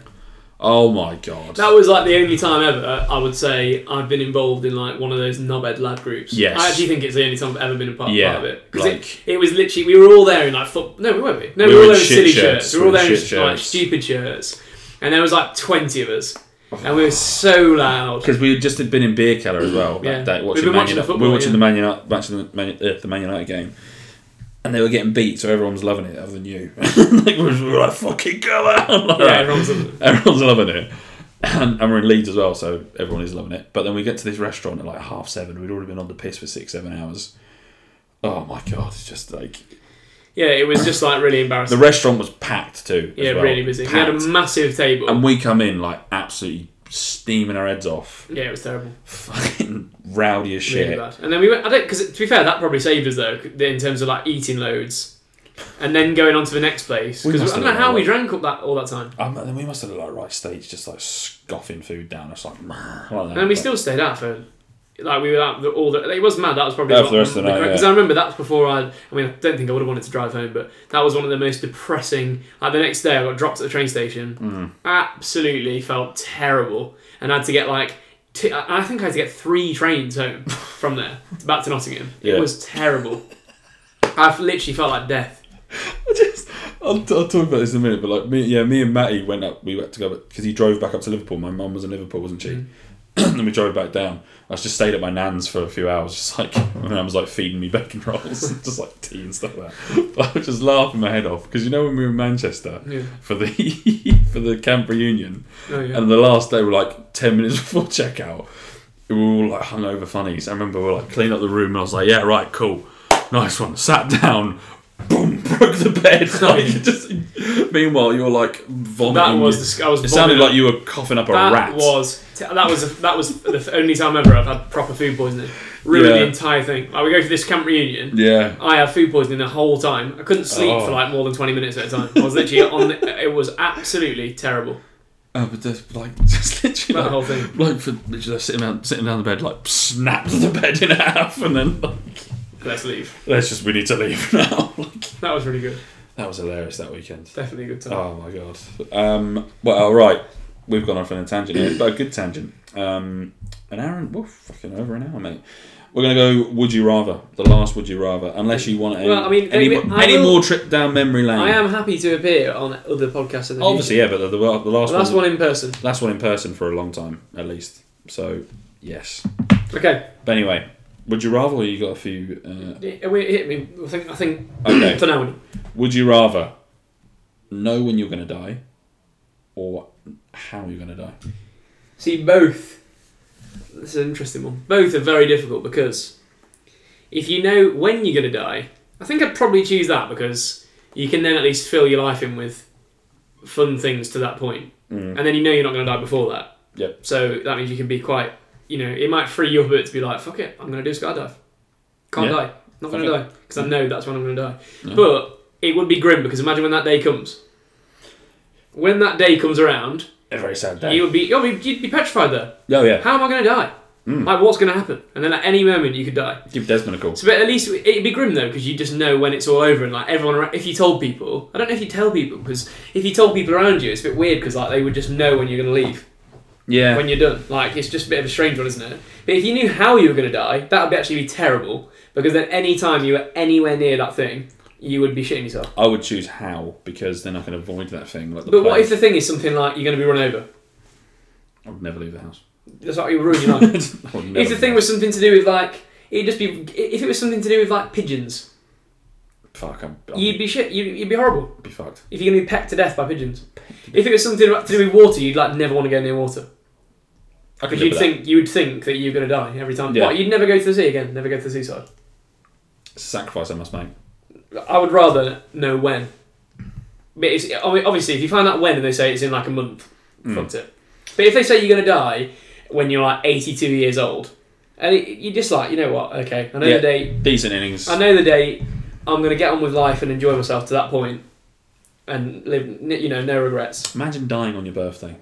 Speaker 4: Oh my god.
Speaker 5: That was like the only time ever I would say I've been involved in like one of those knobhead lad groups.
Speaker 4: Yes.
Speaker 5: I actually think it's the only time I've ever been a part,
Speaker 4: Yeah,
Speaker 5: part of it. 'Cause
Speaker 4: like-
Speaker 5: it, it was literally we were all there in like foot. No, we weren't. We? No,
Speaker 4: We
Speaker 5: we were
Speaker 4: were
Speaker 5: all
Speaker 4: in
Speaker 5: there in
Speaker 4: shit
Speaker 5: silly
Speaker 4: shirts.
Speaker 5: shirts. We were all
Speaker 4: We were
Speaker 5: there in
Speaker 4: in
Speaker 5: like
Speaker 4: shit shirts.
Speaker 5: stupid shirts, and there was like twenty of us, and we were so loud.
Speaker 4: Oh. Because we had just had been in beer cellar as well that
Speaker 5: Yeah.
Speaker 4: day,
Speaker 5: We've
Speaker 4: watching
Speaker 5: been
Speaker 4: Man
Speaker 5: watching the
Speaker 4: United.
Speaker 5: football,
Speaker 4: we were watching
Speaker 5: yeah.
Speaker 4: the Man United, watching the Man, uh, the Man United game, and they were getting beat, so everyone was loving it other than you. like, we were like, "Fucking go on!" Like,
Speaker 5: Yeah, everyone's loving
Speaker 4: it. everyone's loving it. And, and we're in Leeds as well, so everyone is loving it. But then we get to this restaurant at like half seven. We'd already been on the piss for six, seven hours. Oh my god! It's just like
Speaker 5: Yeah, it was just like really
Speaker 4: the
Speaker 5: embarrassing.
Speaker 4: restaurant was packed too. as
Speaker 5: yeah,
Speaker 4: well.
Speaker 5: really busy. We had a
Speaker 4: Packed.
Speaker 5: massive table.
Speaker 4: and we come in like absolutely steaming our heads off,
Speaker 5: yeah, it was terrible.
Speaker 4: fucking rowdy as shit.
Speaker 5: Really bad. And then we went. I don't because to be fair, that probably saved us though in terms of like eating loads, and then going on to the next place
Speaker 4: We
Speaker 5: because
Speaker 4: must
Speaker 5: I don't
Speaker 4: have
Speaker 5: know how
Speaker 4: done
Speaker 5: we
Speaker 4: that.
Speaker 5: drank up that all that time.
Speaker 4: Um, and then we must have looked like right stage, just like scoffing food down. It's like, like that.
Speaker 5: And then we still stayed out for like we were out the, all the it was mad. That was probably
Speaker 4: Yeah, for the rest of the night,
Speaker 5: because
Speaker 4: yeah.
Speaker 5: I remember that's before I. I mean, I don't think I would have wanted to drive home, but that was one of the most depressing. Like the next day, I got dropped at the train station.
Speaker 4: Hmm.
Speaker 5: Absolutely felt terrible, and I had to get like. T- I I think I had to get three trains home from there back to Nottingham.
Speaker 4: Yeah.
Speaker 5: It was terrible. I literally felt like death.
Speaker 4: I just, I'll, I'll talk about this in a
Speaker 5: Mm.
Speaker 4: minute, but like me, yeah, me and Matty went up. We went to go because he drove back up to Liverpool. My mum was in Liverpool, wasn't she? then we drove back down. I just stayed at my nan's for a few hours, just like my nan was like feeding me bacon rolls and just like tea and stuff like that. But I was just laughing my head off because you know when we were in Manchester
Speaker 5: Yeah.
Speaker 4: for the for the camp reunion,
Speaker 5: Oh, yeah.
Speaker 4: and the last day were like ten minutes before checkout. We were all like hungover funnies. I remember we were like cleaning up the room and I was like, yeah, right, cool, nice one. Sat down. Boom! Broke the bed. Like, just. Meanwhile, you're like vomiting.
Speaker 5: That was
Speaker 4: your-
Speaker 5: dis- I was
Speaker 4: It sounded
Speaker 5: vomiting.
Speaker 4: like you were coughing up a
Speaker 5: That
Speaker 4: rat.
Speaker 5: was that was that was the only time ever I've had proper food poisoning. Ruined
Speaker 4: Yeah.
Speaker 5: the entire thing. Like we go for this camp reunion.
Speaker 4: Yeah.
Speaker 5: I had food poisoning the whole time. I couldn't sleep
Speaker 4: Oh.
Speaker 5: for like more than twenty minutes at a time. I was literally on. The, it was absolutely terrible.
Speaker 4: Oh, but just like just literally
Speaker 5: That
Speaker 4: like,
Speaker 5: whole thing.
Speaker 4: like for literally just sitting down, sitting down the bed, like snapped the bed in half, and then like,
Speaker 5: Let's leave.
Speaker 4: let's just we need to leave now. Like,
Speaker 5: That was really good.
Speaker 4: that was hilarious that weekend.
Speaker 5: Definitely a good time.
Speaker 4: Oh my god. Um. Well, right, we've gone off on a tangent here, but a good tangent. Um. An hour and woof, fucking over an hour, mate. We're gonna go. Would you rather? The last would you rather? Unless you want any,
Speaker 5: Well, I mean,
Speaker 4: any,
Speaker 5: I-
Speaker 4: mo-
Speaker 5: I
Speaker 4: any
Speaker 5: will-
Speaker 4: more trip down memory lane.
Speaker 5: I am happy to appear on other podcasts. In the
Speaker 4: Oh, obviously, yeah, but the, the, the last
Speaker 5: future. last
Speaker 4: one,
Speaker 5: one in person.
Speaker 4: last one in person for a long time at least. So yes.
Speaker 5: Okay,
Speaker 4: But anyway, would you rather? Or you got a few. Uh,
Speaker 5: Yeah, we- hit me. I think. I think.
Speaker 4: Okay.
Speaker 5: For now,
Speaker 4: would you rather know when you're going to die, or how you're going to die?
Speaker 5: See, both. This is an interesting one. Both are very difficult because if you know when you're going to die, I think I'd probably choose that because you can then at least fill your life in with fun things to that point. And then you know you're not going to die before that.
Speaker 4: Mm. Yep.
Speaker 5: So that means you can be quite, you know, it might free you up a bit to be like, fuck it, I'm going to do skydive. Can't
Speaker 4: Yeah.
Speaker 5: die. Not going to
Speaker 4: Okay.
Speaker 5: 'Cause die because I know that's when I'm going to die. But it would be grim because imagine when that day comes. When that day comes around,
Speaker 4: A very sad
Speaker 5: you would be, you'd be, you'd be petrified there
Speaker 4: Oh yeah. Hmm.
Speaker 5: how am I going to die? Like, what's going to happen? And then at any moment, you could die.
Speaker 4: Give Desmond a call.
Speaker 5: So, but at least it'd be grim though, because you just know when it's all over, and like everyone, around, if you told people, I don't know if you tell people, because if you told people around you, it's a bit weird, because like they would just know when you're going to leave,
Speaker 4: Yeah.
Speaker 5: when you're done. Like, it's just a bit of a strange one, isn't it? But if you knew how you were going to die, that would actually be terrible, because then any time you were anywhere near that thing, you would be shitting yourself.
Speaker 4: I would choose how because then I can avoid that thing. Like the
Speaker 5: But what
Speaker 4: plague.
Speaker 5: if the thing is something like you're going to be run over?
Speaker 4: I would never leave the house.
Speaker 5: That's like you ruin your life.
Speaker 4: I would never
Speaker 5: if the thing was something to do with like, it'd just be if it was something to do with like pigeons.
Speaker 4: fuck, I'm, I'd
Speaker 5: You'd
Speaker 4: be,
Speaker 5: be shit. You'd, you'd be horrible
Speaker 4: fucked.
Speaker 5: if you're gonna be pecked to death by pigeons. If it was something to do with water, you'd like never want to go near water
Speaker 4: I could
Speaker 5: because
Speaker 4: live
Speaker 5: you'd
Speaker 4: with
Speaker 5: think you'd think that you're gonna die every time.
Speaker 4: Yeah.
Speaker 5: What, you'd never go to the sea again. Never go to the seaside.
Speaker 4: that. sacrifice I must make.
Speaker 5: I would rather know when. But it's, I mean, obviously, if you find out when and they say it's in like a month,
Speaker 4: Hmm.
Speaker 5: fucked it. But if they say you're gonna die when you're like 82 years old, and it, you just like you know what? Okay, I know
Speaker 4: Yeah.
Speaker 5: the day.
Speaker 4: Decent innings.
Speaker 5: I know the day. I'm gonna get on with life and enjoy myself to that point, and live. You know, no regrets.
Speaker 4: Imagine dying on your birthday,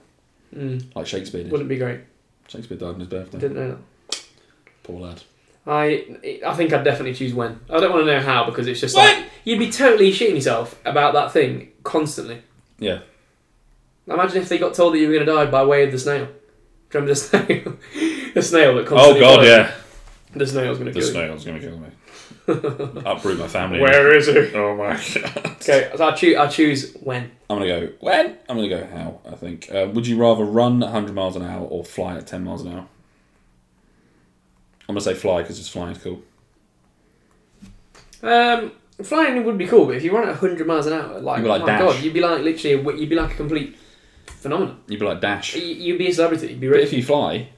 Speaker 5: Mm,
Speaker 4: like Shakespeare did.
Speaker 5: wouldn't be great.
Speaker 4: Shakespeare died on his birthday.
Speaker 5: Didn't know that.
Speaker 4: Poor lad.
Speaker 5: I I think I'd definitely choose when. I don't want to know how because it's just like you'd be totally shitting yourself about that thing constantly.
Speaker 4: Yeah.
Speaker 5: Imagine if they got told that you were going to die by way of the snail. Do you remember the snail? the snail that
Speaker 4: Oh
Speaker 5: constantly.
Speaker 4: god,
Speaker 5: died.
Speaker 4: yeah.
Speaker 5: The snail's going to
Speaker 4: The
Speaker 5: kill you.
Speaker 4: snail's gonna kill me. Uproot my family.
Speaker 5: Where is it?
Speaker 4: Oh my god.
Speaker 5: Okay, so I choose. I choose when.
Speaker 4: I'm gonna go when? I'm gonna go how? I think. Uh, would you rather run 100 miles an hour or fly at 10 miles an hour? I'm gonna say fly because just flying is cool.
Speaker 5: Um, flying would be cool, but if you run at 100 miles an hour, like,
Speaker 4: You'd be like
Speaker 5: my
Speaker 4: Dash.
Speaker 5: god, you'd be like literally, a wi- you'd be like a complete phenomenon.
Speaker 4: You'd be like dash.
Speaker 5: You- You'd be a celebrity. You'd be
Speaker 4: But
Speaker 5: rich.
Speaker 4: if you fly,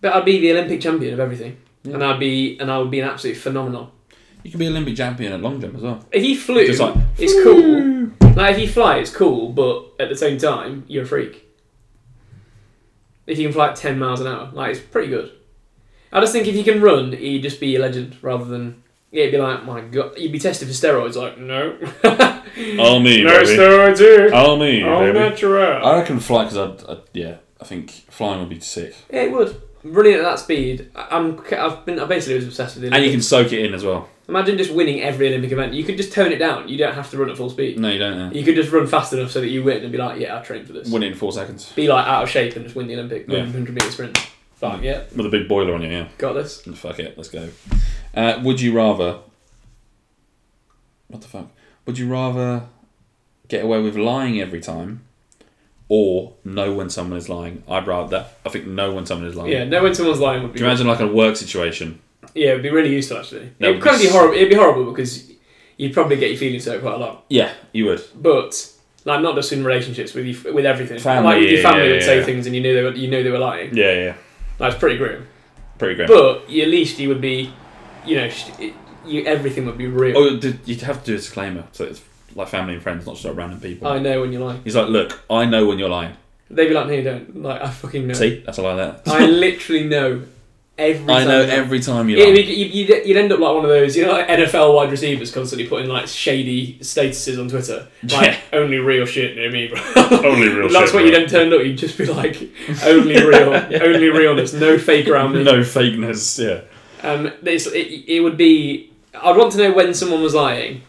Speaker 5: But I'd be the Olympic champion of everything, and I'd be and I would be an absolute phenomenon.
Speaker 4: you can be Olympic champion at long jump as well.
Speaker 5: If you flew,
Speaker 4: Just like,
Speaker 5: it's cool. Like if you fly, it's cool, but at the same time, you're a freak. If you can fly at ten miles an hour, like it's pretty good. I just think if you can run, you'd just be a legend rather than yeah, it'd be like my god, you'd be tested for steroids. Like no,
Speaker 4: All me,
Speaker 5: no steroids here.
Speaker 4: All me,
Speaker 5: All natural.
Speaker 4: I reckon fly because I'd, I'd. Yeah, I think flying would be sick.
Speaker 5: Yeah, it would. Running at that speed, I- I'm. I've been. I basically was obsessed with it.
Speaker 4: And you can soak it in as well.
Speaker 5: Imagine just winning every Olympic event. You could just tone it down. You don't have to run at full speed.
Speaker 4: No, you don't. Uh,
Speaker 5: You could just run fast enough so that you win and be like, yeah, I trained for this.
Speaker 4: win it in four seconds
Speaker 5: Be like out of shape and just win the Olympic, win
Speaker 4: Yeah. Mm.
Speaker 5: 100 meter sprint. Like, yeah,
Speaker 4: with a big boiler on you. Yeah.
Speaker 5: got this.
Speaker 4: Fuck it, let's go. Uh, would you rather? What the fuck? Would you rather get away with lying every time, or know when someone is lying. I'd rather that. I think know when someone is lying.
Speaker 5: Yeah, know when someone's lying would be.
Speaker 4: Do you imagine like a work situation?
Speaker 5: Yeah, it'd be really useful actually.
Speaker 4: That would
Speaker 5: it'd
Speaker 4: be
Speaker 5: kind of be
Speaker 4: s-
Speaker 5: horrible. It'd be horrible because you'd probably get your feelings hurt quite a lot.
Speaker 4: Yeah, you would.
Speaker 5: But like not just in relationships with you, with everything.
Speaker 4: Family,
Speaker 5: like with your
Speaker 4: yeah,
Speaker 5: family
Speaker 4: yeah,
Speaker 5: would say
Speaker 4: yeah.
Speaker 5: things and you knew they were, you knew they were lying.
Speaker 4: Yeah, yeah.
Speaker 5: That's pretty grim.
Speaker 4: Pretty grim.
Speaker 5: But you- at least you would be, you know, sh- it, you everything would be real.
Speaker 4: oh, did- you'd have to do a disclaimer. So it's like family and friends, not just like random people.
Speaker 5: I know when you're lying.
Speaker 4: He's like, look, I know when you're lying.
Speaker 5: They'd be like, no, you don't. Like I fucking know.
Speaker 4: See, that's a lie there.
Speaker 5: I literally know every.
Speaker 4: I
Speaker 5: time
Speaker 4: know
Speaker 5: you're-
Speaker 4: every time you
Speaker 5: Yeah,
Speaker 4: lie.
Speaker 5: you'd, you'd, you'd- you'd end up like one of those, you know, like NFL wide receivers constantly putting like shady statuses on Twitter, like
Speaker 4: Yeah.
Speaker 5: only real shit near me, bro.
Speaker 4: Only real
Speaker 5: That's
Speaker 4: shit,
Speaker 5: what
Speaker 4: bro.
Speaker 5: you'd then turn up. You'd just be like, only real, only realness, no fake around me.
Speaker 4: No fakeness. Yeah.
Speaker 5: Um, it's, it, it would be. I'd want to know when someone was lying.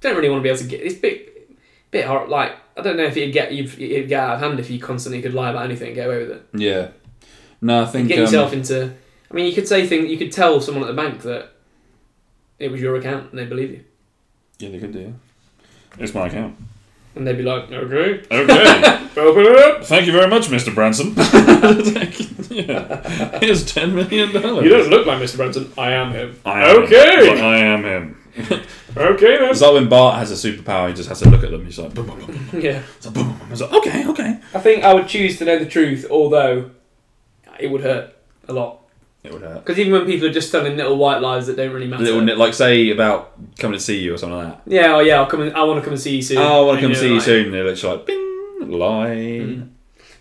Speaker 5: Don't really want to be able to get. It's a bit, bit hard. Like I don't know if you'd get you'd, you'd get out of hand if you constantly could lie about anything and get away with it.
Speaker 4: Yeah. No, I think
Speaker 5: Get
Speaker 4: um,
Speaker 5: yourself into. I mean, you could say things. You could tell someone at the bank that it was your account, and they believe you,
Speaker 4: Yeah, they could do. yeah. It's my account.
Speaker 5: and they'd be like, "Okay,
Speaker 4: Okay.
Speaker 5: open it up."
Speaker 4: Thank you very much, Mr. Branson. yeah. Here's ten million dollars.
Speaker 5: You don't look like Mr. Branson. I am him.
Speaker 4: I am
Speaker 5: Okay.
Speaker 4: Him. I am him.
Speaker 5: Okay then.
Speaker 4: It's like when Bart has a superpower, he just has to look at them. He's like, boom, boom, boom, boom.
Speaker 5: Yeah,
Speaker 4: It's like, boom, boom, boom. It's like, okay, okay.
Speaker 5: I think I would choose to know the truth, although it would hurt a lot.
Speaker 4: It would hurt.
Speaker 5: Because even when people are just telling little white lies that don't really matter.
Speaker 4: Little, nit- like, say about coming to see you or something like that.
Speaker 5: Yeah, oh yeah, I'll come. And, I want to come and see you soon.
Speaker 4: Oh, I want to come see you
Speaker 5: like- Mm-hmm.
Speaker 4: soon. They're literally like, bing, lie.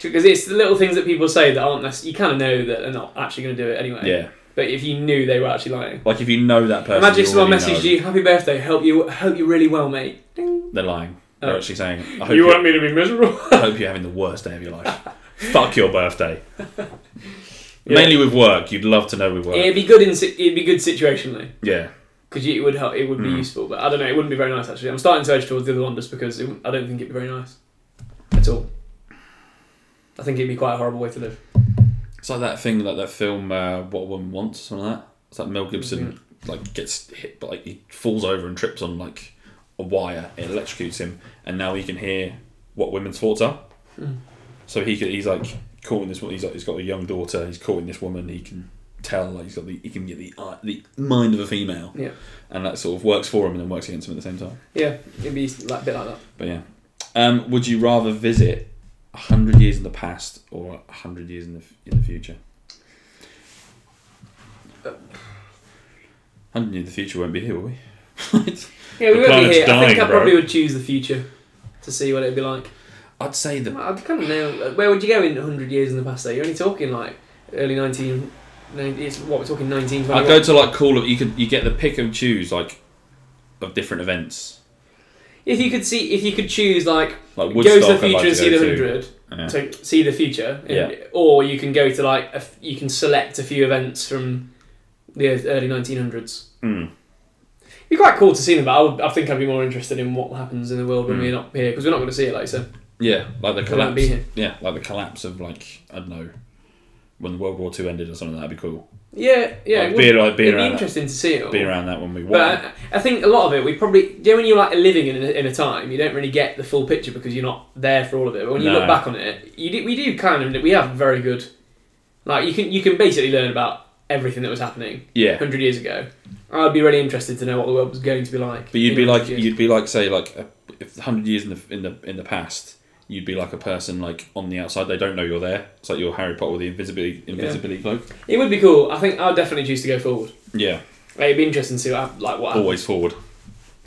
Speaker 5: Because it's the little things that people say that aren't necessarily. You kind of know that they're not actually going to do it anyway.
Speaker 4: Yeah.
Speaker 5: But if you knew they were actually lying,
Speaker 4: Like, if you know that person,
Speaker 5: imagine
Speaker 4: you
Speaker 5: if someone
Speaker 4: already
Speaker 5: messaged
Speaker 4: know
Speaker 5: you, "Happy birthday, hope you hope you're really well, mate." Ding.
Speaker 4: They're lying. They're
Speaker 5: Oh.
Speaker 4: actually saying, I hope, you
Speaker 5: me to be miserable?
Speaker 4: I hope you're having the worst day of your life. Fuck your birthday. Mainly with work. You'd love to know with work.
Speaker 5: it'd be good in si- it'd be good situationally
Speaker 4: yeah.
Speaker 5: because it would help. It would be
Speaker 4: Hmm.
Speaker 5: useful, but I don't know. It wouldn't be very nice actually. I'm starting to edge towards the other one just because it, wouldn't- I don't think it'd be very nice at all. I think it'd be quite a horrible way to live.
Speaker 4: It's like that thing, like that film, uh, What a Woman Wants, or something like that. It's like Mel Gibson, like gets hit, but like he falls over and trips on like a wire. It electrocutes him, and now he can hear what women's thoughts are. Mm. So he could, he's like courting this. wo- He's like he's got a young daughter. He's courting this woman. He can tell like he's got the he can get the eye- the mind of a female,
Speaker 5: Yeah,
Speaker 4: and that sort of works for him and then works against him at the same time.
Speaker 5: yeah, it'd be like a bit like that.
Speaker 4: But yeah, um, would you rather visit hundred years in the past or hundred years in the f- in the future? Hundred years in the future won't be here, will we?
Speaker 5: Yeah,
Speaker 4: The
Speaker 5: we won't be
Speaker 4: planet's
Speaker 5: here. I think
Speaker 4: dying,
Speaker 5: I
Speaker 4: bro.
Speaker 5: probably would choose the future to see what it'd be like.
Speaker 4: I'd say the
Speaker 5: I'd kind of know. Where would you go in 100 years in the past, though? You're only talking like early 19. no, It's what we're talking 19.
Speaker 4: I'd go to like call of you could you get the pick and choose like of different events
Speaker 5: if you could see, if you could choose, like,
Speaker 4: like
Speaker 5: go
Speaker 4: Woodstock.
Speaker 5: to the
Speaker 4: I'd
Speaker 5: future
Speaker 4: like
Speaker 5: and see the
Speaker 4: go to.
Speaker 5: 100
Speaker 4: Yeah.
Speaker 5: to see the future, and-
Speaker 4: Yeah.
Speaker 5: or you can go to like a f you can select a few events from the ear- early 1900s.
Speaker 4: Mm.
Speaker 5: It'd be quite cool to see them, but I, would, I think I'd be more interested in what happens in the world when
Speaker 4: Mm.
Speaker 5: we're not here because we're not going to see it like so.
Speaker 4: Yeah, like the
Speaker 5: They won't
Speaker 4: collapse.
Speaker 5: be here.
Speaker 4: Yeah, like the collapse of like I don't know when World War Two ended or something. That'd be cool.
Speaker 5: Yeah, yeah.
Speaker 4: Like,
Speaker 5: it would-
Speaker 4: being- like, being
Speaker 5: it'd be
Speaker 4: around that.
Speaker 5: interesting to see it. all.
Speaker 4: Be around that when we
Speaker 5: But
Speaker 4: want.
Speaker 5: I, I think a lot of it, we probably, you know, when you're like living in a, in a time, you don't really get the full picture because you're not there for all of it. But when you
Speaker 4: No.
Speaker 5: look back on it, you do, we do kind of, we have very good, like you can you can basically learn about everything that was happening
Speaker 4: Yeah,
Speaker 5: 100 years ago. I'd be really interested to know what the world was going to be like.
Speaker 4: But you'd
Speaker 5: in
Speaker 4: be
Speaker 5: 100
Speaker 4: like
Speaker 5: years.
Speaker 4: you'd be like say like a, if hundred years in the in the in the past, you'd be like a person like on the outside. They don't know you're there. It's like you're Harry Potter with the invisibility invisibility cloak.
Speaker 5: it would be cool. I think I'd definitely choose to go forward.
Speaker 4: Yeah,
Speaker 5: Like, it'd be interesting to see what hap- like what. happened.
Speaker 4: always forward.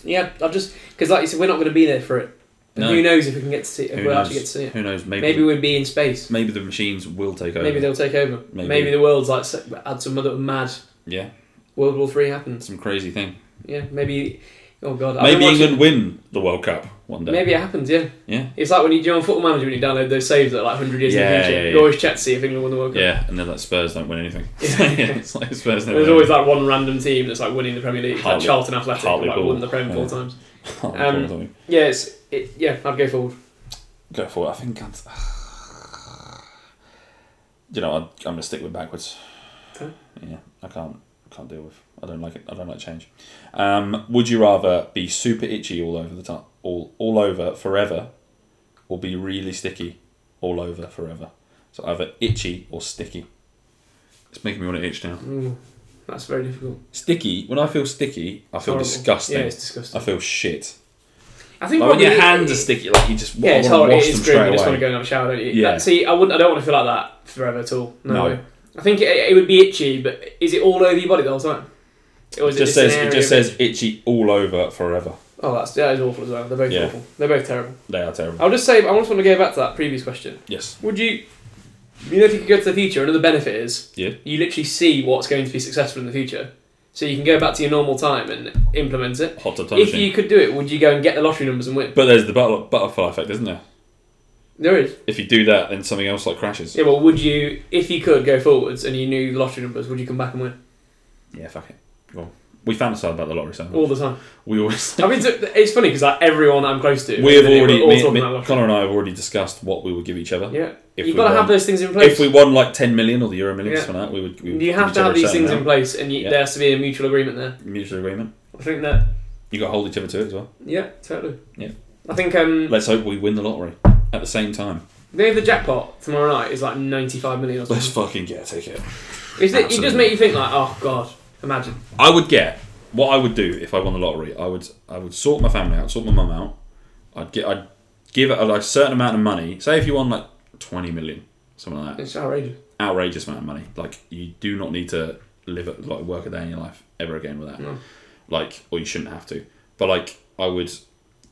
Speaker 5: Yeah, I just because like you said, we're not going to be there for it. And
Speaker 4: No.
Speaker 5: Who knows if we can get to see? If
Speaker 4: Who
Speaker 5: we'll
Speaker 4: knows?
Speaker 5: actually get to see it.
Speaker 4: Who knows? Maybe
Speaker 5: Maybe
Speaker 4: maybe,
Speaker 5: we'd be in space.
Speaker 4: the machines will take over.
Speaker 5: Maybe they'll take over.
Speaker 4: Maybe.
Speaker 5: Maybe, the world's like s- had some other mad
Speaker 4: yeah,
Speaker 5: World War Three happens.
Speaker 4: some crazy thing.
Speaker 5: Yeah, maybe. Oh god, I've been
Speaker 4: Maybe
Speaker 5: watching-
Speaker 4: England win the World Cup one day.
Speaker 5: Maybe it happens. Yeah,
Speaker 4: Yeah,
Speaker 5: it's like when you do on Football Manager when you download those saves that are like hundred years in
Speaker 4: Yeah,
Speaker 5: the future.
Speaker 4: yeah, yeah.
Speaker 5: You always check to see if England won the World Cup.
Speaker 4: yeah, and then like Spurs don't win anything.
Speaker 5: Yeah.
Speaker 4: yeah, it's like Spurs. Never
Speaker 5: There's
Speaker 4: win
Speaker 5: always that one random team that's like winning the Premier League, like
Speaker 4: Hartlepool.
Speaker 5: Charlton Athletic, like
Speaker 4: Hartlepool.
Speaker 5: won the Prem four
Speaker 4: Yeah.
Speaker 5: times.
Speaker 4: Oh,
Speaker 5: um,
Speaker 4: God, sorry.
Speaker 5: Yeah, it's it, yeah. I'd go forward.
Speaker 4: Go for it. I think. I'd... You know, I'd, I'm going to stick with backwards.
Speaker 5: Okay.
Speaker 4: Yeah, I can't. I can't deal with. I don't like it. I don't like change. Um, would you rather be super itchy all over the time, all all over forever, or be really sticky, all over forever. So either itchy or sticky. It's making me want to itch now.
Speaker 5: That's very difficult.
Speaker 4: Sticky. When I feel sticky, I feel
Speaker 5: Horrible.
Speaker 4: disgusting.
Speaker 5: Yeah, it's disgusting.
Speaker 4: I feel shit.
Speaker 5: I think
Speaker 4: Like when your
Speaker 5: probably-
Speaker 4: hands are sticky, like you just
Speaker 5: Yeah,
Speaker 4: want
Speaker 5: it's
Speaker 4: to
Speaker 5: hard.
Speaker 4: wash
Speaker 5: It is
Speaker 4: them
Speaker 5: grim. You
Speaker 4: straight
Speaker 5: just want
Speaker 4: away.
Speaker 5: to go and have a shower, don't you?
Speaker 4: Yeah.
Speaker 5: That- see, I wouldn't. I don't want to feel like that forever at all. No.
Speaker 4: No.
Speaker 5: I think it, it would be itchy, but is it all over your body the whole time? Or
Speaker 4: It
Speaker 5: is
Speaker 4: just
Speaker 5: an
Speaker 4: says it
Speaker 5: area
Speaker 4: just
Speaker 5: of
Speaker 4: says itchy all over forever.
Speaker 5: Oh, that's that is awful as well. They're both
Speaker 4: Yeah.
Speaker 5: awful. They're both terrible.
Speaker 4: They are terrible.
Speaker 5: I'll just say. I just want to go back to that previous question.
Speaker 4: Yes.
Speaker 5: Would you? You know, if you could go to the future, another benefit is
Speaker 4: Yeah.
Speaker 5: you literally see what's going to be successful in the future, so you can go back to your normal time and implement it.
Speaker 4: Hot tub time
Speaker 5: If
Speaker 4: machine.
Speaker 5: you could do it, would you go and get the lottery numbers and win?
Speaker 4: But there's the butter- butterfly effect, isn't there?
Speaker 5: There is.
Speaker 4: If you do that, then something else like crashes.
Speaker 5: Yeah, well, would you, if you could go forwards and you knew the lottery numbers, would you come back and win
Speaker 4: Yeah, fuck it. Well, we fantasise about the lottery, so
Speaker 5: all the time?
Speaker 4: we always.
Speaker 5: I mean, it's- it's funny because like everyone I'm close to,
Speaker 4: We have
Speaker 5: we're
Speaker 4: already.
Speaker 5: all
Speaker 4: Me,
Speaker 5: talking
Speaker 4: me,
Speaker 5: about lottery.
Speaker 4: Connor and I have already discussed what we would give each other.
Speaker 5: Yeah,
Speaker 4: If
Speaker 5: you've
Speaker 4: we
Speaker 5: got to have
Speaker 4: won.
Speaker 5: those things in place.
Speaker 4: If we won like ten million or the Euro Millions
Speaker 5: Yeah.
Speaker 4: for that, we would. We would
Speaker 5: you
Speaker 4: give
Speaker 5: have
Speaker 4: each
Speaker 5: to
Speaker 4: other
Speaker 5: have
Speaker 4: a
Speaker 5: these
Speaker 4: certain
Speaker 5: things in
Speaker 4: amount.
Speaker 5: place, and you,
Speaker 4: Yeah.
Speaker 5: there has to be a mutual agreement there.
Speaker 4: Mutual agreement.
Speaker 5: I think that,
Speaker 4: You got to hold each other to it as well.
Speaker 5: yeah, totally.
Speaker 4: Yeah.
Speaker 5: I think um,
Speaker 4: Let's hope we win the lottery at the same time.
Speaker 5: maybe the jackpot tomorrow night is like 95 million or
Speaker 4: Let's
Speaker 5: something.
Speaker 4: fucking get a ticket.
Speaker 5: Is it, it does
Speaker 4: absolutely.
Speaker 5: make you think like, oh god, imagine.
Speaker 4: I would get what I would do if I won the lottery. I would I would sort my family out, sort my mum out. I'd get I'd give it a, like, certain amount of money. Say if you won like twenty million, something like that,
Speaker 5: It's outrageous.
Speaker 4: outrageous amount of money. Like you do not need to live it like work a day in your life ever again with that.
Speaker 5: No.
Speaker 4: Like or you shouldn't have to. But like I would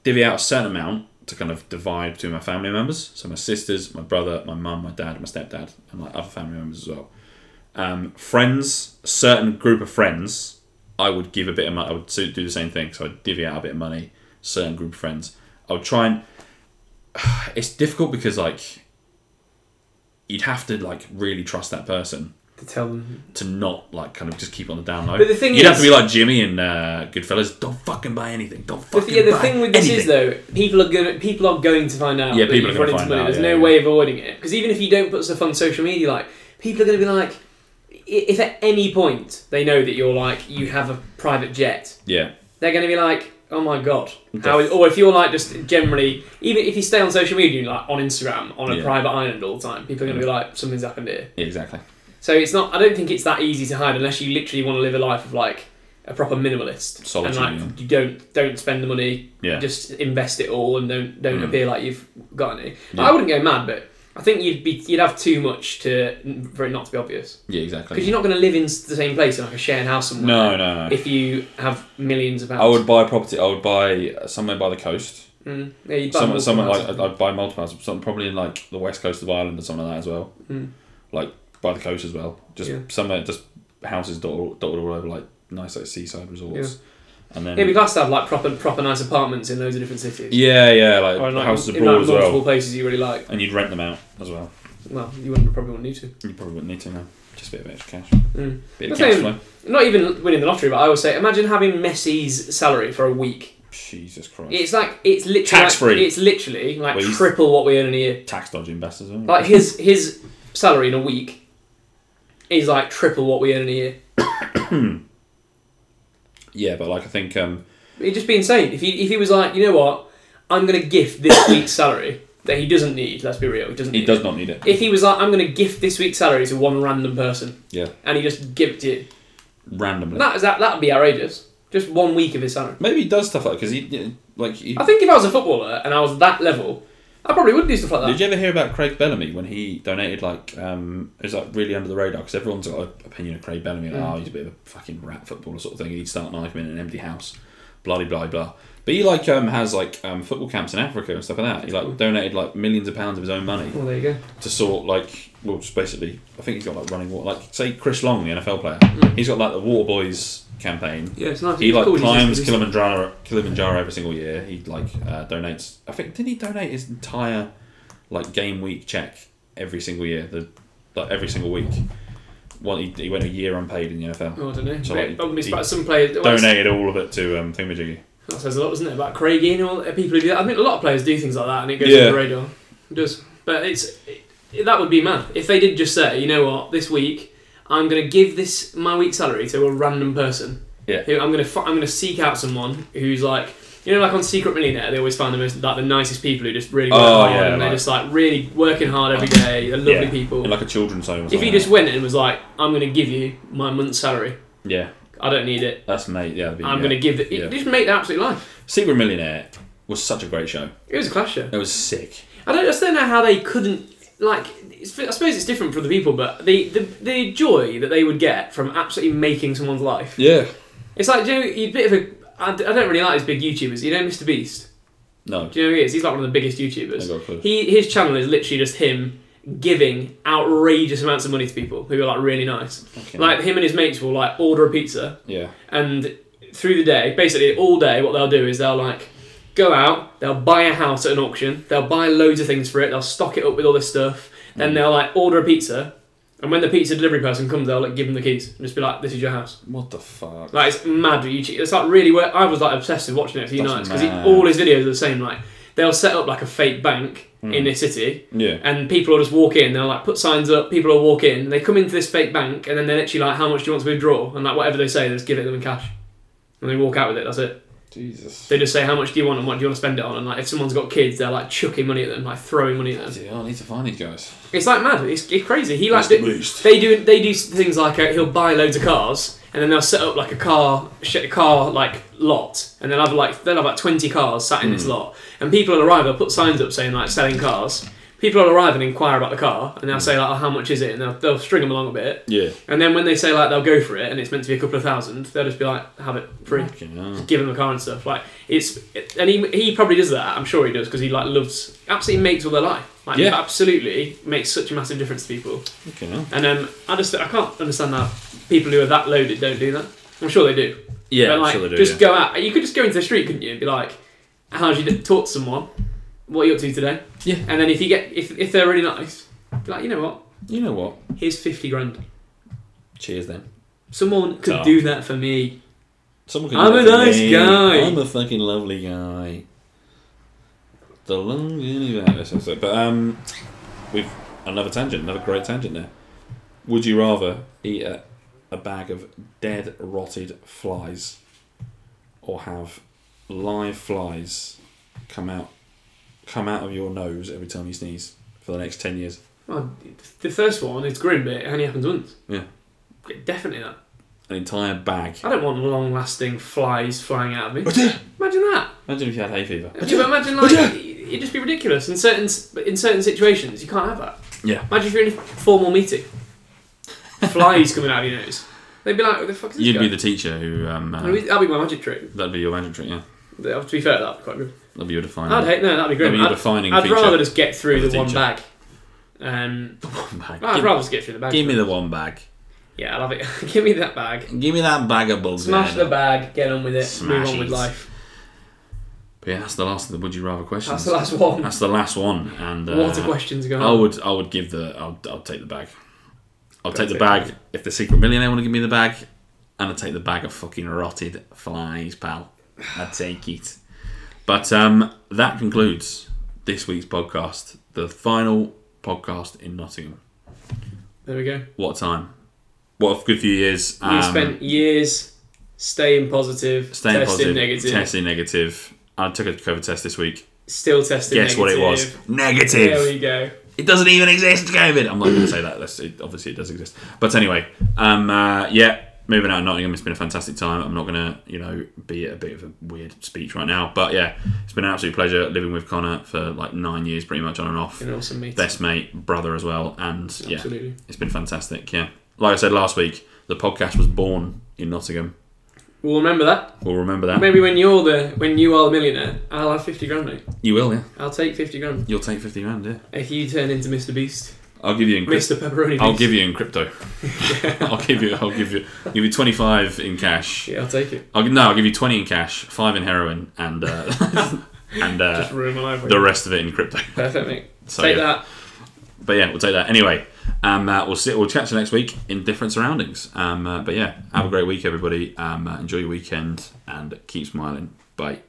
Speaker 4: divvy out a certain amount to kind of divide between my family members. So my sisters, my brother, my mum, my dad, my stepdad, and like other family members as well. Um, friends, a certain group of friends, I would give a bit of money. I would so- do the same thing. So I'd divvy out a bit of money. Certain group of friends, I would try and. It's difficult because like. You'd have to like really trust that person
Speaker 5: To tell them.
Speaker 4: to not like kind of just keep on the down low.
Speaker 5: But the thing
Speaker 4: you'd have
Speaker 5: is-
Speaker 4: to be like Jimmy and uh, Goodfellas. Don't fucking buy anything. Don't
Speaker 5: The,
Speaker 4: fucking.
Speaker 5: th- yeah, the
Speaker 4: buy
Speaker 5: thing with this
Speaker 4: anything.
Speaker 5: is though, people are going people are going to find out.
Speaker 4: Yeah,
Speaker 5: that
Speaker 4: people are
Speaker 5: you've
Speaker 4: gonna
Speaker 5: run into
Speaker 4: find
Speaker 5: money.
Speaker 4: out,
Speaker 5: There's
Speaker 4: yeah,
Speaker 5: no
Speaker 4: yeah.
Speaker 5: way of avoiding it because even if you don't put stuff on social media, like people are going to be like, i- if at any point they know that you're like you have a private jet,
Speaker 4: Yeah,
Speaker 5: they're going to be like, oh my god, how?
Speaker 4: Def-
Speaker 5: Is, or if you're like just generally, even if you stay on social media, you're, like on Instagram on a
Speaker 4: Yeah. Mm.
Speaker 5: private island all the time, people are going to be like, something's happened here.
Speaker 4: yeah, exactly.
Speaker 5: So it's not. I don't think it's that easy to hide unless you literally want to live a life of like a proper minimalist.
Speaker 4: Solitude,
Speaker 5: And
Speaker 4: yeah.
Speaker 5: like you don't don't spend the money.
Speaker 4: Yeah. Mm.
Speaker 5: Just invest it all and don't don't appear like you've got any.
Speaker 4: Yeah.
Speaker 5: I wouldn't go mad, but I think you'd be you'd have too much to for it not to be obvious
Speaker 4: Yeah, exactly.
Speaker 5: because you're not going to live in the same place in like a shared house somewhere.
Speaker 4: no, no, no.
Speaker 5: If you have millions of pounds,
Speaker 4: I would buy a property. I would buy uh, somewhere by the coast.
Speaker 5: Mm, yeah, you'd buy
Speaker 4: Some,
Speaker 5: multiple
Speaker 4: somewhere like
Speaker 5: houses.
Speaker 4: I'd, I'd buy multiple houses. Something probably in like the west coast of Ireland or something like that as well.
Speaker 5: Mm.
Speaker 4: Like by the coast as well. Just
Speaker 5: Yeah.
Speaker 4: somewhere, just houses dotted, dotted all over, like nice like seaside resorts. And then
Speaker 5: It'd be class to have like proper proper nice apartments in loads of different cities.
Speaker 4: yeah, yeah, like,
Speaker 5: Or in, like,
Speaker 4: houses
Speaker 5: in,
Speaker 4: abroad
Speaker 5: like,
Speaker 4: as
Speaker 5: multiple
Speaker 4: well.
Speaker 5: places you really like.
Speaker 4: And you'd rent them out as well.
Speaker 5: Well, you wouldn't probably wouldn't need to.
Speaker 4: You probably wouldn't need to now. Just a bit of extra cash.
Speaker 5: Mm.
Speaker 4: Bit of
Speaker 5: The
Speaker 4: cash
Speaker 5: thing-
Speaker 4: flow.
Speaker 5: Not even winning the lottery, but I would say, imagine having Messi's salary for a week.
Speaker 4: Jesus Christ.
Speaker 5: It's like it's literally
Speaker 4: Tax-free.
Speaker 5: like- It's literally like
Speaker 4: Well, he's-
Speaker 5: triple what we earn in a year.
Speaker 4: Tax dodging bastards. aren't they?
Speaker 5: Like his his salary in a week is like triple what we earn in a year.
Speaker 4: yeah, but like I think um,
Speaker 5: It'd just be insane if he if he was like, you know what, I'm gonna gift this week's salary that he doesn't need. Let's be real, he doesn't.
Speaker 4: he
Speaker 5: need
Speaker 4: does
Speaker 5: it.
Speaker 4: not need it.
Speaker 5: If he was like, I'm gonna gift this week's salary to one random person,
Speaker 4: Yeah,
Speaker 5: and he just gifted it,
Speaker 4: randomly.
Speaker 5: that is that that'd be outrageous. Just one week of his salary.
Speaker 4: Maybe he does stuff like because he like he,
Speaker 5: I think if I was a footballer and I was that level, I probably would do stuff like that.
Speaker 4: Did you ever hear about Craig Bellamy when he donated like um it was like really under the radar because everyone's got an opinion of Craig Bellamy like
Speaker 5: Mm.
Speaker 4: oh he's a bit of a fucking rat footballer sort of thing he'd start an argument in an empty house blah blah blah blah but he like um has like um football camps in Africa and stuff like that he
Speaker 5: Mm.
Speaker 4: like donated like millions of pounds of his own money
Speaker 5: Well, there you go.
Speaker 4: to sort like well just basically I think he's got like running water like say Chris Long the NFL player he's got like the Water Boys campaign
Speaker 5: Mm. Yeah, it's nice.
Speaker 4: he
Speaker 5: It's
Speaker 4: like
Speaker 5: cool, he's
Speaker 4: climbs
Speaker 5: just-
Speaker 4: Kilimanjaro, Kilimanjaro every single year. He like uh, donates. I think didn't he donate his entire like game week check every single year? The like every single week. One he, he went a year unpaid in the NFL.
Speaker 5: Oh, I don't know.
Speaker 4: So,
Speaker 5: But-
Speaker 4: like,
Speaker 5: but it's
Speaker 4: he
Speaker 5: about some players. well, it's-
Speaker 4: Donated all of it to um, Thingamajiggy.
Speaker 5: That says a lot, doesn't it? About Craigie and all people who do that. I think a lot of players do things like that, and it goes
Speaker 4: Yeah.
Speaker 5: under the radar. It does, but it's it, that would be mad if they did just say, you know what, this week I'm going to give this my week's salary to a random person.
Speaker 4: Yeah.
Speaker 5: Who I'm going to I'm going to seek out someone who's like You know, like on Secret Millionaire, they always find the most like the nicest people who just really
Speaker 4: Oh,
Speaker 5: work hard
Speaker 4: yeah,
Speaker 5: and they're
Speaker 4: like-
Speaker 5: just like really working hard every day. They're lovely
Speaker 4: Yeah.
Speaker 5: people.
Speaker 4: In like a children's home. Or
Speaker 5: if
Speaker 4: something.
Speaker 5: he just went and was like, "I'm going to give you my month's salary.
Speaker 4: yeah,
Speaker 5: I don't need it.
Speaker 4: that's mate. Yeah, that'd be-
Speaker 5: I'm
Speaker 4: yeah.
Speaker 5: going to give it."
Speaker 4: Yeah.
Speaker 5: Just make the absolute life.
Speaker 4: Secret Millionaire was such a great show.
Speaker 5: It was a clash show.
Speaker 4: It was sick.
Speaker 5: I don't. I just don't know how they couldn't. Like, it's, I suppose it's different for the people, but the, the the joy that they would get from absolutely making someone's life.
Speaker 4: Yeah.
Speaker 5: It's like, do you know, you bit of a. I, d- I don't really like these big YouTubers. You know, Mr. Beast.
Speaker 4: No.
Speaker 5: Do you know who he is? He's like one of the biggest
Speaker 4: I got a
Speaker 5: YouTubers.
Speaker 4: clue.
Speaker 5: He his channel is literally just him giving outrageous amounts of money to people who are like really nice.
Speaker 4: Fucking-
Speaker 5: Like him and his mates will like order a pizza
Speaker 4: Yeah.
Speaker 5: and through the day, basically all day, what they'll do is they'll like go out, they'll buy a house at an auction, they'll buy loads of things for it, they'll stock it up with all this stuff, then they'll like order a pizza, and when the pizza delivery person comes, they'll like give them the keys and just be like, "This is your house."
Speaker 4: What the fuck?
Speaker 5: Like it's mad. that You che- it's like really. Where I was like obsessed with watching it for few
Speaker 4: That's
Speaker 5: nights because
Speaker 4: mad.
Speaker 5: all his videos are the same. Like they'll set up like a fake bank in the city,
Speaker 4: Hmm. yeah.
Speaker 5: and people will just walk in. They'll like put signs up. People will walk in. They come into this fake bank, and then they're literally like, "How much do you want to withdraw?" And like whatever they say, they just give it them in cash, and they walk out with it. That's it.
Speaker 4: Jesus.
Speaker 5: They just say, "How much do you want?" and "What do you want to spend it on?" And like if someone's got kids, they're like chucking money at them, like throwing money at them.
Speaker 4: Dude, oh, I need to find these guys.
Speaker 5: It's like mad. It's, it's crazy. He like
Speaker 4: Mr.
Speaker 5: do-
Speaker 4: Beast.
Speaker 5: they do they do things like uh, he'll buy loads of cars and then they'll set up like a car sh- car like lot and they'll have like they'll have like twenty cars sat in
Speaker 4: Hmm.
Speaker 5: this lot and people will arrive. They'll put signs up saying like selling cars. People will arrive and inquire about the car and they'll say like oh, how much is it and they'll, they'll string them along a bit
Speaker 4: Hmm. Yeah.
Speaker 5: and then when they say like they'll go for it and it's meant to be a couple of thousand they'll just be like have it free
Speaker 4: Fucking hell.
Speaker 5: give him a car and stuff. Like it's and he he probably does that. I'm sure he does because he like loves absolutely makes all their life. Like
Speaker 4: Yeah.
Speaker 5: absolutely makes such a massive difference to people.
Speaker 4: Fucking hell.
Speaker 5: And um, I just I can't understand how people who are that loaded don't do that. I'm sure they do.
Speaker 4: Yeah,
Speaker 5: but, like,
Speaker 4: sure they do,
Speaker 5: just
Speaker 4: yeah.
Speaker 5: go out. You could just go into the street, couldn't you? And be like, how'd you do- talk to someone? What are you up to today?
Speaker 4: Yeah.
Speaker 5: And then if you get if if they're really nice, be like you know what?
Speaker 4: You know what?
Speaker 5: Here's fifty grand.
Speaker 4: Cheers then.
Speaker 5: Someone could
Speaker 4: Oh.
Speaker 5: do that for me.
Speaker 4: Someone can
Speaker 5: I'm
Speaker 4: do
Speaker 5: a
Speaker 4: that for
Speaker 5: nice
Speaker 4: me.
Speaker 5: guy.
Speaker 4: I'm a fucking lovely guy. The long universe. I said. But um, we've another tangent, another great tangent there. Would you rather eat a, a bag of dead, rotted flies, or have live flies come out come out of your nose every time you sneeze for the next ten years?
Speaker 5: Well, the first one is grim, but it only happens once.
Speaker 4: Yeah.
Speaker 5: Definitely that.
Speaker 4: An entire bag.
Speaker 5: I don't want long lasting flies flying out of me. Imagine that.
Speaker 4: Imagine if you had hay fever.
Speaker 5: You imagine like it'd just be ridiculous in certain in certain situations. You can't have that.
Speaker 4: Yeah.
Speaker 5: Imagine if you're in a formal meeting, flies coming out of your nose. They'd be like, "What the fuck is this
Speaker 4: You'd
Speaker 5: guy?"
Speaker 4: be the teacher who. Um, uh,
Speaker 5: That'd be my magic trick. uh,
Speaker 4: that'd be your magic trick, yeah.
Speaker 5: To be fair, that'd be quite good.
Speaker 4: That'd be your defining.
Speaker 5: I'd hate no. That'd be grim.
Speaker 4: Mm. That'd be your
Speaker 5: I'd,
Speaker 4: defining
Speaker 5: I'd
Speaker 4: feature.
Speaker 5: rather just get through
Speaker 4: of a
Speaker 5: the, one
Speaker 4: teacher.
Speaker 5: bag. Um,
Speaker 4: One bag.
Speaker 5: I'd
Speaker 4: give,
Speaker 5: rather just get through the bag.
Speaker 4: give me the one bag.
Speaker 5: yeah, I love it. give me that bag.
Speaker 4: Give me that bag of bullshit.
Speaker 5: Smash the bag. Get on with it. Move on
Speaker 4: Smashies.
Speaker 5: with life.
Speaker 4: But yeah, that's the last of the would you rather questions.
Speaker 5: That's the last one.
Speaker 4: That's the last one. And uh,
Speaker 5: What a question's going
Speaker 4: I
Speaker 5: on.
Speaker 4: would, I would give the, I'll, I'll take the bag. I'll take the bag if the secret millionaire want to give me the bag, and I'll take the bag of fucking rotted flies, pal. I take it. But um, that concludes this week's podcast, the final podcast in Nottingham.
Speaker 5: There we go.
Speaker 4: What a time? What a good few years.
Speaker 5: You spent years staying positive,
Speaker 4: Um, staying
Speaker 5: testing
Speaker 4: positive,
Speaker 5: negative,
Speaker 4: testing negative. I took a COVID test this week.
Speaker 5: still testing
Speaker 4: Guess
Speaker 5: negative.
Speaker 4: what it was? Negative.
Speaker 5: There we go.
Speaker 4: It doesn't even exist, COVID. I'm not going to say that. That's, it, obviously, it does exist. But anyway, um, uh, yeah, moving out of Nottingham, it's been a fantastic time. I'm not going to, you know, be a bit of a weird speech right now. But yeah, it's been an absolute pleasure living with Connor for like nine years, pretty much on and off.
Speaker 5: An awesome meeting.
Speaker 4: Best mate, brother as well. And yeah,
Speaker 5: Absolutely.
Speaker 4: it's been fantastic. Yeah. Like I said last week, the podcast was born in Nottingham.
Speaker 5: We'll remember that.
Speaker 4: We'll remember that.
Speaker 5: Maybe when you're the when you are the millionaire, I'll have fifty grand. Mate.
Speaker 4: You will, yeah.
Speaker 5: I'll take fifty grand
Speaker 4: You'll take 50 grand, yeah.
Speaker 5: if you turn into Mr. Beast,
Speaker 4: I'll give you in crypto.
Speaker 5: Mr. Pepperoni. Beast.
Speaker 4: I'll give you in crypto. I'll give you. I'll give you. I'll give you twenty five in cash.
Speaker 5: Yeah, I'll take it.
Speaker 4: I'll, no, I'll give you twenty in cash, five in heroin, and uh, and
Speaker 5: Just
Speaker 4: uh,
Speaker 5: ruin my life.
Speaker 4: the rest of it in crypto.
Speaker 5: Perfect, mate.
Speaker 4: So,
Speaker 5: take
Speaker 4: yeah.
Speaker 5: that.
Speaker 4: But yeah, we'll take that anyway. Um, uh, we'll sit. We'll catch you next week in different surroundings. Um, uh, but yeah, have a great week, everybody. Um, uh, enjoy your weekend and keep smiling. Bye.